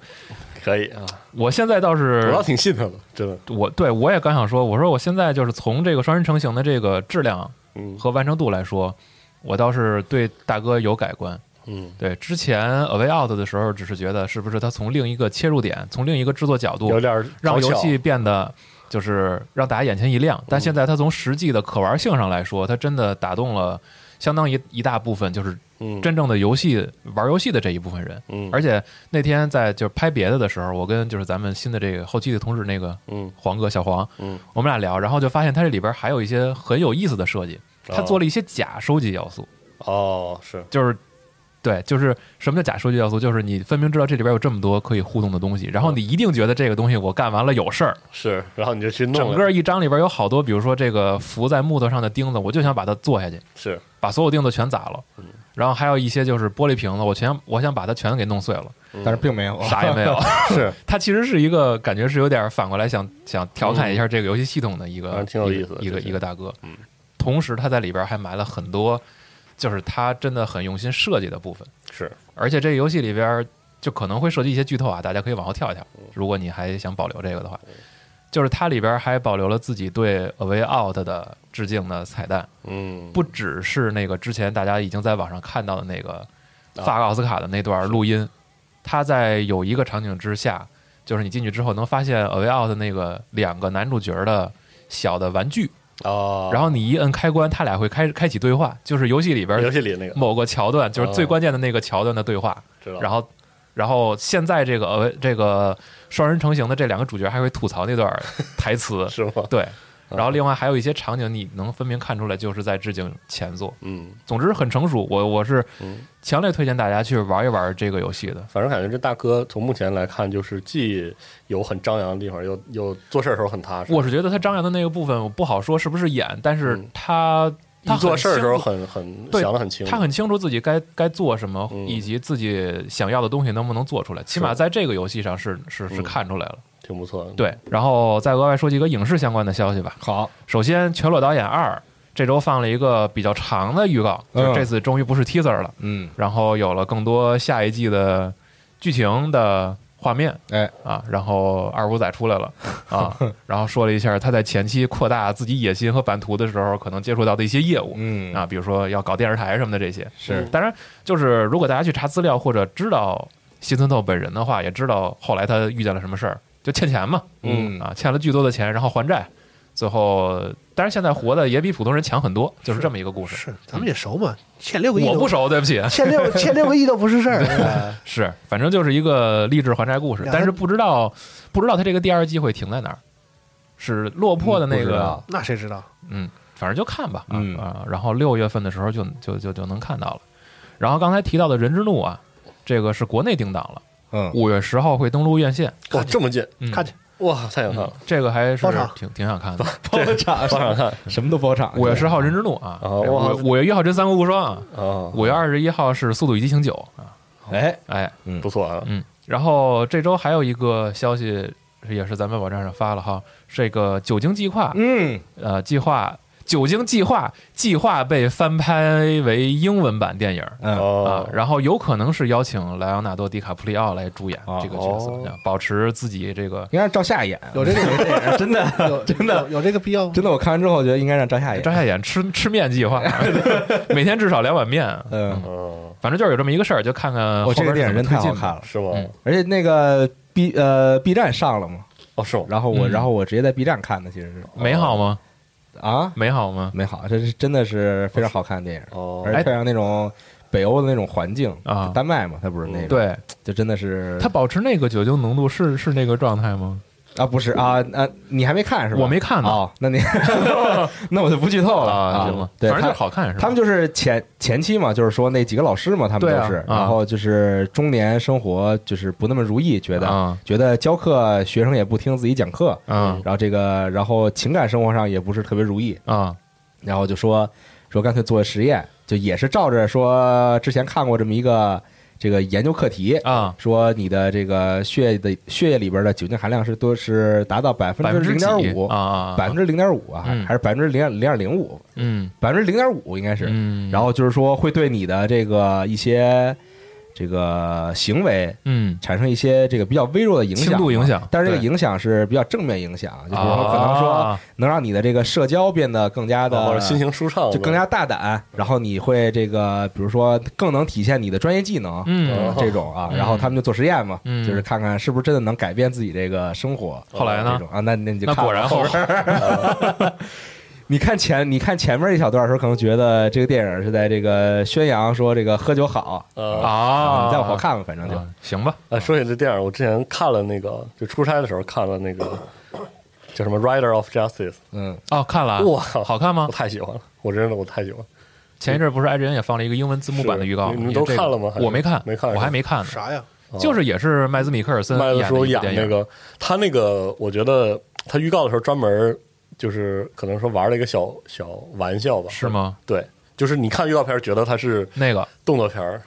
Speaker 8: 可以啊，
Speaker 6: 我现在倒
Speaker 8: 我
Speaker 6: 是
Speaker 8: 倒挺信他的，真的，
Speaker 6: 我对我也刚想说，我说我现在就是从这个双人成行的这个质量
Speaker 8: 嗯
Speaker 6: 和完成度来说，我倒是对大哥有改观。
Speaker 8: 嗯，
Speaker 6: 对之前 A Way Out 的时候，只是觉得是不是他从另一个切入点，从另一个制作角度
Speaker 8: 有点儿
Speaker 6: 让
Speaker 8: 讨巧
Speaker 6: 游戏变得就是让大家眼前一亮。但现在它从实际的可玩性上来说，它真的打动了相当一一大部分，就是
Speaker 8: 嗯，
Speaker 6: 真正的游戏玩游戏的这一部分人。
Speaker 8: 嗯，
Speaker 6: 而且那天在就是拍别的的时候，我跟就是咱们新的这个后期的同事那个
Speaker 8: 嗯
Speaker 6: 黄哥小黄，
Speaker 8: 嗯，
Speaker 6: 我们俩聊，然后就发现它这里边还有一些很有意思的设计，它
Speaker 8: 哦
Speaker 6: 做了一些假收集要素，
Speaker 8: 哦是，
Speaker 6: 就是。对，就是什么叫假收集要素？就是你分明知道这里边有这么多可以互动的
Speaker 8: 嗯
Speaker 6: 东西，然后你一定觉得这个东西我干完了有事儿，
Speaker 8: 是，然后你就去弄
Speaker 6: 整
Speaker 8: 了
Speaker 6: 个一章里边有好多，比如说这个浮在木头上的钉子，我就想把它做下去，
Speaker 8: 是
Speaker 6: 把所有钉子全砸了。
Speaker 8: 嗯
Speaker 6: 然后还有一些就是玻璃瓶子，我全我想把它全给弄碎了，
Speaker 8: 嗯
Speaker 1: 但是并没
Speaker 8: 哦
Speaker 1: 有
Speaker 6: 啥也没 有。
Speaker 8: 是，
Speaker 6: 它其实是一个感觉是有点反过来想想调侃一下这个游戏系统的一个、
Speaker 8: 反嗯正挺有意思的
Speaker 6: 一
Speaker 8: 这
Speaker 6: 个一个
Speaker 8: 些
Speaker 6: 一个大哥。
Speaker 8: 嗯
Speaker 6: 同时他在里边还埋了很多，就是他真的很用心设计的部分。
Speaker 8: 是，
Speaker 6: 而且这个游戏里边就可能会涉及一些剧透啊，大家可以往后跳一跳，
Speaker 8: 嗯
Speaker 6: 如果你还想保留这个的话，就是它里边还保留了自己对《A Way Out》的致敬的彩蛋，
Speaker 8: 嗯，
Speaker 6: 不只是那个之前大家已经在网上看到的那个
Speaker 8: 啊
Speaker 6: 发奥斯卡的那段录音，它在有一个场景之下，就是你进去之后能发现《A Way Out》的那个两个男主角的小的玩具，
Speaker 8: 哦，
Speaker 6: 然后你一摁开关，他俩会开开启对话，就是游戏里边
Speaker 8: 游戏啊里那个
Speaker 6: 某个桥段，就是最关键的那个桥段的对话。
Speaker 8: 知道，，
Speaker 6: 然后，然后现在这个呃这个双人成型的这两个主角还会吐槽那段 台词
Speaker 8: 是嗯吗？
Speaker 6: 对。然后另外还有一些场景，你能分明看出来就是在致敬前作。
Speaker 8: 嗯，
Speaker 6: 总之很成熟，我我是
Speaker 8: 嗯
Speaker 6: 强烈推荐大家去玩一玩这个游戏的。
Speaker 8: 反正感觉这大哥从目前来看，就是既有很张扬的地方，又又做事儿的时候很踏实。
Speaker 6: 我是觉得他张扬的那个部分，我不好说是不是演，但是
Speaker 8: 嗯
Speaker 6: 他、他
Speaker 8: 一做
Speaker 6: 很
Speaker 8: 事儿的时候
Speaker 6: 清楚
Speaker 8: 很很
Speaker 6: 对
Speaker 8: 想的很清，
Speaker 6: 他很清楚自己该该做什么，
Speaker 8: 嗯
Speaker 6: 以及自己想要的东西能不能做出来。起码在这个游戏上是是是
Speaker 8: 嗯
Speaker 6: 看出来了。
Speaker 8: 挺不错的。，
Speaker 6: 对，然后再额外说几个影视相关的消息吧。
Speaker 1: 好，
Speaker 6: 首先，《全裸导演二》这周放了一个比较长的预告，就
Speaker 1: 嗯
Speaker 6: 是这次终于不是 teaser 了，
Speaker 1: 嗯，
Speaker 6: 然后有了更多下一季的剧情的画面。
Speaker 1: 哎
Speaker 6: 啊，然后二五仔出来了 啊，然后说了一下他在前期扩大自己野心和版图的时候，可能接触到的一些业务。
Speaker 1: 嗯
Speaker 6: 啊，比如说要搞电视台什么的这些。
Speaker 1: 是
Speaker 6: 当然，就是如果大家去查资料或者知道西村透本人的话，也知道后来他遇见了什么事儿，就欠钱嘛，
Speaker 1: 嗯
Speaker 6: 啊，欠了巨多的钱，然后还债，最后，当然现在活的也比普通人强很多，就是这么一个故事。
Speaker 9: 是，咱们也熟嘛，欠六个亿都
Speaker 6: 我不，熟，对不起，
Speaker 9: 欠六欠六个亿都不是事儿。哎
Speaker 6: 是，反正就是一个励志还债故事，
Speaker 9: 两
Speaker 6: 但是
Speaker 9: 三
Speaker 6: 不知道不知道他这个第二季会停在哪儿，是落魄的那
Speaker 1: 不知
Speaker 6: 个
Speaker 1: 道，
Speaker 9: 那谁知道？
Speaker 6: 嗯，反正就看吧，啊
Speaker 1: 嗯
Speaker 6: 啊，然后六月份的时候就就就就能看到了。然后刚才提到的《人之怒》啊，这个是国内定档了，
Speaker 1: 嗯，
Speaker 6: 五月十号会登陆院线。
Speaker 8: 哇，哦这么近，
Speaker 6: 嗯、
Speaker 9: 看去，
Speaker 8: 哇，太想看
Speaker 6: 嗯
Speaker 8: 了，
Speaker 6: 这个还是
Speaker 9: 包场
Speaker 6: 挺挺想看的。
Speaker 1: 包
Speaker 6: 嗯
Speaker 1: 场
Speaker 8: 好想看
Speaker 1: 什么都包场，
Speaker 6: 五月十号《人之怒》啊，
Speaker 8: 哦
Speaker 6: 这
Speaker 8: 哇
Speaker 6: 五五月一号《真三国无双》啊，
Speaker 8: 啊！
Speaker 6: 五月二十一号是《速度与激情九》啊，
Speaker 1: 哎，
Speaker 6: 哎
Speaker 8: 不错啊，
Speaker 6: 嗯。然后这周还有一个消息，也是咱们网站上发了哈，这个《酒精计划》
Speaker 1: 嗯，
Speaker 6: 呃计划《酒精计划》计划被翻拍为英文版电影。
Speaker 1: 嗯，
Speaker 6: 啊
Speaker 8: 哦，，
Speaker 6: 然后有可能是邀请莱昂纳多·迪卡普里奥来主演
Speaker 1: 哦
Speaker 6: 这个角色，
Speaker 8: 哦
Speaker 6: 保持自己这个。
Speaker 1: 应该让赵夏演，
Speaker 9: 有这个
Speaker 1: 没电影真的
Speaker 9: 有
Speaker 1: 真的
Speaker 9: 有有这个必要 吗？
Speaker 1: 真的，我看完之后觉得应该让赵夏演，
Speaker 6: 张夏演吃 吃面 计划，每天至少两碗面，
Speaker 1: 嗯，
Speaker 8: 嗯，
Speaker 6: 反正就是有这么一个事儿，就看看
Speaker 1: 我
Speaker 6: 后
Speaker 1: 哦这
Speaker 6: 边
Speaker 1: 个电影真太好
Speaker 6: 怎么推进吧
Speaker 1: 看了，
Speaker 8: 是吗？
Speaker 6: 嗯
Speaker 1: 而且那个 B 呃 B 站上了嘛，
Speaker 8: 哦，是吗？
Speaker 1: 然后我
Speaker 6: 嗯
Speaker 1: 然后我直接在 B 站看的，其实是
Speaker 6: 美好吗？
Speaker 1: 啊
Speaker 6: 美好吗？
Speaker 1: 美好，这是真的是非常好看的电影，
Speaker 8: 哦，
Speaker 1: 而且配上那种北欧的那种环境
Speaker 6: 啊
Speaker 1: 丹麦嘛，它不是那个，，
Speaker 6: 对
Speaker 1: 就真的是
Speaker 6: 他保持那个酒精浓度是是那个状态吗？
Speaker 1: 啊，不是啊啊，你还没看是吧？
Speaker 6: 我没看呢
Speaker 1: 哦，那 你 那我就不剧透了
Speaker 6: 啊
Speaker 1: 啊
Speaker 6: 行吗？
Speaker 1: 对，
Speaker 6: 反正
Speaker 1: 他
Speaker 6: 就是好看是吧？
Speaker 1: 他们就是前前期嘛，就是说那几个老师嘛，他们
Speaker 6: 对
Speaker 1: 都
Speaker 6: 啊
Speaker 1: 是，
Speaker 6: 啊
Speaker 1: 然后就是中年生活就是不那么如意，觉得、
Speaker 6: 啊
Speaker 1: 觉得教课学生也不听自己讲课，
Speaker 6: 嗯
Speaker 1: 然后这个然后情感生活上也不是特别如意，
Speaker 6: 啊
Speaker 1: 然后就说说干脆做个实验，就也是照着说之前看过这么一个这个研究课题。
Speaker 6: 啊
Speaker 1: 说你的这个血液的血液里边的酒精含量是多是达到百分
Speaker 6: 百
Speaker 1: 之
Speaker 6: 分之
Speaker 1: 零
Speaker 6: 几
Speaker 1: 点五
Speaker 6: 啊啊
Speaker 1: 百分之零点五啊，
Speaker 6: 嗯
Speaker 1: 还是百分之零零点零五，
Speaker 6: 嗯
Speaker 1: 百分之零点五应该是。
Speaker 6: 嗯，
Speaker 1: 然后就是说会对你的这个一些这个行为
Speaker 6: 嗯
Speaker 1: 产生一些这个比较微弱的影响嘛，
Speaker 6: 轻度影响
Speaker 1: 但是这个
Speaker 6: 对
Speaker 1: 影响是比较正面影响，就比如说
Speaker 6: 啊
Speaker 1: 可能说能让你的这个社交变得更加的、
Speaker 6: 哦
Speaker 8: 或者心情舒畅，
Speaker 1: 就更加大胆，然后你会这个，比如说更能体现你的专业技能，
Speaker 6: 嗯
Speaker 1: 这种啊，
Speaker 6: 嗯
Speaker 1: 然后他们就做实验嘛，
Speaker 6: 嗯
Speaker 1: 就是看看是不是真的能改变自己这个生活。
Speaker 6: 后来呢
Speaker 1: 这种啊，那那你就
Speaker 6: 那
Speaker 1: 看
Speaker 6: 果然后
Speaker 1: 边儿。你看前，你看前面一小段的时候，可能觉得这个电影是在这个宣扬说这个喝酒好，
Speaker 8: 呃
Speaker 6: 啊，
Speaker 1: 你再往后嗯看看，反正就
Speaker 6: 啊行吧，
Speaker 8: 啊，说起这电影，我之前看了那个，就出差的时候看了那个叫什么《Rider of Justice
Speaker 1: 嗯，
Speaker 6: 哦，看了啊，》，
Speaker 8: 哇，
Speaker 6: 好看吗
Speaker 8: 我？太喜欢了，我真的我太喜欢了。
Speaker 6: 前一阵儿不是 IGN 也放了一个英文字幕版的预告吗，
Speaker 8: 是你们都
Speaker 6: 这个
Speaker 8: 看了吗还是
Speaker 6: 我没看，
Speaker 8: 没看是吧
Speaker 6: 我还没看呢。
Speaker 1: 啊
Speaker 9: 啥呀？
Speaker 6: 就是也是麦兹米克尔森
Speaker 8: 麦
Speaker 6: 演
Speaker 8: 的时候
Speaker 6: 的一
Speaker 8: 演
Speaker 6: 部电
Speaker 8: 那
Speaker 6: 影，
Speaker 8: 个，他那个，我觉得他预告的时候专门就是可能说玩了一个小小玩笑吧，
Speaker 6: 是？吗？
Speaker 8: 对，就是你看预告片儿觉得他是
Speaker 6: 那个
Speaker 8: 动作片儿，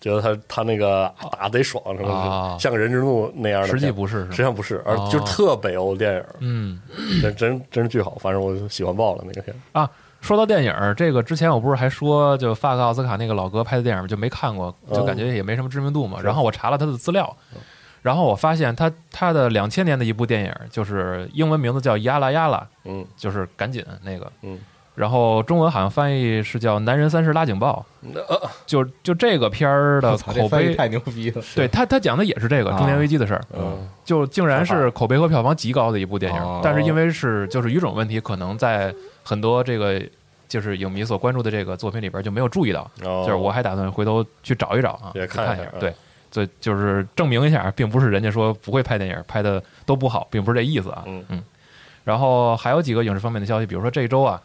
Speaker 8: 觉得他他那个打得爽什么的，
Speaker 6: 啊
Speaker 8: 像个人之怒那样的片儿，
Speaker 6: 实际不是，
Speaker 8: 实
Speaker 6: 是
Speaker 8: 际
Speaker 6: 吗？
Speaker 8: 上不是，而
Speaker 6: 哦
Speaker 8: 就是特北欧电影，
Speaker 6: 嗯
Speaker 8: 真真真是巨好，反正我喜欢爆了那个片儿。
Speaker 6: 啊，说到电影儿，这个之前我不是还说，就法克奥斯卡那个老哥拍的电影儿就没看过，就感觉也没什么知名度嘛。嗯然后我查了他的资料，然后我发现他他的两千年的一部电影儿，就是英文名字叫《亚拉亚拉》，
Speaker 8: 嗯，
Speaker 6: 就是赶紧那个，
Speaker 8: 嗯。
Speaker 6: 然后中文好像翻译是叫《男人三十拉警报》，
Speaker 8: 呃
Speaker 6: 就就这个片儿的
Speaker 1: 我操，这
Speaker 6: 口
Speaker 1: 翻译
Speaker 6: 碑，
Speaker 1: 太牛逼了，
Speaker 6: 对他他讲的也是这个中年危机的事儿，
Speaker 8: 嗯，
Speaker 6: 就竟然是口碑和票房极高的一部电
Speaker 1: 哦
Speaker 6: 影，但是因为是就是语种问题，可能在很多这个就是影迷所关注的这个作品里边就没有注意到，
Speaker 8: 哦
Speaker 6: 就是我还打算回头去找一找啊，
Speaker 8: 也
Speaker 6: 去
Speaker 8: 看
Speaker 6: 看
Speaker 8: 一
Speaker 6: 下
Speaker 8: 下，嗯
Speaker 6: 对，所以就是证明一下，并不是人家说不会拍电影拍的都不好，并不是这意思啊，
Speaker 8: 嗯
Speaker 6: 嗯。然后还有几个影视方面的消息，比如说这一周啊，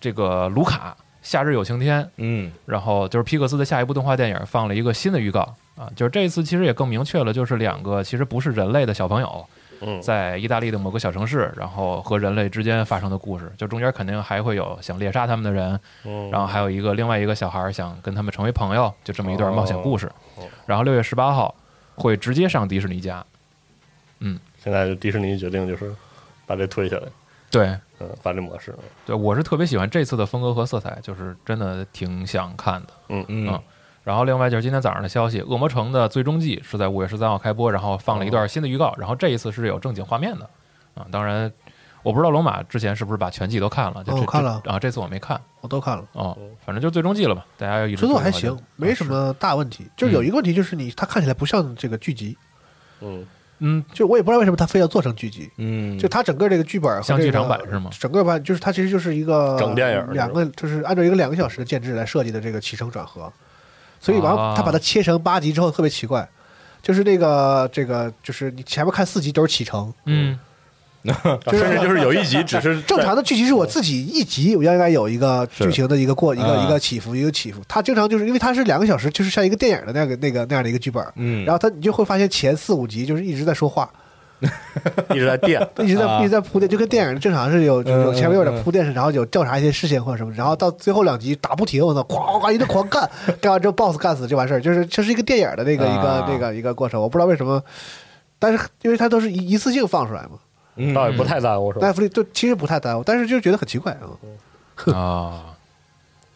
Speaker 6: 这个卢卡《夏日有晴天》
Speaker 1: 嗯，
Speaker 6: 然后就是皮克斯的下一部动画电影放了一个新的预告啊，就是这一次其实也更明确了，就是两个其实不是人类的小朋友，
Speaker 8: 嗯
Speaker 6: 在意大利的某个小城市，然后和人类之间发生的故事，就中间肯定还会有想猎杀他们的人，
Speaker 8: 嗯
Speaker 6: 然后还有一个另外一个小孩想跟他们成为朋友，就这么一段冒险故事
Speaker 8: 哦哦。
Speaker 6: 然后六月十八号会直接上迪士尼家，
Speaker 8: 现在就迪士尼决定就是把这推下来，
Speaker 6: 对。
Speaker 8: 嗯，把这模式，
Speaker 6: 对，我是特别喜欢这次的风格和色彩，就是真的挺想看的。
Speaker 1: 嗯
Speaker 6: 嗯然后另外就是今天早上的消息，《恶魔城》的最终季是在五月十三号开播，然后放了一段新的预告，然后这一次是有正经画面的啊。当然，我不知道龙马之前是不是把全季都看了，就这
Speaker 9: 哦我看了
Speaker 6: 这啊，这次我没看
Speaker 9: 我都看了，
Speaker 6: 哦，反正就最终季了吧，大家要一直
Speaker 9: 制作
Speaker 6: 追的
Speaker 9: 还
Speaker 6: 话就
Speaker 9: 行，没
Speaker 6: 啊是
Speaker 9: 什。么大问题。就是有一个问题，就是你它看起来不像这个剧集，
Speaker 8: 嗯，
Speaker 6: 嗯，
Speaker 9: 就我也不知道为什么它非要做成剧集。
Speaker 1: 嗯，
Speaker 9: 就它整个这个剧本和
Speaker 6: 像
Speaker 9: 这
Speaker 6: 剧
Speaker 9: 个
Speaker 6: 场版是吗
Speaker 9: 整个版就是它其实就是一个
Speaker 8: 整电影儿
Speaker 9: 两个就是按照一个两个小时的建制来设计的这个起承转合，所以然
Speaker 6: 啊
Speaker 9: 后它把它切成八集之后特别奇怪，就是那个这个就是你前面看四集都是起承，
Speaker 6: 嗯，
Speaker 9: 就是
Speaker 8: 啊甚至就是有一集只是
Speaker 9: 正常的剧集是我自己一集，我应该有一个
Speaker 8: 是啊
Speaker 9: 剧情的一个过一个
Speaker 1: 嗯
Speaker 9: 一个起伏一个起伏。它经常就是因为它是两个小时，就是像一个电影的那个那个那样的一个剧本。
Speaker 1: 嗯，
Speaker 9: 然后它你就会发现前四五集就是一直在说话，
Speaker 8: 一直在垫，
Speaker 9: 一直在、一直在铺垫，就跟电影正常是有就是有前面
Speaker 1: 嗯
Speaker 9: 有
Speaker 1: 嗯
Speaker 9: 点铺垫，然后有调查一些事情或者什么，然后到最后两集打不停，我操，咵咵咵一顿狂干，干完之后 BOSS 干死就完事儿，就是这是一个电影的那个一个
Speaker 1: 啊
Speaker 9: 那个一个过程，我不知道为什么。但是因为它都是一一次性放出来嘛，
Speaker 1: 嗯
Speaker 8: 倒也不太耽误，是吧？
Speaker 9: 奈弗利就其实不太耽误，但是就觉得很奇怪啊。
Speaker 6: 啊，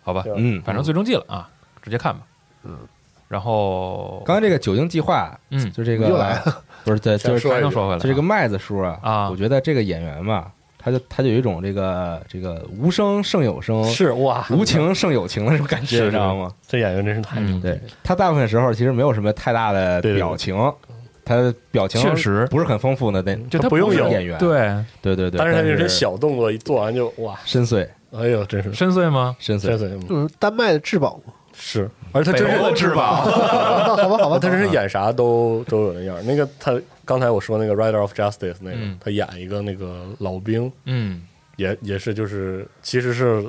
Speaker 6: 好吧，
Speaker 1: 嗯，
Speaker 6: 反正最终季了啊，直接看吧。嗯，然后
Speaker 1: 刚才这个酒精计划，
Speaker 6: 嗯
Speaker 1: 就这个
Speaker 9: 又来
Speaker 1: 不是对，就是
Speaker 8: 说
Speaker 6: 还能说回来啊，
Speaker 1: 就这个麦子叔啊，
Speaker 6: 啊
Speaker 1: 我觉得这个演员吧，他就他就有一种这个这个无声胜有声，
Speaker 8: 是哇，
Speaker 1: 无情胜有情的那种感觉，
Speaker 8: 是
Speaker 1: 你知道吗？
Speaker 8: 嗯这演员真是太牛
Speaker 6: 嗯
Speaker 8: 了，
Speaker 1: 对他大部分时候其实没有什么太大的
Speaker 8: 对对对
Speaker 1: 表情，他的表情
Speaker 6: 确实
Speaker 1: 不是很丰富的那，
Speaker 6: 就
Speaker 8: 他
Speaker 6: 他
Speaker 8: 不用
Speaker 6: 是
Speaker 8: 有
Speaker 1: 演员
Speaker 6: 对
Speaker 1: 对对对，
Speaker 8: 但是他
Speaker 1: 就
Speaker 8: 就是小动作一做完就哇，
Speaker 1: 深邃
Speaker 8: 哎呦，真是嗯
Speaker 6: 深邃吗？
Speaker 1: 深
Speaker 8: 真
Speaker 1: 邃，
Speaker 8: 是
Speaker 9: 就是丹麦的至宝嘛，
Speaker 8: 是，而且他真
Speaker 6: 北欧
Speaker 8: 是
Speaker 6: 的至宝，
Speaker 9: 好吧，好吧，好 吧，
Speaker 8: 他真是演啥都都有那样儿。那个他刚才我说那个《Rider of Justice》那个，
Speaker 6: 嗯
Speaker 8: 他演一个那个老兵，
Speaker 6: 嗯
Speaker 8: 也也是就是其实是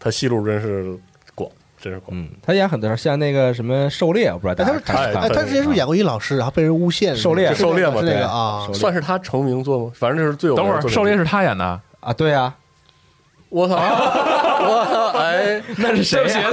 Speaker 8: 他戏路真是广，真是广。
Speaker 1: 嗯，他演很多像那个什么狩猎，我不知道大
Speaker 9: 哎，他
Speaker 1: 家
Speaker 9: 是
Speaker 1: 看
Speaker 9: 哎，
Speaker 1: 没看过啊
Speaker 9: 他之前是不是演过一老师，然后被人诬陷？
Speaker 1: 狩猎
Speaker 9: 是那
Speaker 8: 狩
Speaker 9: 个
Speaker 8: 猎嘛
Speaker 9: 是那
Speaker 8: 对
Speaker 9: 个啊，
Speaker 1: 狩猎
Speaker 8: 算是他成名作吗？反正就是最有
Speaker 6: 等会
Speaker 8: 名的
Speaker 6: 儿
Speaker 8: 作品
Speaker 6: 狩猎是他演的，
Speaker 1: 啊？对啊，
Speaker 8: 我操， 我操，哎，
Speaker 1: 那是谁呀？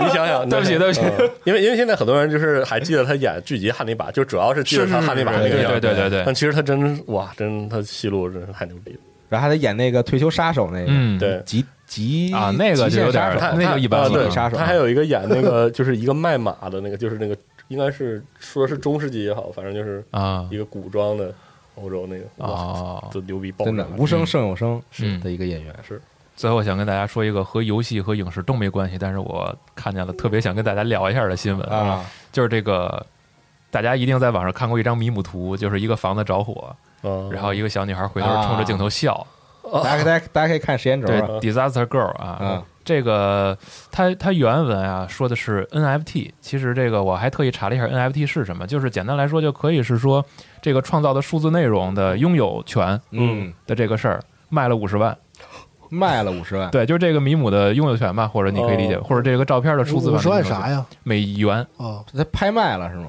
Speaker 8: 你想想，
Speaker 6: 对不起对不起
Speaker 8: 嗯因为因为现在很多人就是还记得他演剧集《汉尼拔》，就主要是记得他
Speaker 6: 是是
Speaker 8: 汉尼拔那
Speaker 6: 对
Speaker 8: 个
Speaker 6: 对
Speaker 8: 样
Speaker 6: 对
Speaker 8: 儿。
Speaker 6: 对对对
Speaker 8: 但其实他真哇，真他戏路真是太牛逼了。
Speaker 1: 然后还得演那个退休杀手那个，
Speaker 6: 嗯，
Speaker 8: 对，
Speaker 1: 极极
Speaker 6: 啊那个就有点
Speaker 1: 极限杀手
Speaker 6: 那个一般
Speaker 8: 啊
Speaker 6: 了
Speaker 8: 对
Speaker 1: 杀手
Speaker 8: 他还有一个演那个就是一个卖马的那个，就是那个应该是说是中世纪也好，反正就是
Speaker 6: 啊
Speaker 8: 一个古装的欧洲那个，哇，
Speaker 6: 哦，
Speaker 8: 就牛逼爆炸
Speaker 1: 真的
Speaker 8: 了，
Speaker 1: 无声胜有声
Speaker 6: 嗯
Speaker 1: 的一个演员，
Speaker 8: 是
Speaker 6: 最后想跟大家说一个和游戏和影视都没关系，但是我看见了特别想跟大家聊一下的新闻，
Speaker 1: 啊，
Speaker 6: 就是这个。大家一定在网上看过一张迷母图，就是一个房子着火，
Speaker 8: 啊，
Speaker 6: 然后一个小女孩回头
Speaker 1: 啊
Speaker 6: 冲着镜头笑，
Speaker 1: 大家大家大家可以看时间轴
Speaker 6: 哦对
Speaker 1: 啊，
Speaker 6: ，Disaster Girl 啊，
Speaker 1: 嗯
Speaker 6: 这个它它原文啊说的是 NFT，其实这个我还特意查了一下 NFT 是什么，就是简单来说就可以是说这个创造的数字内容的拥有权
Speaker 1: 嗯，
Speaker 6: 的这个事儿。卖了五十万，
Speaker 1: 卖了五十万，
Speaker 6: 对，就是这个米姆的拥有权吧，或者你可以理解，
Speaker 8: 哦
Speaker 6: 或者这个照片的数字
Speaker 9: 五
Speaker 6: 版
Speaker 9: 十
Speaker 6: 的拥
Speaker 9: 万
Speaker 6: 有权
Speaker 9: 啥呀？
Speaker 6: 美元，
Speaker 9: 哦，
Speaker 1: 他拍卖了是吗？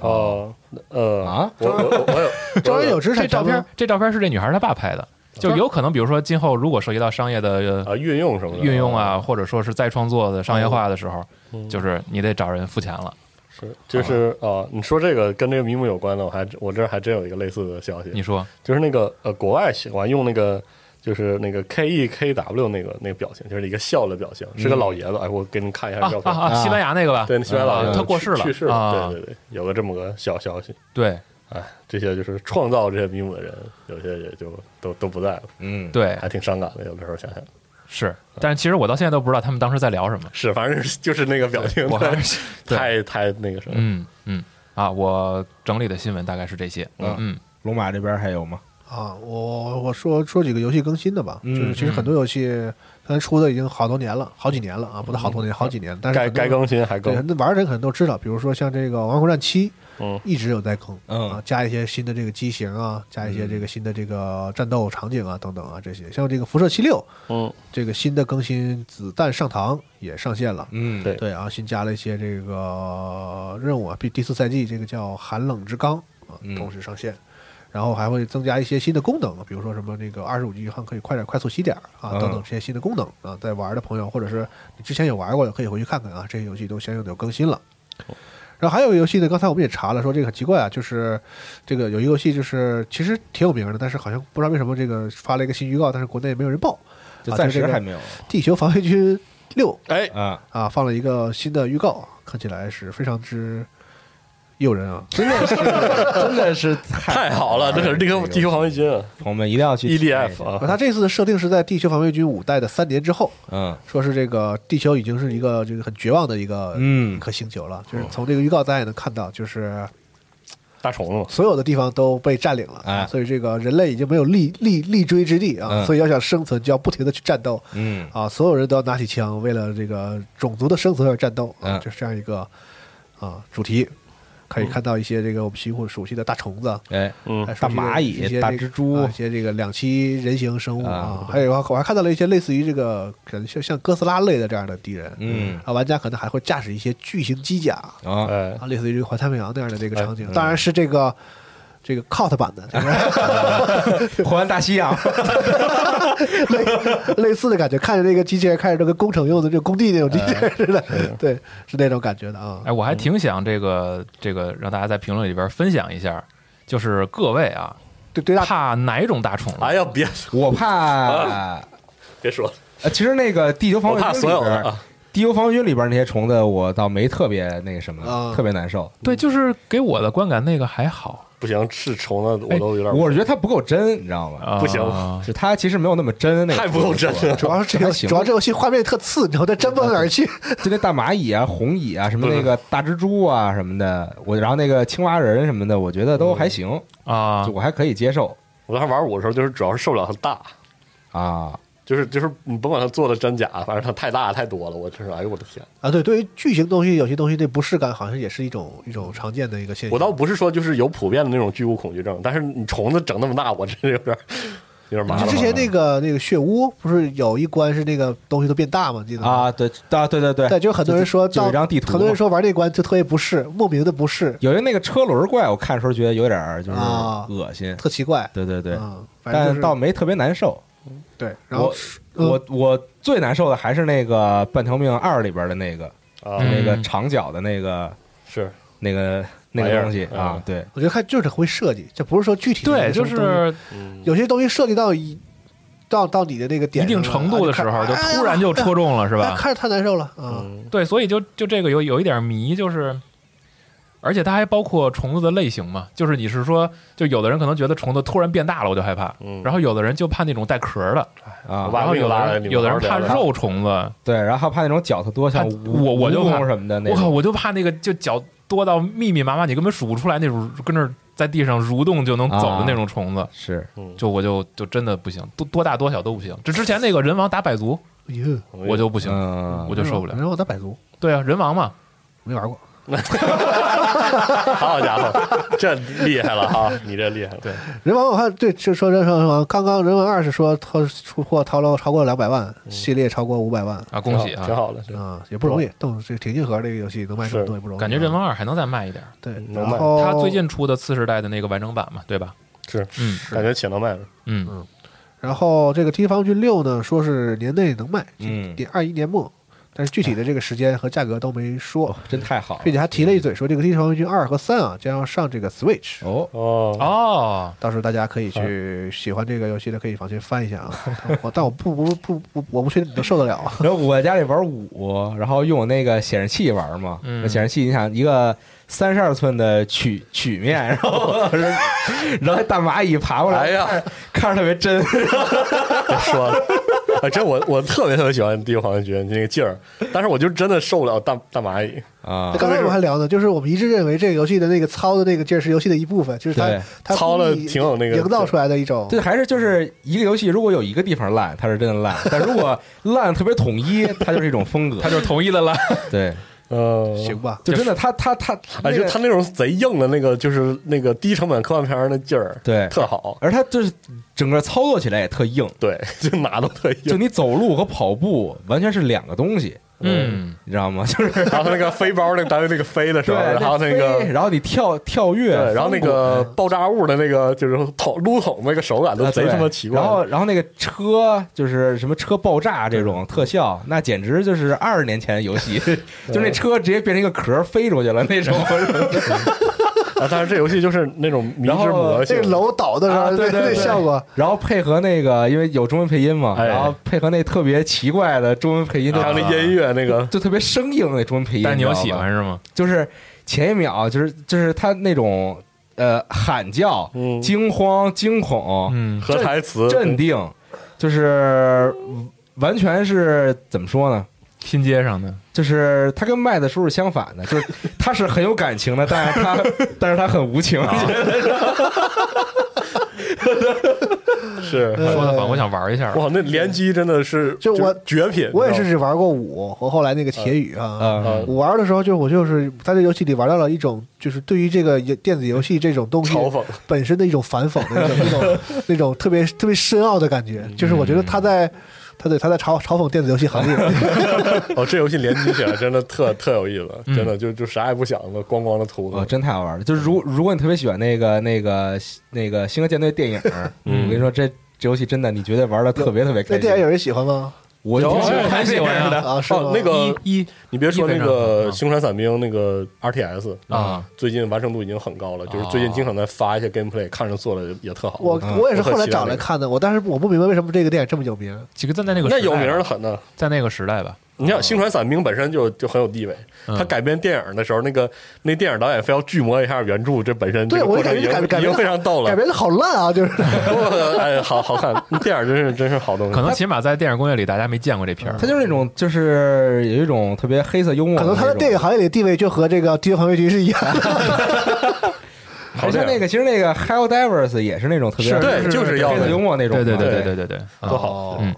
Speaker 8: 哦，呃
Speaker 1: 啊，
Speaker 8: 我我我我 有，
Speaker 9: 照人有知识
Speaker 6: 这
Speaker 9: 产
Speaker 6: 照
Speaker 9: 权
Speaker 6: 片
Speaker 9: 吗？
Speaker 6: 这照片是这女孩她爸
Speaker 8: 哦
Speaker 6: 拍的，就有可能，比如说今后如果涉及到商业的
Speaker 8: 啊运用什么的
Speaker 6: 运用啊，，或者说是再创作的商业化的时候，
Speaker 8: 嗯
Speaker 6: 就是你得找人付钱了。
Speaker 8: 是就是啊，你说这个跟这个迷雾有关的，我还我这儿还真有一个类似的消息，
Speaker 6: 你说
Speaker 8: 就是那个呃，国外喜欢用那个，就是那个 K E K W 那个那个表情，就是一个笑的表情，是个
Speaker 6: 嗯
Speaker 8: 老爷子。哎，我给你们看一下
Speaker 6: 啊
Speaker 8: 照片。
Speaker 6: 啊啊！西班牙那个吧，
Speaker 8: 对，那西班牙老爷
Speaker 6: 啊
Speaker 8: 子
Speaker 6: 他过世了，
Speaker 8: 去世
Speaker 6: 啊
Speaker 8: 了。对对对，有个这么个小消息。
Speaker 6: 对
Speaker 8: 哎，这些就是创造这些迷雾的人，有些也就都都不在了，
Speaker 1: 嗯，
Speaker 6: 对
Speaker 8: 还挺伤感的。有的时候想想，
Speaker 6: 是，但是其实我到现在都不知道他们当时在聊什么。
Speaker 8: 是，反正是就是那个表情，
Speaker 6: 我还是 对，
Speaker 8: 太太那个什么。
Speaker 6: 嗯嗯啊，我整理的新闻大概是这些。
Speaker 1: 嗯
Speaker 6: 嗯
Speaker 1: 龙马这边还有吗？
Speaker 9: 啊，我我我说说几个游戏更新的吧，
Speaker 1: 嗯
Speaker 9: 就是其实很多游戏咱出的已经好多年了，好几年了啊，不是好多年，好几年，但
Speaker 8: 嗯
Speaker 9: 是
Speaker 8: 该
Speaker 9: 很多
Speaker 8: 该更新还更
Speaker 9: 对，，那玩的人可能都知道，比如说像这个《王国战七》，
Speaker 8: 嗯
Speaker 9: 一直有在更，
Speaker 1: 嗯
Speaker 9: 啊，加一些新的这个机型啊，加一些
Speaker 8: 嗯
Speaker 9: 这个新的这个战斗场景啊，等等啊这些，像这个《辐射七六》，
Speaker 8: 嗯，
Speaker 9: 这个新的更新《子弹上膛》也上线了。
Speaker 1: 嗯，
Speaker 8: 对
Speaker 9: 对啊，新加了一些这个任务啊，第第四赛季这个叫寒冷之钢啊
Speaker 1: 嗯，
Speaker 9: 同时上线，然后还会增加一些新的功能，啊比如说什么那个二十五级续航可以快点快速洗点儿啊，
Speaker 1: 嗯
Speaker 9: 等等这些新的功能啊，在玩的朋友或者是你之前有玩过的，可以回去看看啊，这些游戏都相应的有更新了。然后还有一个游戏呢，刚才我们也查了，说这个很奇怪啊，就是这个有一个游戏就是其实挺有名的，但是好像不知道为什么这个发了一个新预告，但是国内没有人报，
Speaker 1: 就
Speaker 9: 啊
Speaker 1: 暂
Speaker 9: 就
Speaker 1: 时
Speaker 9: 这个
Speaker 1: 还没有
Speaker 9: 《地球防卫军六》
Speaker 8: 哎，
Speaker 1: 啊，
Speaker 9: 啊，放了一个新的预告，看起来是非常之诱人啊！
Speaker 1: 真的是真的是太
Speaker 8: 太好了，
Speaker 6: 哎
Speaker 8: 这可是地球地球防卫军啊
Speaker 1: 哎朋友们一定要去体验一下
Speaker 8: EDF 啊
Speaker 9: 那，它这次的设定是在《地球防卫军五代》的三年之后，
Speaker 1: 嗯
Speaker 9: 说是这个地球已经是一个这个很绝望的一个一
Speaker 1: 嗯
Speaker 9: 颗星球了，就是从这个预告大家也能看到，就是
Speaker 8: 大虫子嘛，
Speaker 9: 所有的地方都被占领了，啊
Speaker 1: 哎
Speaker 9: 所以这个人类已经没有立立立锥之地啊，
Speaker 1: 嗯
Speaker 9: 所以要想生存就要不停的去战斗，
Speaker 1: 嗯
Speaker 9: 啊，所有人都要拿起枪，为了这个种族的生存而战斗
Speaker 1: 嗯
Speaker 9: 啊，就是这样一个啊主题。可以看到一些这个我们几乎熟悉的大虫子，啊
Speaker 1: 哎
Speaker 8: 嗯
Speaker 9: 还，熟
Speaker 1: 大
Speaker 9: 悉的
Speaker 1: 蚂
Speaker 9: 一些
Speaker 1: 蚁、大
Speaker 9: 这个
Speaker 1: 蜘蛛
Speaker 9: 啊一些这个两栖人形生物啊
Speaker 1: 啊，
Speaker 9: 还有我还看到了一些类似于这个感觉像像哥斯拉类的这样的敌人，
Speaker 1: 嗯
Speaker 9: 啊，玩家可能还会驾驶一些巨型机甲
Speaker 1: 啊，
Speaker 8: 哎，
Speaker 9: 啊，类似于这个环太平洋那样的这个
Speaker 8: 哎
Speaker 9: 场景，
Speaker 1: 嗯
Speaker 9: 当然是这个这个 COT 版的，这
Speaker 1: 环大西洋，
Speaker 9: 个类类似的感觉，看着这个机器人，看着这个工程用的这个工地那种机器
Speaker 1: 嗯
Speaker 9: 人似的，对，是那种感觉的啊
Speaker 6: 哎，。我还挺想这个这个让大家在评论里边分享一下，就是各位啊，
Speaker 9: 对对大
Speaker 6: 怕哪种大虫
Speaker 8: 哎
Speaker 6: 了？
Speaker 8: 呀，别
Speaker 1: 我怕。
Speaker 8: 别说了，
Speaker 1: 呃，其实那个地球防卫
Speaker 8: 我怕
Speaker 1: 军里
Speaker 8: 所有的
Speaker 1: 边儿
Speaker 8: 啊，
Speaker 1: 地球防卫军里边儿那些虫子，我倒没特别那个什么，
Speaker 9: 啊
Speaker 1: 特别难受。
Speaker 6: 对，就是给我的观感那个还好
Speaker 8: 不行，是虫子
Speaker 6: 哎
Speaker 8: 我都有点
Speaker 1: 我是觉得它不够真，你知道吗？
Speaker 6: 啊，
Speaker 8: 不行
Speaker 1: 就它其实没有那么真，那个
Speaker 8: 太不够真了
Speaker 9: 主要是这个，
Speaker 1: 还行
Speaker 9: 主要这游戏画面特次，你知道，它真不到哪儿去。
Speaker 1: 就那大蚂蚁啊、红蚁啊、什么那个大蜘蛛啊什么的，我然后那个青蛙人什么的，我觉得都还行，
Speaker 6: 啊
Speaker 1: 就，我还可以接受
Speaker 8: 我当时玩五的时候，就是主要是受不了它大，
Speaker 1: 啊。
Speaker 8: 就是就是你甭管它做的真假，反正它太大太多了，我真是哎呦我的天！
Speaker 9: 啊，对，对于巨型东西，有些东西这不适感，好像也是一种一种常见的一个现象。
Speaker 8: 我倒不是说就是有普遍的那种巨物恐惧症，但是你虫子整那么大，我真是有点有点麻
Speaker 9: 就
Speaker 8: 烦。
Speaker 9: 之前那个那个血屋，不是有一关是那个东西都变大吗？记得吗？
Speaker 1: 啊，对啊，对对对，
Speaker 9: 对，就很多人说
Speaker 1: 就有一
Speaker 9: 到
Speaker 1: 张地图嘛，
Speaker 9: 很多人说玩那关就特别不适，莫名的不适，
Speaker 1: 有一个那个车轮怪，我看的时候觉得有点儿就是
Speaker 9: 啊
Speaker 1: 恶心，
Speaker 9: 特奇怪。
Speaker 1: 对对对，
Speaker 9: 嗯，反正就
Speaker 1: 但
Speaker 9: 是
Speaker 1: 倒没特别难受。
Speaker 9: 对，然后嗯
Speaker 1: 我我我最难受的还是那个《半条命二》里边的那个、
Speaker 8: 啊，
Speaker 6: 嗯
Speaker 1: 那个长脚的那个
Speaker 8: 是
Speaker 1: 那个那
Speaker 8: 玩意
Speaker 1: 个
Speaker 8: 儿
Speaker 1: 东西啊
Speaker 8: 嗯，
Speaker 1: 对，
Speaker 9: 我觉得看就是会设计，这不是说具体的那
Speaker 6: 对，
Speaker 9: 个
Speaker 6: 就
Speaker 9: 什么东西
Speaker 6: 是
Speaker 8: 嗯，
Speaker 9: 有些东西设计到一到到你的那个
Speaker 6: 一
Speaker 9: 点
Speaker 6: 定
Speaker 9: 上了
Speaker 6: 程度的时候，
Speaker 9: 啊
Speaker 6: 就
Speaker 9: 看哎呀
Speaker 6: 突然就戳中了，是
Speaker 9: 哎
Speaker 6: 吧？
Speaker 9: 看着太难受了啊。
Speaker 8: 嗯
Speaker 6: 对，所以就就这个有有一点迷，就是而且它还包括虫子的类型嘛，就是你是说，就有的人可能觉得虫子突然变大了我就害怕，
Speaker 8: 嗯
Speaker 6: 然后有的人就怕那种带壳儿的，
Speaker 1: 啊
Speaker 8: 我，把
Speaker 6: 然后
Speaker 8: 命
Speaker 6: 有
Speaker 8: 拉
Speaker 6: 的
Speaker 8: 来，
Speaker 6: 人
Speaker 8: 你
Speaker 6: 有
Speaker 8: 们
Speaker 6: 的
Speaker 8: 好好
Speaker 6: 人怕
Speaker 8: 聊聊
Speaker 6: 肉虫子，
Speaker 1: 对，然后还怕那种脚特多，像
Speaker 6: 它
Speaker 1: 蜈
Speaker 6: 我我就
Speaker 1: 蜈
Speaker 6: 怕
Speaker 1: 蚣什么的那
Speaker 6: 我靠，
Speaker 1: 种。
Speaker 6: 我就怕那个就脚多到密密麻麻，你根本数不出来那种跟那儿在地上蠕动就能走的那种虫子，
Speaker 1: 是
Speaker 6: 就我就就真的不行，多多大多小都不行。这之前那个人王打百足，
Speaker 9: 哟，
Speaker 6: 我就不行，
Speaker 1: 嗯
Speaker 6: 我就受不了。
Speaker 9: 然后我打百足
Speaker 6: 对啊，人王嘛，
Speaker 9: 没玩过，
Speaker 8: 好家伙，这厉害了哈，你这厉害了，对，
Speaker 9: 人王我看对，就说人王人王，刚刚人王二是说他出货套牢超过两百万，系列超过五百万
Speaker 6: 啊，恭喜
Speaker 8: 挺
Speaker 6: 啊！
Speaker 8: 好的，挺好的
Speaker 9: 啊，也不容易，动这挺硬核这个游戏能卖这么多也不容易，
Speaker 6: 感觉人王二还能再卖一点儿，
Speaker 9: 对，
Speaker 8: 能
Speaker 9: 然
Speaker 8: 卖
Speaker 9: 后
Speaker 6: 他最近出的次世代的那个完整版嘛，对吧？
Speaker 8: 是
Speaker 6: 嗯
Speaker 8: 感觉挺能卖的，
Speaker 6: 嗯，
Speaker 9: 然后这个《敌防军六》呢，说是年内能卖，
Speaker 1: 嗯
Speaker 9: 年二一年末，但是具体的这个时间和价格都没说，
Speaker 1: 真太好了
Speaker 9: 并且还提了一嘴说，这个《敌防军二》和三啊将要上这个 Switch，
Speaker 1: 哦，
Speaker 8: 哦，
Speaker 6: 哦，
Speaker 9: 到时候大家可以去喜欢这个游戏的可以往前翻一下啊。我但我不不不不，我不确定你能受得了啊。
Speaker 1: 然后我在家里玩五，然后用我那个显示器玩嘛，
Speaker 6: 嗯
Speaker 1: 那显示器你想一个三十二寸的曲曲面，然后然后还大蚂蚁爬过来，
Speaker 8: 哎呀
Speaker 1: 看着看着特别真，
Speaker 8: 别说 了。啊，真我我特别特别喜欢《地狱防御局》那个劲儿，但是我就真的受不了大大蚂蚁，
Speaker 1: 啊，
Speaker 9: 刚才我们还聊呢，就是我们一致认为这个游戏的那个操的那个劲儿是游戏的一部分，就是它
Speaker 1: 对
Speaker 9: 它
Speaker 8: 操了
Speaker 9: 故意
Speaker 8: 挺有那个
Speaker 9: 营造出来的一种
Speaker 1: 对，还是就是一个游戏，如果有一个地方烂，它是真的烂；但如果烂特别统一，它就是一种风 格
Speaker 6: 他。就是同意了啦。
Speaker 1: 对，
Speaker 8: 嗯，
Speaker 9: 行吧。
Speaker 1: 就真的，它它它，
Speaker 8: 啊，
Speaker 1: 那
Speaker 8: 就
Speaker 1: 个
Speaker 8: 他那种贼硬的那个，就是那个低成本科幻片儿那劲儿，
Speaker 1: 对
Speaker 8: 特好，
Speaker 1: 而它就是整个操作起来也特硬，
Speaker 8: 对， 就哪都特
Speaker 1: 就
Speaker 8: 硬。
Speaker 1: 你走路和跑步完全是两个东西，
Speaker 6: 嗯，
Speaker 1: 你知道吗？ 就是
Speaker 8: 然后他那个飞包那个单位那个飞的时
Speaker 1: 对，
Speaker 8: 候， 然后那
Speaker 1: 飞
Speaker 8: 个
Speaker 1: 然后你跳跳跃，
Speaker 8: 对，然后那个爆炸物的那个就是桶撸桶那个手感
Speaker 1: 翻滚
Speaker 8: 都
Speaker 1: 啊
Speaker 8: 贼
Speaker 1: 对
Speaker 8: 他妈奇怪。
Speaker 1: 然后然后那个车就是什么车爆炸这种特效，那简直就是二十年前的游 戏，就那车直接变成一个壳飞出去了那种。
Speaker 8: 啊，但是这游戏就是那种迷之
Speaker 1: 然后
Speaker 8: 魔
Speaker 9: 这
Speaker 8: 性
Speaker 9: 个，楼倒的时
Speaker 1: 啊
Speaker 9: 候，
Speaker 1: 对
Speaker 9: 那
Speaker 1: 对
Speaker 9: 那
Speaker 1: 对
Speaker 9: 效果，
Speaker 1: 然后配合那个，因为有中文配音嘛，
Speaker 8: 哎啊
Speaker 1: 然后配合那特别奇怪的中文配音，就
Speaker 8: 还有那音乐那个
Speaker 1: 就特别生硬的中文配音。
Speaker 6: 但是你有
Speaker 1: 知
Speaker 6: 喜
Speaker 1: 道吗
Speaker 6: 欢是吗？
Speaker 1: 就是前一秒就是就是他那种呃喊叫、
Speaker 8: 嗯
Speaker 1: 惊慌、惊恐、
Speaker 6: 嗯
Speaker 8: 和台词，
Speaker 1: 镇定，就是完全是怎么说呢？
Speaker 6: 拼接上的，
Speaker 1: 就是他跟麦子叔是相反的，就是他是很有感情的，但是他但是他很无
Speaker 6: 啊
Speaker 1: 情。
Speaker 8: 是
Speaker 1: 呃
Speaker 6: 说的反我想玩一下。
Speaker 8: 哇，那联机真的是
Speaker 9: 就我
Speaker 8: 是绝品，
Speaker 9: 我也是
Speaker 8: 你知
Speaker 9: 只玩过五和后来那个铁雨啊。
Speaker 1: 嗯
Speaker 8: 道吗
Speaker 9: 我玩的时候，就是我就是在这游戏里玩到了一种，就是对于这个游电子游戏这种东西
Speaker 8: 嘲讽
Speaker 9: 本身的一种反讽的一种那种那种特别特别深奥的感觉，就是我觉得他在他对他在嘲嘲讽电子游戏行业，
Speaker 8: 哦，这游戏联机起来真的特特有意
Speaker 1: 嗯
Speaker 8: 思，真的就就啥也不想了，咣咣的涂
Speaker 1: 哦，
Speaker 8: 的。
Speaker 1: 真太好玩了！就是如如果你特别喜欢那个那个那个《星河舰队》电影，
Speaker 8: 嗯
Speaker 1: 我跟你说，这这游戏真的，你绝对玩的特别特别
Speaker 9: 那
Speaker 1: 开
Speaker 9: 电影
Speaker 1: 心。
Speaker 9: 有人喜欢吗？
Speaker 1: 我
Speaker 8: 有
Speaker 1: 挺喜
Speaker 8: 有
Speaker 1: 欢
Speaker 6: 很喜欢
Speaker 1: 看
Speaker 6: 呀
Speaker 1: 的，
Speaker 9: 啊，是吗
Speaker 8: 哦，那个
Speaker 6: 一一
Speaker 8: 你别说那
Speaker 6: 一非常好
Speaker 8: 个
Speaker 9: 啊
Speaker 6: 嗯
Speaker 8: 《星船散兵》那个 RTS
Speaker 6: 啊，哦
Speaker 8: 最近完成度已经很高了，就是最近经常在发一些 gameplay，看着做的也特好。
Speaker 9: 我
Speaker 1: 嗯
Speaker 9: 我也是后
Speaker 8: 我很
Speaker 9: 来找
Speaker 8: 期待那
Speaker 9: 来
Speaker 8: 个
Speaker 9: 看的，我但是我不明白为什么这个电影这么有名。
Speaker 6: 几个字在那个
Speaker 8: 那
Speaker 6: 时代啊嗯
Speaker 8: 有
Speaker 6: 吧
Speaker 8: 名的很呢。
Speaker 6: 在那个时代吧，
Speaker 8: 你想《星船散兵》本身就就很有地位，
Speaker 6: 嗯
Speaker 8: 他改编电影的时候，那个那电影导演非要剧磨一下原著，这本身
Speaker 9: 对，
Speaker 8: 这个
Speaker 9: 我
Speaker 8: 过
Speaker 9: 就
Speaker 8: 程
Speaker 9: 感
Speaker 8: 已
Speaker 9: 觉改
Speaker 8: 经
Speaker 9: 改
Speaker 8: 已
Speaker 9: 编
Speaker 8: 经
Speaker 9: 得
Speaker 8: 非常逗了
Speaker 9: 改。编的好烂啊，就是
Speaker 8: 哎，好好看，电影真是真是好东西。
Speaker 6: 可能起码在电影工业里大家没见过这片儿。
Speaker 1: 它就是那种，就是有一种特别黑色幽默
Speaker 9: 可
Speaker 1: 的那
Speaker 9: 能
Speaker 1: 种，
Speaker 9: 他在电影行业里的地位就和这个《地球防卫局》是一样的。
Speaker 1: 好像那个，其实那个《Hell Divers》也是那种特别
Speaker 6: 是
Speaker 8: 对就是要
Speaker 1: 黑色幽默那种
Speaker 6: 对
Speaker 1: 嘛，
Speaker 6: 对
Speaker 8: 对
Speaker 6: 对对对对对，
Speaker 8: 多好。
Speaker 6: 嗯，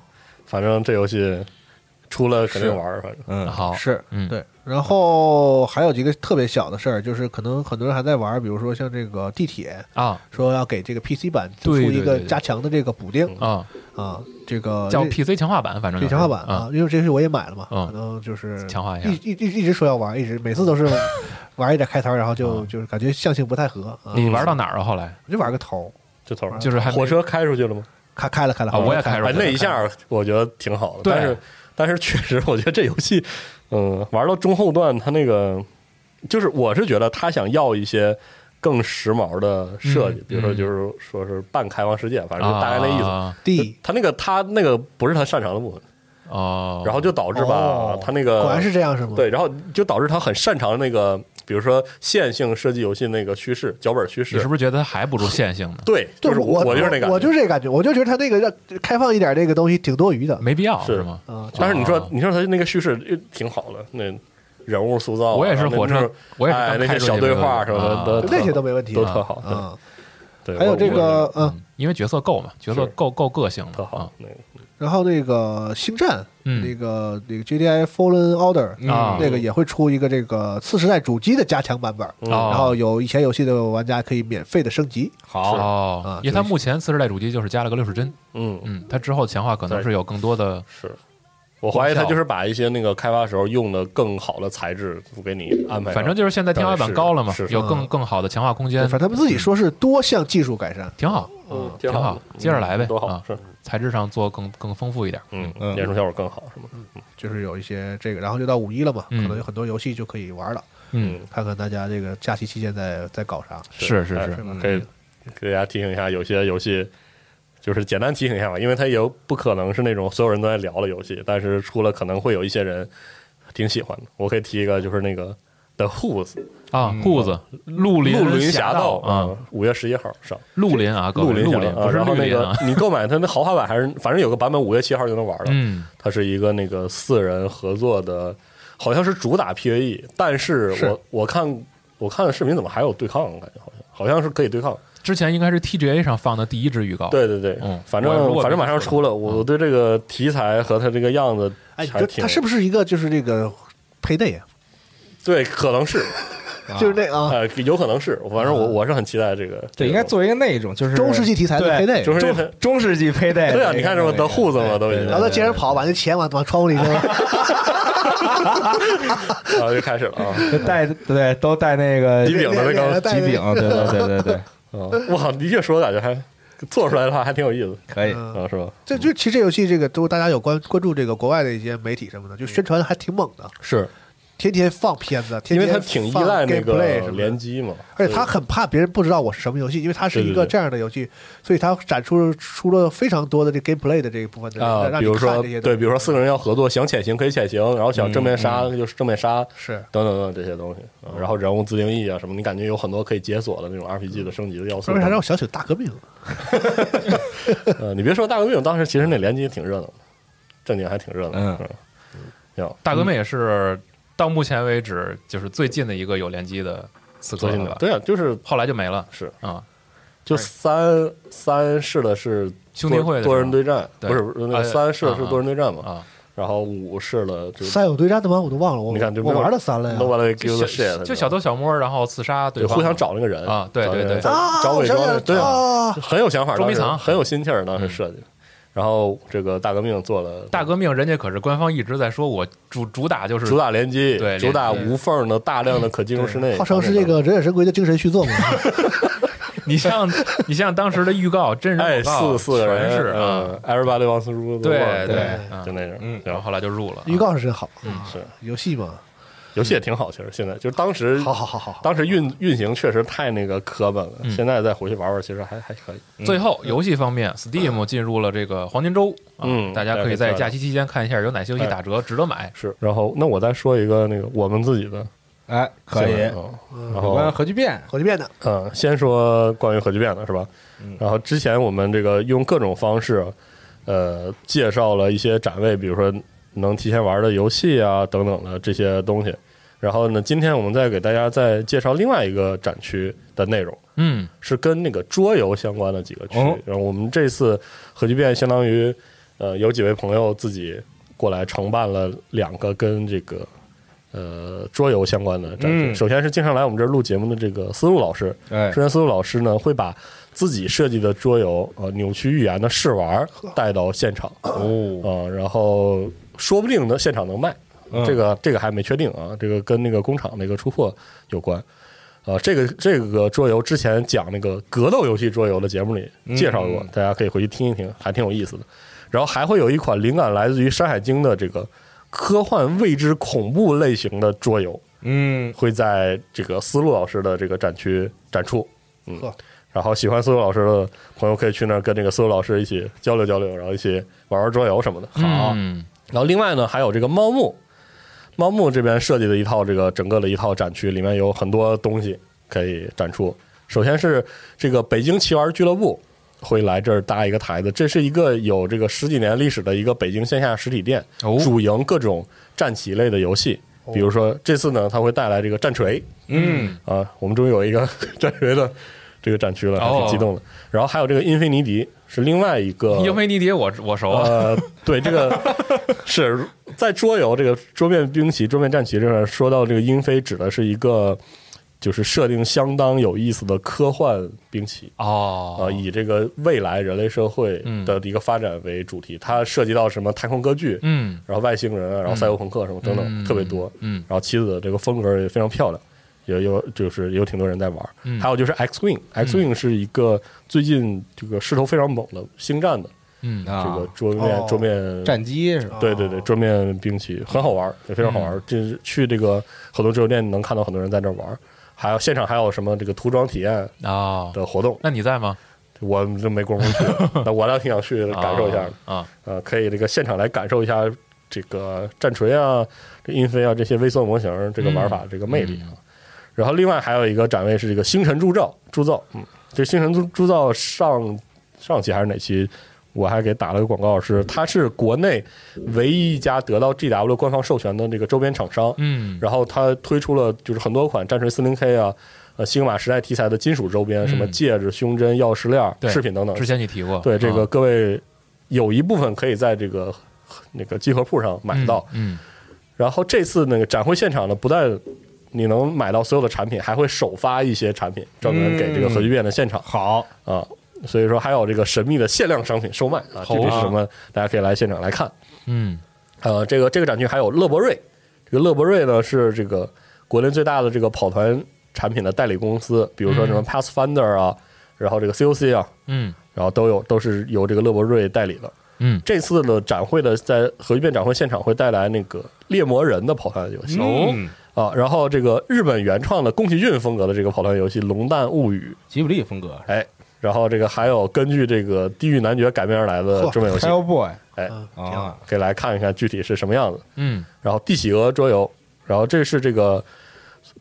Speaker 8: 反正这游戏出了肯定玩儿，反正
Speaker 1: 嗯，
Speaker 6: 好
Speaker 9: 是，
Speaker 6: 嗯
Speaker 9: 对。然后还有几个特别小的事儿，就是可能很多人还在玩，比如说像这个地铁，
Speaker 6: 啊
Speaker 9: 说要给这个 PC 版
Speaker 6: 对
Speaker 9: 做出
Speaker 6: 对
Speaker 9: 一个
Speaker 6: 对对
Speaker 9: 加强的这个补丁
Speaker 6: 啊，
Speaker 9: 啊，这个
Speaker 6: 叫
Speaker 9: 那
Speaker 6: PC 强化版，反正
Speaker 9: 对强化版啊
Speaker 6: 啊，，
Speaker 9: 因为这游戏我也买了嘛，
Speaker 6: 嗯
Speaker 9: 可能就是
Speaker 6: 强化一下
Speaker 9: 一一一直说要玩，一直每次 都是玩一点开头，然后就就是感觉象性不太合啊。
Speaker 6: 嗯你玩到哪儿了？后来
Speaker 9: 我就玩个头，
Speaker 8: 这头儿
Speaker 6: 就是还没
Speaker 8: 火车开出去了吗？
Speaker 9: 开开了开了
Speaker 6: 啊，我也开始
Speaker 8: 哎，那一下我觉得挺好的，
Speaker 6: 对
Speaker 8: 但是但是确实，我觉得这游戏，嗯，玩到中后段，它那个就是我是觉得他想要一些更时髦的设计，
Speaker 6: 嗯
Speaker 8: 比如说
Speaker 6: 嗯
Speaker 8: 就是说是半开放世界，反正就大概那意思。
Speaker 6: 啊
Speaker 9: 地
Speaker 8: 他那个他那个不是他擅长的部分，
Speaker 6: 哦，
Speaker 8: 然后就导致吧，
Speaker 9: 哦
Speaker 8: 他那个
Speaker 9: 果然是这样是吗？
Speaker 8: 对，然后就导致他很擅长那个，比如说线性设计游戏那个趋势，脚本趋势，
Speaker 6: 你是不是觉得它还不如线性 呢？
Speaker 8: 对，
Speaker 9: 就是我，
Speaker 8: 我就是那感觉，
Speaker 9: 我就是这感觉，我就觉得他那个让开放一点这个东西挺多余的。
Speaker 8: 嗯
Speaker 6: 没必要
Speaker 8: 是
Speaker 6: 是吗？
Speaker 9: 啊，
Speaker 8: 但是你
Speaker 6: 哦
Speaker 8: 说，你说他那个叙事又挺好的，那人物塑造啊，
Speaker 6: 我也是火车
Speaker 8: 那就是
Speaker 6: 我也是
Speaker 8: 哎
Speaker 6: 刚
Speaker 8: 那
Speaker 6: 开
Speaker 8: 些
Speaker 6: 出
Speaker 8: 小
Speaker 6: 去的
Speaker 8: 对
Speaker 6: 时候
Speaker 8: 话什么
Speaker 6: 啊
Speaker 8: 的，都
Speaker 9: 那些都没问题
Speaker 8: 都特好。嗯
Speaker 9: 啊。
Speaker 8: 对，
Speaker 9: 还有这个，嗯，
Speaker 6: 嗯，因为角色够嘛，角色
Speaker 8: 是
Speaker 6: 够够个性了，
Speaker 8: 特好
Speaker 6: 啊，
Speaker 8: 那个
Speaker 9: 然后那个星战，
Speaker 6: 嗯
Speaker 9: 那个那个 JDI Fallen Order，
Speaker 6: 啊
Speaker 9: 嗯那个也会出一个这个次时代主机的加强版本，
Speaker 8: 嗯
Speaker 6: 哦
Speaker 9: 然后有以前游戏的玩家可以免费的升级。
Speaker 1: 好，
Speaker 6: 哦
Speaker 9: 啊，
Speaker 6: 因为它目前次世代主机就是加了个六十帧，
Speaker 8: 嗯
Speaker 6: 嗯，它之后强化可能是有更多的
Speaker 8: 是。我怀疑他
Speaker 6: 功效
Speaker 8: 就是把一些那个开发时候用的更好的材质给你安排上，
Speaker 6: 反正就是现在天花板高了嘛
Speaker 8: 是，是
Speaker 6: 有更更好的强化空
Speaker 9: 嗯对
Speaker 6: 间
Speaker 9: 反，正他们自己说是多项技术改善，
Speaker 6: 挺好，
Speaker 8: 嗯
Speaker 6: 挺
Speaker 8: 好
Speaker 6: 好
Speaker 8: 的，，
Speaker 6: 接着来呗
Speaker 8: 多好
Speaker 6: 啊，
Speaker 8: 是
Speaker 6: 材质上做更更丰富一点，
Speaker 8: 嗯
Speaker 1: 嗯，
Speaker 8: 演出效果更好是吗？
Speaker 9: 就是有一些这个，然后就到五一了嘛，可
Speaker 6: 嗯
Speaker 9: 能有很多游戏就可以玩了。
Speaker 6: 嗯，
Speaker 9: 看看大家这个假期期间在在搞啥，
Speaker 6: 是是
Speaker 8: 哎
Speaker 6: 是，嗯
Speaker 9: 吧
Speaker 8: 可以给大家提醒一下，有些游戏就是简单提醒一下吧，因为它有不可能是那种所有人都在聊的游戏，但是出了可能会有一些人挺喜欢的。我可以提一个，就是那个 The Who's
Speaker 6: 啊，
Speaker 9: 嗯
Speaker 6: 裤子陆林
Speaker 8: 陆嗯林侠
Speaker 6: 盗啊
Speaker 8: 啊，，五月十一号上
Speaker 6: 陆林啊，各
Speaker 8: 陆
Speaker 6: 位
Speaker 8: 林
Speaker 6: 陆
Speaker 8: 侠
Speaker 6: 林
Speaker 8: 啊
Speaker 6: 不是
Speaker 8: 然后
Speaker 6: 绿
Speaker 8: 那
Speaker 6: 林
Speaker 8: 个
Speaker 6: 啊，
Speaker 8: 你购买它那豪华版还是反正有个版本五月七号就能玩了，
Speaker 6: 嗯，
Speaker 8: 它是一个那个四人合作的，好像是主打 PVE，但是
Speaker 9: 是
Speaker 8: 我我看我看视频怎么还有对抗，感觉好像好像是可以对抗。
Speaker 6: 之前应该是 TGA 上放的第一支预告，
Speaker 8: 对对对，
Speaker 6: 嗯
Speaker 8: 反
Speaker 6: 我如
Speaker 8: 正
Speaker 6: 果
Speaker 8: 反正
Speaker 6: 没
Speaker 8: 马上
Speaker 6: 记错
Speaker 8: 出了，我对这个题材和它这个样子
Speaker 9: 哎，你
Speaker 8: 还
Speaker 9: 说
Speaker 8: 挺
Speaker 9: 它是不是一个就是这个配对啊？
Speaker 8: 对，可能是
Speaker 9: 就是那啊，
Speaker 8: 呃，有可能是，反正我我是很期待这个。
Speaker 1: 对，应该做一个那种就是
Speaker 9: 中世纪题材的
Speaker 1: 对
Speaker 9: 配对。
Speaker 8: 就是这
Speaker 1: 中中世纪佩戴。
Speaker 8: 对啊，你看这不
Speaker 1: 么
Speaker 8: 得瓠子嘛，都已经
Speaker 9: 然后他接着跑，把那钱往往窗户里 扔。
Speaker 8: 然后就开始了啊！
Speaker 1: 就带对都带那个
Speaker 8: 机顶的那
Speaker 9: 连
Speaker 8: 个
Speaker 9: 连带
Speaker 1: 机顶，对对对对 对，
Speaker 8: 啊哇，你越说感觉还做出来的话还挺有意思
Speaker 1: 可以，
Speaker 9: 嗯
Speaker 8: 啊，是吧？
Speaker 9: 这就其实这游戏这个都大家有关关注这个国外的一些媒体什么
Speaker 8: 嗯
Speaker 9: 的，就宣传还挺猛的，
Speaker 8: 是
Speaker 9: 天天放片子，天
Speaker 8: 因为
Speaker 9: 天
Speaker 8: 它挺依
Speaker 9: 放
Speaker 8: 赖那
Speaker 9: gameplay
Speaker 8: 个
Speaker 9: 什么的
Speaker 8: 联，机嘛，
Speaker 9: 而且他很怕别人不知道我是什么游戏，因为它是
Speaker 8: 对
Speaker 9: 一个
Speaker 8: 对对
Speaker 9: 这样的游戏，所以他展出出了非常多的这 gameplay 的这一部分的
Speaker 8: 啊，
Speaker 9: 让
Speaker 8: 比
Speaker 9: 你
Speaker 8: 如
Speaker 9: 看
Speaker 8: 说
Speaker 9: 这些东
Speaker 8: 对，
Speaker 9: 西
Speaker 8: 比如说四个人要合作，想潜行可以潜行，然后想正面杀就是正面杀，
Speaker 9: 是
Speaker 8: 等等等等这些东西。啊然后人物自定义啊什么，你感觉有很多可以解锁的那种 RPG 的升级的要素
Speaker 9: 说。为啥让我想起了大革命？
Speaker 8: 呃，你别说大革命，当时其实那联机挺热闹的，正经还挺热闹的。
Speaker 1: 嗯
Speaker 8: 嗯，行，
Speaker 6: 大革命也是到目前为止就是最近的一个有联机的刺客
Speaker 8: 最近
Speaker 6: 了
Speaker 8: 的
Speaker 6: 吧？
Speaker 8: 对啊，就是
Speaker 6: 后来就没了
Speaker 8: 是
Speaker 6: 啊。
Speaker 8: 就三三试的是
Speaker 6: 兄弟会的
Speaker 8: 多多
Speaker 6: 是
Speaker 8: 人
Speaker 6: 吗
Speaker 8: 对战，
Speaker 6: 对
Speaker 8: 不是不是那
Speaker 6: 啊
Speaker 8: 个三试的
Speaker 6: 啊
Speaker 8: 是
Speaker 6: 啊
Speaker 8: 多人对战嘛，
Speaker 6: 啊，
Speaker 8: 然后五试了就
Speaker 9: 三有对战的吗？我都忘了，我
Speaker 8: 你看就
Speaker 9: 我玩了三了呀。
Speaker 8: nobody
Speaker 6: 就
Speaker 8: gives a
Speaker 6: 小
Speaker 8: shit，
Speaker 6: 就小偷小摸，然后刺杀
Speaker 8: 对
Speaker 6: 对方，
Speaker 8: 互相找那个人
Speaker 6: 啊对
Speaker 8: 找那个
Speaker 6: 对
Speaker 8: 人
Speaker 6: 对
Speaker 9: 啊
Speaker 8: 找
Speaker 9: 我
Speaker 8: 伪
Speaker 9: 想
Speaker 8: 装
Speaker 9: 起
Speaker 8: 的
Speaker 9: 来
Speaker 8: 人，
Speaker 9: 了
Speaker 8: 对啊，
Speaker 9: 啊，
Speaker 8: 很有想法，
Speaker 6: 捉迷藏啊嗯
Speaker 8: 当时很有心气儿，当时设计。然后这个大革命做了
Speaker 6: 大革命，人家可是官方一直在说，我主主打就是
Speaker 8: 主打联机，
Speaker 6: 对
Speaker 8: 主打
Speaker 6: 联
Speaker 8: 无缝的大量的可进入室内，
Speaker 9: 号称是这个《忍者神龟》的精神续作嘛。
Speaker 6: 你 像你像当时的预告，真
Speaker 8: 哎
Speaker 6: 人广告
Speaker 8: 四四个人
Speaker 6: 全是啊，
Speaker 8: 嗯，everybody wants to rule the
Speaker 6: 对
Speaker 8: world，
Speaker 6: 对
Speaker 8: 嗯
Speaker 6: 嗯
Speaker 8: 就那种，
Speaker 1: 嗯
Speaker 6: 然
Speaker 8: 然
Speaker 6: 后
Speaker 8: 后
Speaker 6: 后来就入了啊
Speaker 9: 预告是真好，嗯
Speaker 8: 是
Speaker 9: 游戏嘛，
Speaker 8: 游戏也挺好，其实现在就是当时
Speaker 9: 好好好好好。
Speaker 8: 当时运运行确实太那个磕巴了，现在再回去玩玩，其实还还可以。
Speaker 6: 嗯
Speaker 8: 嗯
Speaker 6: 最后游戏方面，Steam 进入了这个黄金周啊
Speaker 8: 嗯
Speaker 6: 大家可以在假期期间看一下有哪些游戏打折值得买。
Speaker 8: 是，然后那我再说一个那个我们自己的
Speaker 1: 哎，可以
Speaker 8: 新，闻嗯然
Speaker 1: 有关
Speaker 8: 后
Speaker 1: 核聚变，
Speaker 9: 火炬变的，
Speaker 8: 嗯，先说关于核聚变的是吧？
Speaker 1: 嗯
Speaker 8: 然后之前我们这个用各种方式，呃，介绍了一些展位，比如说能提前玩的游戏啊等等的这些东西。然后呢，今天我们再给大家再介绍另外一个展区的内容，
Speaker 6: 嗯，
Speaker 8: 是跟那个桌游相关的几个区。
Speaker 1: 哦
Speaker 8: 然后我们这次核聚变相当于，呃，有几位朋友自己过来承办了两个跟这个呃桌游相关的展区。
Speaker 1: 嗯
Speaker 8: 首先是经常来我们这儿录节目的这个思路老师，
Speaker 1: 哎
Speaker 8: 之前思路老师呢会把自己设计的桌游呃扭曲预言的试玩儿带到现场啊、
Speaker 1: 哦，
Speaker 8: 呃然后说不定呢现场能卖。
Speaker 1: 嗯
Speaker 8: 这个这个还没确定啊，这个跟那个工厂那个出货有关。啊，这个这个桌游之前讲那个格斗游戏桌游的节目里
Speaker 1: 嗯
Speaker 8: 介绍过，大家可以回去听一听，还挺有意思的。然后还会有一款灵感来自于《山海经》的这个科幻未知恐怖类型的桌游，
Speaker 1: 嗯，
Speaker 8: 会在这个思路老师的这个展区展出。嗯
Speaker 9: 呵，
Speaker 8: 然后喜欢思路老师的朋友可以去那儿跟这个思路老师一起交流交流，然后一起玩玩桌游什么的。好，
Speaker 6: 嗯
Speaker 8: 然后另外呢，还有这个猫木，猫木这边设计的一套这个整个的一套展区，里面有很多东西可以展出。首先是这个北京棋玩俱乐部会来这儿搭一个台子，这是一个有这个十几年历史的一个北京线下实体店，
Speaker 6: 哦
Speaker 8: 主营各种战棋类的游戏。比如说这次呢，它会带来这个战锤，
Speaker 1: 嗯，
Speaker 8: 啊，我们终于有一个 战锤的这个展区了，还
Speaker 6: 哦
Speaker 8: 挺激动的。然后还有这个英菲尼迪是另外一个
Speaker 6: 英菲尼迪我我熟啊，
Speaker 8: 嗯呃，对，这个 是在桌游这个桌面兵棋、桌面战棋这块说到这个英菲，指的是一个就是设定相当有意思的科幻兵棋啊、
Speaker 6: 哦，嗯
Speaker 8: 以这个未来人类社会的一个发展为主题，它涉及到什么太空歌剧，
Speaker 6: 嗯
Speaker 8: 然后外星人啊，然后赛博朋克什么等等，
Speaker 6: 嗯
Speaker 8: 特别多。
Speaker 6: 嗯
Speaker 8: 然后妻子的这个风格也非常漂亮，也有就是有挺多人在玩。
Speaker 6: 嗯
Speaker 8: 还有就是 X Wing，X Wing 是一个最近这个势头非常猛的星战的
Speaker 6: 嗯
Speaker 1: 啊
Speaker 8: 这个桌面、
Speaker 9: 哦
Speaker 8: 桌面
Speaker 1: 战机是吧？
Speaker 8: 对对对，桌面兵棋很好玩
Speaker 6: 嗯
Speaker 8: 儿，也非常好玩儿。就是去这个很多桌游店能看到很多人在那儿玩儿，还有现场还有什么这个涂装体验
Speaker 6: 哦，
Speaker 8: 的活动，
Speaker 6: 那你在吗？
Speaker 8: 我就没工夫去。 那我倒挺想去感受一下的，
Speaker 6: 啊，
Speaker 8: 呃，可以这个现场来感受一下这个战锤啊、这英飞啊这些微缩模型儿这个玩
Speaker 6: 嗯
Speaker 8: 法、这个魅力啊。然后另外还有一个展位是这个星辰铸造，铸造，嗯，这星辰铸铸造上上期还是哪期？我还给打了个广告，
Speaker 6: 嗯
Speaker 8: 是它是国内唯一一家得到 GW 官方授权的这个周边厂商，
Speaker 6: 嗯
Speaker 8: 然后它推出了就是很多款战锤四零 K 啊，呃，星马时代题材的金属周边，什么
Speaker 6: 嗯
Speaker 8: 戒指、胸针、钥匙链儿、
Speaker 6: 对
Speaker 8: 饰品等等，
Speaker 6: 之前你提过，
Speaker 8: 对这个
Speaker 6: 啊
Speaker 8: 各位有一部分可以在这个那个集合铺上买到。
Speaker 6: 嗯，
Speaker 8: 然后这次那个展会现场呢，不但你能买到所有的产品，还会首发一些产品，专门给这个核聚变的现场
Speaker 1: 好，
Speaker 6: 嗯
Speaker 8: 啊。所以说还有这个神秘的限量商品售卖啊，具体是什么，大家可以来现场来看。
Speaker 6: 嗯
Speaker 8: 呃，这个这个展区还有乐博瑞，这个乐博瑞呢是这个国内最大的这个跑团产品的代理公司，比如说什么 Pathfinder 啊，然后这个 COC 啊，
Speaker 6: 嗯
Speaker 8: 然后都有都是由这个乐博瑞代理的。
Speaker 6: 嗯
Speaker 8: 这次的展会的在核聚变展会现场会带来那个猎魔人的跑团游戏、
Speaker 1: 嗯，
Speaker 8: 啊，然后这个日本原创的宫崎骏风格的这个跑团游戏《龙蛋物语
Speaker 1: 吉卜力风格》，
Speaker 8: 哎，然后这个还有根据这个《地狱男爵》改编而来的桌面游戏，
Speaker 1: ，Hellboy
Speaker 8: 哎，
Speaker 9: 嗯
Speaker 1: 啊，
Speaker 8: 可以来看一看具体是什么样子。
Speaker 6: 嗯
Speaker 8: 然后《地企鹅》桌游，然后这是这个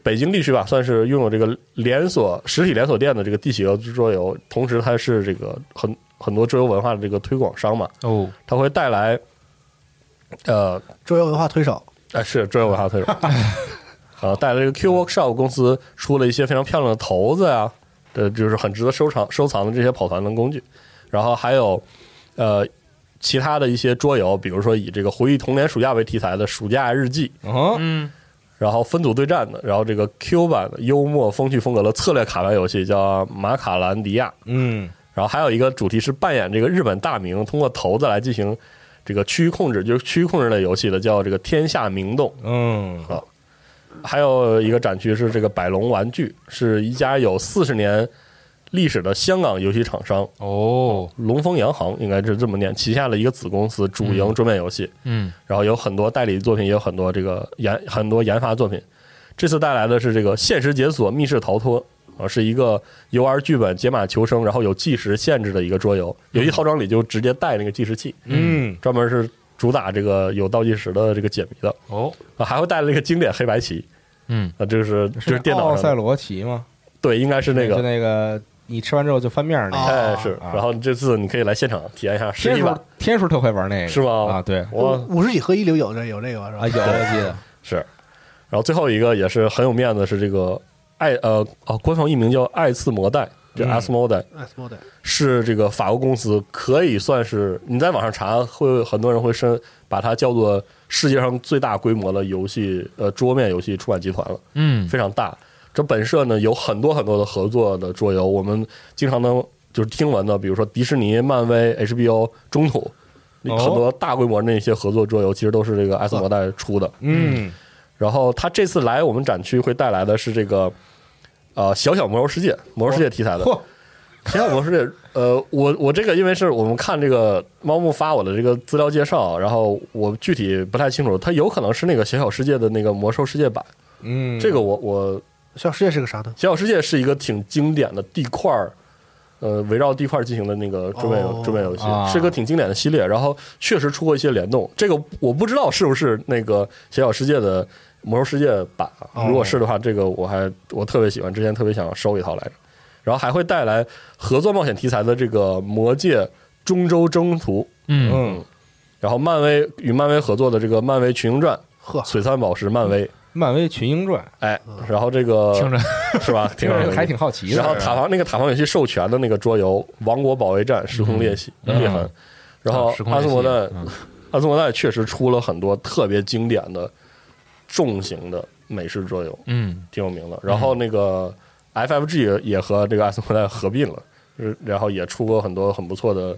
Speaker 8: 北京地区吧，算是拥有这个连锁实体连锁店的这个地企鹅桌游，同时它是这个很很多桌游文化的这个推广商嘛，
Speaker 6: 哦，
Speaker 8: 它会带来，呃，
Speaker 9: 桌游文化推手，
Speaker 8: 哎是桌游文化推广，呃，带来这个 Q Workshop 公司出了一些非常漂亮的骰子呀、这就是很值得收藏收藏的这些跑团的工具，然后还有呃其他的一些桌游，比如说以这个回忆童年暑假为题材的暑假日记，
Speaker 1: 嗯，
Speaker 6: 嗯
Speaker 8: 然后分组对战的，然后这个 Q 版的幽默风趣风格的策略卡牌游戏叫马卡兰迪亚，
Speaker 1: 嗯，
Speaker 8: 然后还有一个主题是扮演这个日本大名，通过骰子来进行这个区域控制，就是区域控制类游戏的叫这个天下名动。
Speaker 1: 嗯，
Speaker 8: 还有一个展区是这个百龙玩具，是一家有四十年历史的香港游戏厂商
Speaker 6: 哦，
Speaker 8: 龙丰洋行，应该是这么念，旗下的一个子公司主营桌面游戏。
Speaker 6: 嗯
Speaker 8: 然后有很多代理作品，也有很多这个研很多研发作品。这次带来的是这个《限时解锁密室逃脱》啊，是一个游玩剧本、解码求生，然后有计时限制的一个桌游。游戏套装里就直接带那个计时器，
Speaker 1: 嗯，
Speaker 8: 专门是主打这个有倒计时的这个解谜的。
Speaker 6: 哦，
Speaker 8: 啊，还会带那个经典黑白棋
Speaker 6: 嗯
Speaker 8: 啊，这是这是电脑
Speaker 1: 奥
Speaker 8: 上
Speaker 1: 哦赛
Speaker 8: 的
Speaker 1: 罗棋吗？
Speaker 8: 对，应该是那
Speaker 1: 就
Speaker 8: 个。
Speaker 1: 那个你吃完之后就翻面儿那个，
Speaker 8: 哎，是，
Speaker 1: 啊
Speaker 8: 然后这次你可以来现场体验一下实
Speaker 1: 天
Speaker 8: 体版
Speaker 1: 叔，天叔特会玩那个，
Speaker 8: 是吗
Speaker 1: 啊，对，
Speaker 8: 我
Speaker 9: 五十几合一里有这有这个吧是吧？
Speaker 1: 啊，有我记得，
Speaker 8: 是，然后最后一个也是很有面子，是这个爱呃哦，官方译名叫爱次摩代，就 Asmodee，、
Speaker 9: S m o d e
Speaker 8: 是这个法国公司，可以算是你在网上查，会很多人会申把它叫做世界上最大规模的游戏呃桌面游戏出版集团了，
Speaker 6: 嗯
Speaker 8: 非常大。这本社呢有很多很多的合作的桌游，我们经常能就是听闻的，比如说迪士尼、漫威、HBO、中土，
Speaker 1: 哦
Speaker 8: 很多大规模的那些合作桌游，其实都是这个爱斯摩代出的。
Speaker 1: 嗯，
Speaker 8: 然后他这次来我们展区会带来的是这个，呃，小小魔兽世界，魔兽世界题材的。
Speaker 1: 嚯，
Speaker 8: 小小魔兽世界，呃，我我这个因为是我们看这个猫木发我的这个资料介绍，然后我具体不太清楚，它有可能是那个小小世界的那个魔兽世界版。
Speaker 1: 嗯，
Speaker 8: 这个我我
Speaker 9: 小世界是个啥呢？
Speaker 8: 小小世界是一个挺经典的地块儿呃，围绕地块进行的那个桌面游
Speaker 9: 哦
Speaker 8: 桌面游戏
Speaker 1: 啊，
Speaker 8: 是个挺经典的系列。然后确实出过一些联动，这个我不知道是不是那个《小小世界》的《魔兽世界》版啊。如果是的话，这个我还我特别喜欢，之前特别想收一套来着。然后还会带来合作冒险题材的这个《魔界中州征途》，
Speaker 6: 嗯，
Speaker 1: 嗯，
Speaker 8: 然后漫威与漫威合作的这个《漫威群英传》
Speaker 9: 呵
Speaker 8: 《璀璨宝石》，漫威。
Speaker 1: 漫威群英传，
Speaker 8: 哎，然后这个
Speaker 6: 听着
Speaker 8: 是吧？
Speaker 1: 听着还挺好奇
Speaker 8: 然后
Speaker 1: 的。
Speaker 8: 塔防那个塔防游戏授权的那个桌游《王国保卫战：时空裂隙》
Speaker 6: 嗯
Speaker 8: 裂痕
Speaker 6: 嗯，
Speaker 8: 然后
Speaker 6: 啊 时空
Speaker 8: 阿斯摩
Speaker 6: 裂
Speaker 8: 代
Speaker 6: 隙嗯，
Speaker 8: 阿斯摩代确实出了很多特别经典的重型的美式桌游，
Speaker 6: 嗯，
Speaker 8: 挺有名的。然后那个 FFG 也和这个阿斯摩代合并了，就是然后也出过很多很不错的。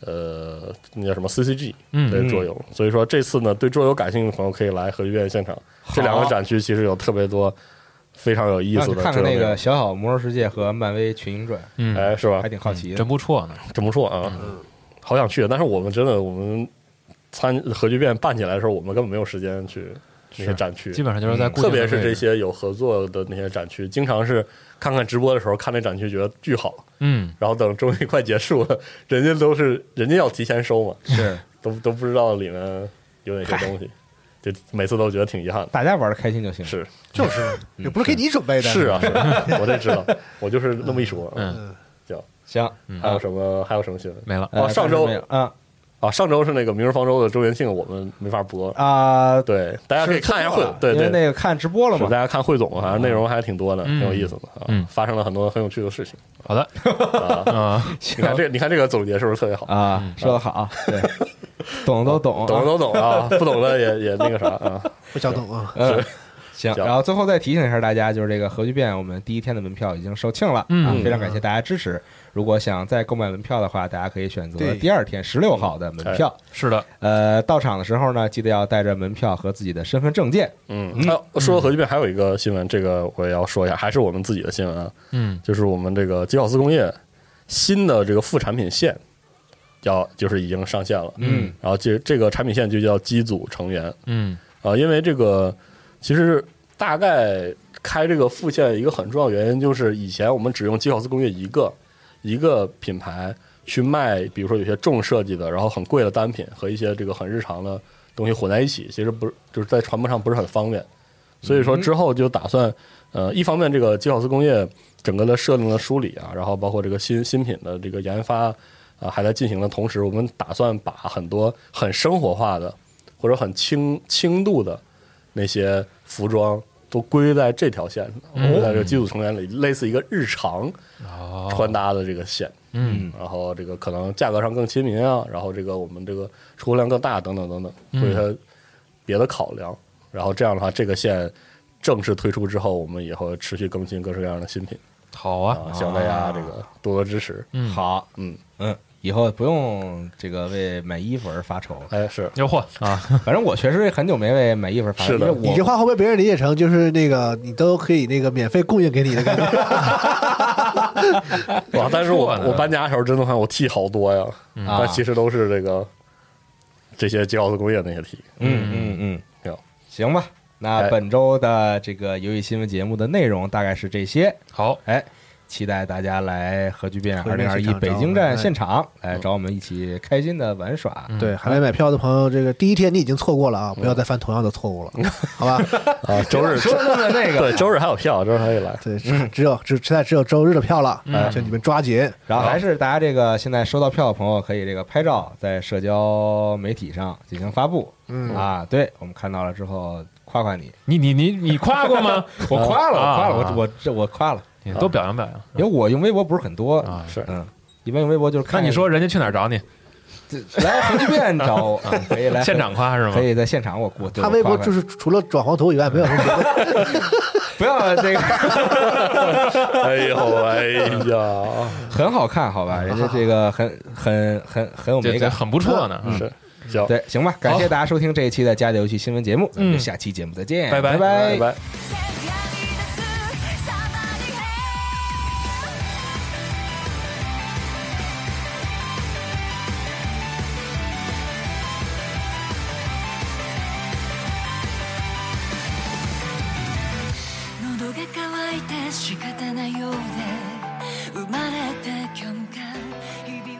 Speaker 8: 呃，那叫什么 CCG
Speaker 6: 嗯
Speaker 8: 的桌游，所以说这次呢，对桌游感兴趣的朋友可以来核聚变现场。这两个展区其实有特别多非常有意
Speaker 1: 让
Speaker 8: 思
Speaker 1: 啊你
Speaker 8: 的
Speaker 1: 看看
Speaker 8: 桌游
Speaker 1: 那
Speaker 8: 内容
Speaker 1: 个小小魔兽世界和漫威群英传，
Speaker 6: 嗯
Speaker 8: 哎，是吧？
Speaker 1: 还挺好奇的
Speaker 6: 真。不错呢。
Speaker 8: 真不错啊，
Speaker 6: 嗯
Speaker 8: 好想去，但是我们真的我们参核聚变办起来的时候，我们根本没有时间去那些展区
Speaker 6: 基，本上就是在固
Speaker 8: 嗯
Speaker 6: 定
Speaker 8: 特
Speaker 6: 的
Speaker 8: 别是这
Speaker 6: 位置，
Speaker 8: 些有合作的那些展区，经常是看看直播的时候看那展区觉得巨好，
Speaker 6: 嗯，
Speaker 8: 然后等终于快结束了，人家都是人家要提前收嘛，
Speaker 1: 是，
Speaker 8: 都都不知道里面有哪些东西，就每次都觉得挺遗憾的。
Speaker 1: 大家玩的开心就行。
Speaker 8: 是
Speaker 9: 就是也不是给你准备的，
Speaker 8: 是啊，是啊我这知道，我就是那么一说。
Speaker 6: 哎
Speaker 8: 啊
Speaker 6: 嗯
Speaker 1: 行，啊
Speaker 8: 还有什么？还有什么新闻？
Speaker 6: 没了。
Speaker 8: 哦，
Speaker 1: 呃
Speaker 8: 上
Speaker 1: 暂时
Speaker 8: 周
Speaker 1: 没有啊
Speaker 8: 啊，上周是那个《明日方舟》的周年庆，我们没法播。
Speaker 1: 啊，
Speaker 8: 对，大家可以看一下汇
Speaker 1: 是，
Speaker 8: 对
Speaker 1: 因
Speaker 8: 对，
Speaker 1: 为那个看直播了
Speaker 8: 是
Speaker 1: 嘛
Speaker 8: 大，家看汇总，好像内容还挺多的，挺
Speaker 6: 嗯
Speaker 8: 有意思的啊
Speaker 6: 嗯，
Speaker 8: 发生了很多很有趣的事情
Speaker 6: 好的，。
Speaker 8: 啊
Speaker 6: 啊，
Speaker 8: 你看这，你看这个总结是不是特别好？
Speaker 1: 啊，说的好， 对，懂都懂，
Speaker 8: 懂的都懂啊，不懂的也也那个啥 啊。
Speaker 9: 不想懂啊。
Speaker 1: 嗯，行，
Speaker 8: 行
Speaker 1: 然后最后再提醒一下大家，就是这个核聚变，我们第一天的门票已经售罄了，
Speaker 6: 嗯
Speaker 1: 啊，非常感谢大家支持。如果想再购买门票的话，大家可以选择
Speaker 9: 对
Speaker 1: 第二天十六号的门票。
Speaker 6: 是的，
Speaker 1: 呃，到场的时候呢，记得要带着门票和自己的身份证件。
Speaker 8: 嗯，还有说核聚变还有一个新闻，这个我也要说一下，还是我们自己的新闻啊，
Speaker 6: 嗯
Speaker 8: 就是我们这个吉考斯工业新的这个副产品线要就是已经上线了，
Speaker 1: 嗯，
Speaker 8: 然后这这个产品线就叫机组成员，
Speaker 6: 嗯
Speaker 8: 啊，因为这个其实大概开这个副线一个很重要原因就是以前我们只用基考斯工业一个一个品牌去卖，比如说有些重设计的，然后很贵的单品和一些这个很日常的东西混在一起，其实不是就是在传播上不是很方便。所以说之后就打算，呃，一方面这个基考斯工业整个的设定的梳理啊，然后包括这个新新品的这个研发啊、还在进行的同时，我们打算把很多很生活化的或者很轻轻度的那些服装都归在这条线上，归在这个机组成员里，类似一个日常
Speaker 6: 哦
Speaker 8: 穿搭的这个线。
Speaker 6: 嗯，
Speaker 8: 然后这个可能价格上更亲民啊，然后这个我们这个出货量更大等等等等，会有它别的考量。然后这样的话，这个线正式推出之后，我们以后持续更新各式各样的新品
Speaker 6: 好
Speaker 8: 啊，
Speaker 6: 啊，
Speaker 8: 希望大家这个多多支持。
Speaker 6: 嗯
Speaker 1: 好，
Speaker 8: 嗯，
Speaker 1: 嗯，以后不用这个为买衣服而发愁。
Speaker 8: 哎，是
Speaker 6: 吆喝啊，
Speaker 1: 反正我确实很久没为买衣服而发愁，
Speaker 8: 是的
Speaker 1: 因为我
Speaker 9: 你这话会被别人理解成就是那个你都可以那个免费供应给你的感觉，
Speaker 8: 哇！但是我
Speaker 6: 不错呢
Speaker 8: 我搬家的时候真的话，我 T 好多呀，
Speaker 1: 啊
Speaker 8: 但其实都是这个这些吉奥斯工业那些 T。
Speaker 1: 嗯嗯嗯，
Speaker 8: 有
Speaker 1: 行吧。那
Speaker 8: 哎
Speaker 1: 本周的这个游戏新闻节目的内容大概是这些。
Speaker 6: 好，
Speaker 1: 哎，期待大家来核聚变二
Speaker 9: 核聚
Speaker 1: 零
Speaker 9: 变
Speaker 1: 二
Speaker 9: 现
Speaker 1: 一
Speaker 9: 场
Speaker 1: 北
Speaker 9: 找我
Speaker 1: 京
Speaker 9: 们
Speaker 1: 站
Speaker 9: 哎
Speaker 1: 现场来找我们一起开心的玩耍。
Speaker 9: 对，还没买票的朋友，这个第一天你已经错过了啊，不要再犯同样的错误了，好吧？
Speaker 8: 啊，周日
Speaker 1: 说的那个，
Speaker 8: 对周日还有票，周日还以来。
Speaker 9: 对，只有只现在只有周日的票了，
Speaker 6: 嗯
Speaker 9: 就你们抓紧。
Speaker 1: 然后还是大家这个现在收到票的朋友可以这个拍照在社交媒体上进行发布。嗯啊，对我们看到了之后夸夸你，
Speaker 6: 你你你你夸过吗？啊
Speaker 1: 我夸了，
Speaker 8: 啊
Speaker 1: 我夸了，我
Speaker 6: 我
Speaker 1: 我这我夸了，
Speaker 6: 我多表扬表扬
Speaker 1: 因为我用微博不是很多，
Speaker 6: 啊。
Speaker 8: 是
Speaker 1: 嗯，一般用微博就是
Speaker 6: 那
Speaker 1: 看
Speaker 6: 你说人家去哪儿找你？
Speaker 1: 来核聚变找我，可以来
Speaker 6: 现场夸是吗
Speaker 1: 可？以在现场我我对
Speaker 9: 他
Speaker 1: 我
Speaker 9: 微
Speaker 1: 夸
Speaker 9: 博
Speaker 1: 夸
Speaker 9: 就是除了转黄图以外，没有什么别的。
Speaker 1: 不要这个
Speaker 8: 哎呦，哎呀，
Speaker 1: 很好看，好吧？人家这个很很很很有
Speaker 6: 这
Speaker 1: 美
Speaker 6: 这
Speaker 1: 感，
Speaker 6: 很不错呢。嗯
Speaker 8: 是行，
Speaker 1: 对，行吧？感谢大家收听这一期的《家里游戏新闻节目》，咱们就
Speaker 6: 嗯
Speaker 1: 下期节目再见，
Speaker 6: 拜拜
Speaker 1: 拜
Speaker 8: 拜拜。
Speaker 7: 世界に出すサバリヘ喉が渇いて仕方ないようで生まれて今日が響